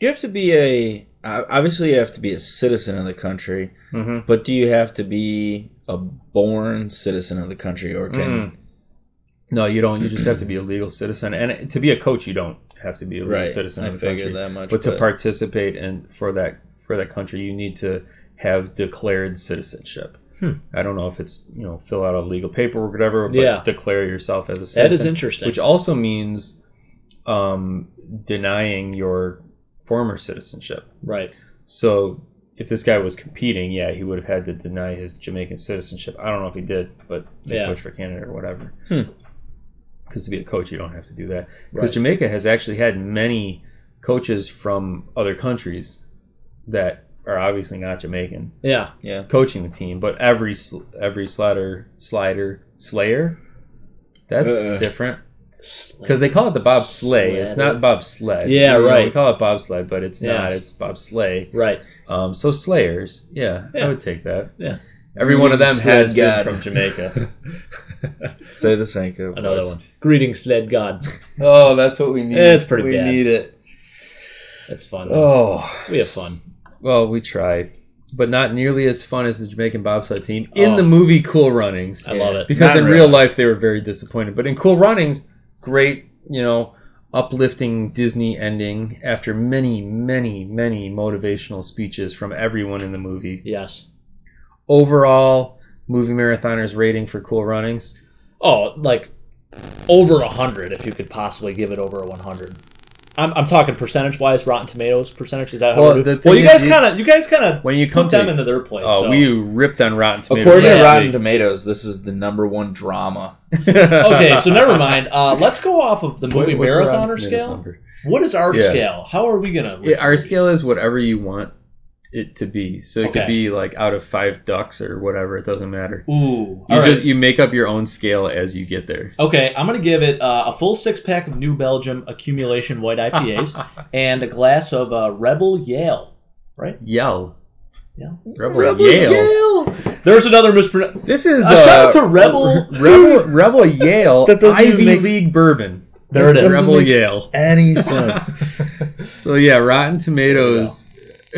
Speaker 2: You have to be a obviously you have to be a citizen of the country,
Speaker 1: Mm-hmm.
Speaker 2: but do you have to be a born citizen of the country or can
Speaker 3: Mm-hmm.
Speaker 1: No, you don't. You just have to be a legal citizen, and to be a coach, you don't have to be a legal
Speaker 2: right
Speaker 1: citizen
Speaker 2: I
Speaker 1: of the country.
Speaker 2: figured that much.
Speaker 1: but to participate and for that for that country you need to have declared citizenship
Speaker 3: Hmm.
Speaker 1: i don't know if it's you know fill out a legal paperwork or whatever but
Speaker 3: Yeah.
Speaker 1: declare yourself as a
Speaker 3: That is
Speaker 1: citizen
Speaker 3: interesting.
Speaker 1: which also means um, denying your former citizenship
Speaker 3: right.
Speaker 1: so if this guy was competing yeah he would have had to deny his jamaican citizenship i don't know if he did but they
Speaker 3: Yeah.
Speaker 1: coach for canada or whatever
Speaker 2: Hmm.
Speaker 1: because to be a coach you don't have to do that because
Speaker 3: Right.
Speaker 1: Jamaica has actually had many coaches from other countries that are obviously not Jamaican
Speaker 3: yeah.
Speaker 1: coaching the team, but every sl- every slider slider slayer that's
Speaker 3: Uh-uh.
Speaker 2: Uh.
Speaker 1: different because they call it the bob sleigh. It's not
Speaker 3: Sledder.
Speaker 1: bob sled.
Speaker 3: Yeah, right.
Speaker 1: We call it bob sled, but it's
Speaker 3: Yeah.
Speaker 1: not. It's bob sleigh.
Speaker 3: Right.
Speaker 1: Um, so slayers, yeah,
Speaker 3: Yeah.
Speaker 1: I would take that.
Speaker 3: Yeah.
Speaker 1: Every one of them
Speaker 2: Greetings, Sled
Speaker 1: has been
Speaker 2: God.
Speaker 1: from Jamaica.
Speaker 2: Say the Sanko.
Speaker 3: Another one. Greetings, sled god.
Speaker 1: oh, that's what we need.
Speaker 3: It's pretty
Speaker 1: We
Speaker 3: bad.
Speaker 1: need it.
Speaker 3: That's fun.
Speaker 1: Oh,
Speaker 3: We have fun.
Speaker 1: Well, we try, but not nearly as fun as the Jamaican bobsled team in
Speaker 3: Oh.
Speaker 1: the movie Cool Runnings.
Speaker 3: I love it.
Speaker 1: because
Speaker 2: Not
Speaker 1: in
Speaker 2: in
Speaker 1: real,
Speaker 2: real
Speaker 1: life. they were very disappointed. But in Cool Runnings, great, you know, uplifting Disney ending after many, many, many motivational speeches from everyone in the movie.
Speaker 3: Yes.
Speaker 1: Overall, movie marathoners rating for Cool Runnings.
Speaker 3: Oh, like over a hundred if you could possibly give it over a one hundred. I'm, I'm talking percentage wise, Rotten Tomatoes percentage. Is that how
Speaker 1: Well,
Speaker 3: we do?
Speaker 1: the
Speaker 3: it? Well,
Speaker 1: thing
Speaker 3: you
Speaker 1: is
Speaker 3: guys
Speaker 1: you-
Speaker 3: kind of you guys kind of
Speaker 1: When you come
Speaker 3: put them
Speaker 1: to,
Speaker 3: into their place.
Speaker 1: oh,
Speaker 3: so-
Speaker 1: we ripped on Rotten Tomatoes.
Speaker 2: According to
Speaker 3: Yeah.
Speaker 1: [laughs]
Speaker 2: Rotten
Speaker 1: last
Speaker 2: Tomatoes, this is the number one drama.
Speaker 1: week.
Speaker 3: okay,
Speaker 1: [laughs]
Speaker 3: so never mind. Uh, let's go off of the movie
Speaker 1: What's the Rotten
Speaker 3: marathoner
Speaker 1: Tomatoes
Speaker 3: scale.
Speaker 1: number?
Speaker 3: What is our
Speaker 2: Yeah.
Speaker 3: scale? How are we gonna?
Speaker 1: Yeah, our scale is whatever you want it to be. So it could
Speaker 3: Okay.
Speaker 1: be like out of five ducks or whatever. It doesn't matter.
Speaker 3: Ooh,
Speaker 1: You
Speaker 3: all right.
Speaker 1: just you make up your own scale as you get there.
Speaker 3: Okay, I'm gonna give it uh, a full six pack of New Belgium accumulation white IPAs
Speaker 1: [laughs]
Speaker 3: and a glass of uh, Rebel Yale.
Speaker 1: Yell.
Speaker 3: Yell?
Speaker 1: Rebel, Yale.
Speaker 3: There's another mispron.
Speaker 1: This is
Speaker 3: Uh, shout out to Rebel.
Speaker 1: Rebel Rebel
Speaker 3: [laughs]
Speaker 1: Yale
Speaker 2: That doesn't
Speaker 1: Ivy
Speaker 2: even make-
Speaker 1: League bourbon.
Speaker 3: There it is.
Speaker 2: Doesn't
Speaker 1: Rebel
Speaker 2: make
Speaker 1: Yale.
Speaker 3: [laughs]
Speaker 2: Any sense?
Speaker 1: So yeah, Rotten Tomatoes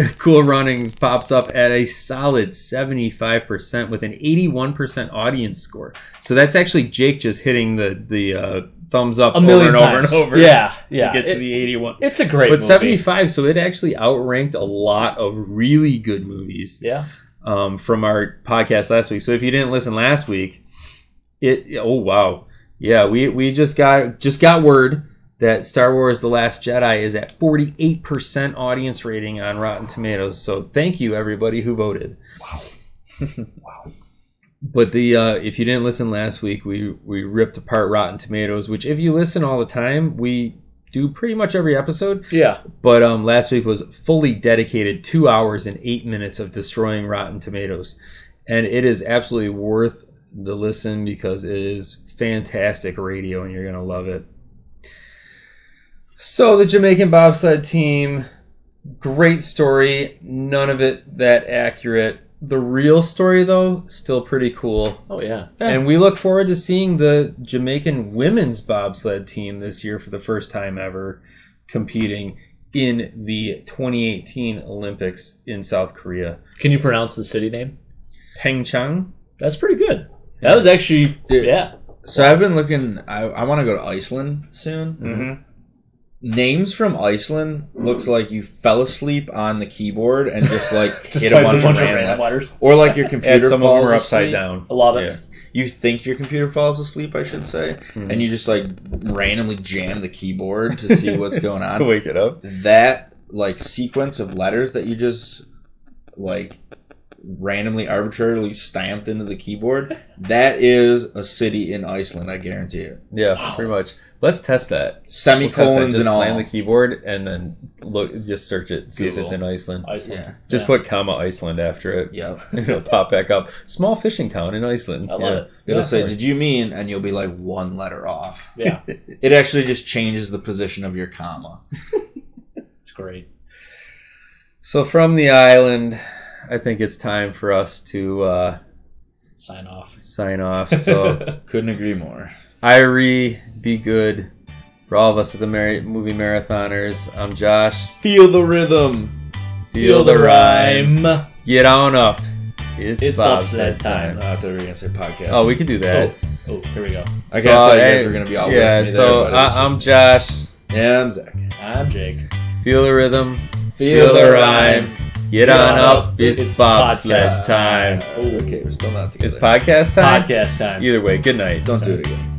Speaker 1: [laughs] Cool Runnings pops up at a solid 75% with an 81% audience score. So that's actually Jake just hitting the the uh, thumbs up
Speaker 3: a million
Speaker 1: over and
Speaker 3: times.
Speaker 1: over and over.
Speaker 3: Yeah, yeah.
Speaker 1: to get to
Speaker 3: It-
Speaker 1: the 81.
Speaker 3: it's a great
Speaker 1: But
Speaker 3: movie.
Speaker 1: 75, so it actually outranked a lot of really good movies
Speaker 3: Yeah.
Speaker 1: um, from our podcast last week. So if you didn't listen last week, it oh wow, yeah, we we just got just got word that Star Wars: The Last Jedi is at 48 percent audience rating on Rotten Tomatoes. So thank you everybody who voted. Wow. [laughs] But the uh, if you didn't listen last week, we we ripped apart Rotten Tomatoes, which if you listen all the time, we do pretty much every episode.
Speaker 3: Yeah.
Speaker 1: But um, last week was fully dedicated two hours and eight minutes of destroying Rotten Tomatoes. And it is absolutely worth the listen because it is fantastic radio and you're going to love it. So, the Jamaican bobsled team, great story. None of it that accurate. The real story, though, still pretty cool.
Speaker 3: Oh yeah.
Speaker 2: Yeah.
Speaker 1: [laughs] And we look forward to seeing the Jamaican women's bobsled team this year for the first time ever competing in the 2018 Olympics in South Korea.
Speaker 3: Can you pronounce the city name?
Speaker 1: Pyeongchang?
Speaker 3: That's pretty good. That was actually
Speaker 2: Dude.
Speaker 3: yeah.
Speaker 2: so I've been looking. I, I want to go to Iceland soon.
Speaker 1: Mm-hmm.
Speaker 2: Names from Iceland looks like you fell asleep on the keyboard and just
Speaker 1: [laughs]
Speaker 2: like hit a
Speaker 3: type
Speaker 2: bunch, of random.
Speaker 3: letters.
Speaker 2: Or like your
Speaker 1: And
Speaker 2: computer
Speaker 1: some of them
Speaker 2: falls
Speaker 1: are
Speaker 2: asleep.
Speaker 1: upside down.
Speaker 3: I love it.
Speaker 2: You think your computer falls asleep, I should say,
Speaker 1: Mm-hmm.
Speaker 2: and you just like randomly jam the keyboard to
Speaker 1: [laughs]
Speaker 2: see what's going on.
Speaker 1: to wake it up.
Speaker 2: that like sequence of letters that you just like randomly arbitrarily stamped into the keyboard that is a city in iceland i guarantee it
Speaker 1: Yeah,
Speaker 3: Wow.
Speaker 1: pretty much. Let's test that. We'll test that.
Speaker 2: semicolons
Speaker 1: Just slam the
Speaker 2: and all
Speaker 1: keyboard and then look. Just search it. See if it's in
Speaker 2: Google.
Speaker 1: Iceland.
Speaker 3: Iceland.
Speaker 2: yeah
Speaker 1: Just
Speaker 3: Yeah.
Speaker 1: put comma Iceland after it.
Speaker 2: yep
Speaker 1: [laughs] It'll pop back up. Small fishing town in Iceland.
Speaker 3: I love
Speaker 1: Yeah.
Speaker 3: it.
Speaker 2: it'll
Speaker 3: Yeah.
Speaker 2: say did you mean and you'll be like one letter off
Speaker 1: [laughs]
Speaker 3: Yeah,
Speaker 2: [laughs] it actually just changes the position of your comma
Speaker 3: it's great.
Speaker 1: So from the island, I think it's time for us to uh,
Speaker 3: Sign off.
Speaker 1: sign off.
Speaker 3: [laughs]
Speaker 2: [laughs]
Speaker 1: So
Speaker 2: couldn't agree more
Speaker 1: Irie, be good. For all of us at the Mar- movie marathoners, I'm Josh.
Speaker 2: feel the rhythm
Speaker 1: Feel the rhyme.
Speaker 3: rhyme.
Speaker 1: Get on up. It's,
Speaker 3: It's
Speaker 1: bobsled
Speaker 3: bobsled
Speaker 1: time.
Speaker 2: i thought we were gonna say podcast
Speaker 1: Oh, we could do that.
Speaker 3: Oh, oh, here we go.
Speaker 2: okay so, i thought you guys
Speaker 1: hey,
Speaker 2: were gonna be all
Speaker 1: yeah.
Speaker 2: with me
Speaker 1: so
Speaker 2: there, but it's
Speaker 1: I, I'm Josh.
Speaker 2: just- yeah i'm zach
Speaker 3: I'm Jake.
Speaker 1: Feel the rhythm.
Speaker 2: feel,
Speaker 1: the rhyme. Get, on,
Speaker 2: on
Speaker 1: up.
Speaker 2: up.
Speaker 1: It's,
Speaker 3: It's
Speaker 1: bobsled
Speaker 3: podcast
Speaker 1: time.
Speaker 2: okay we're still not together
Speaker 1: It's podcast time.
Speaker 3: Podcast time.
Speaker 1: Either way, good night.
Speaker 2: Don't do it again.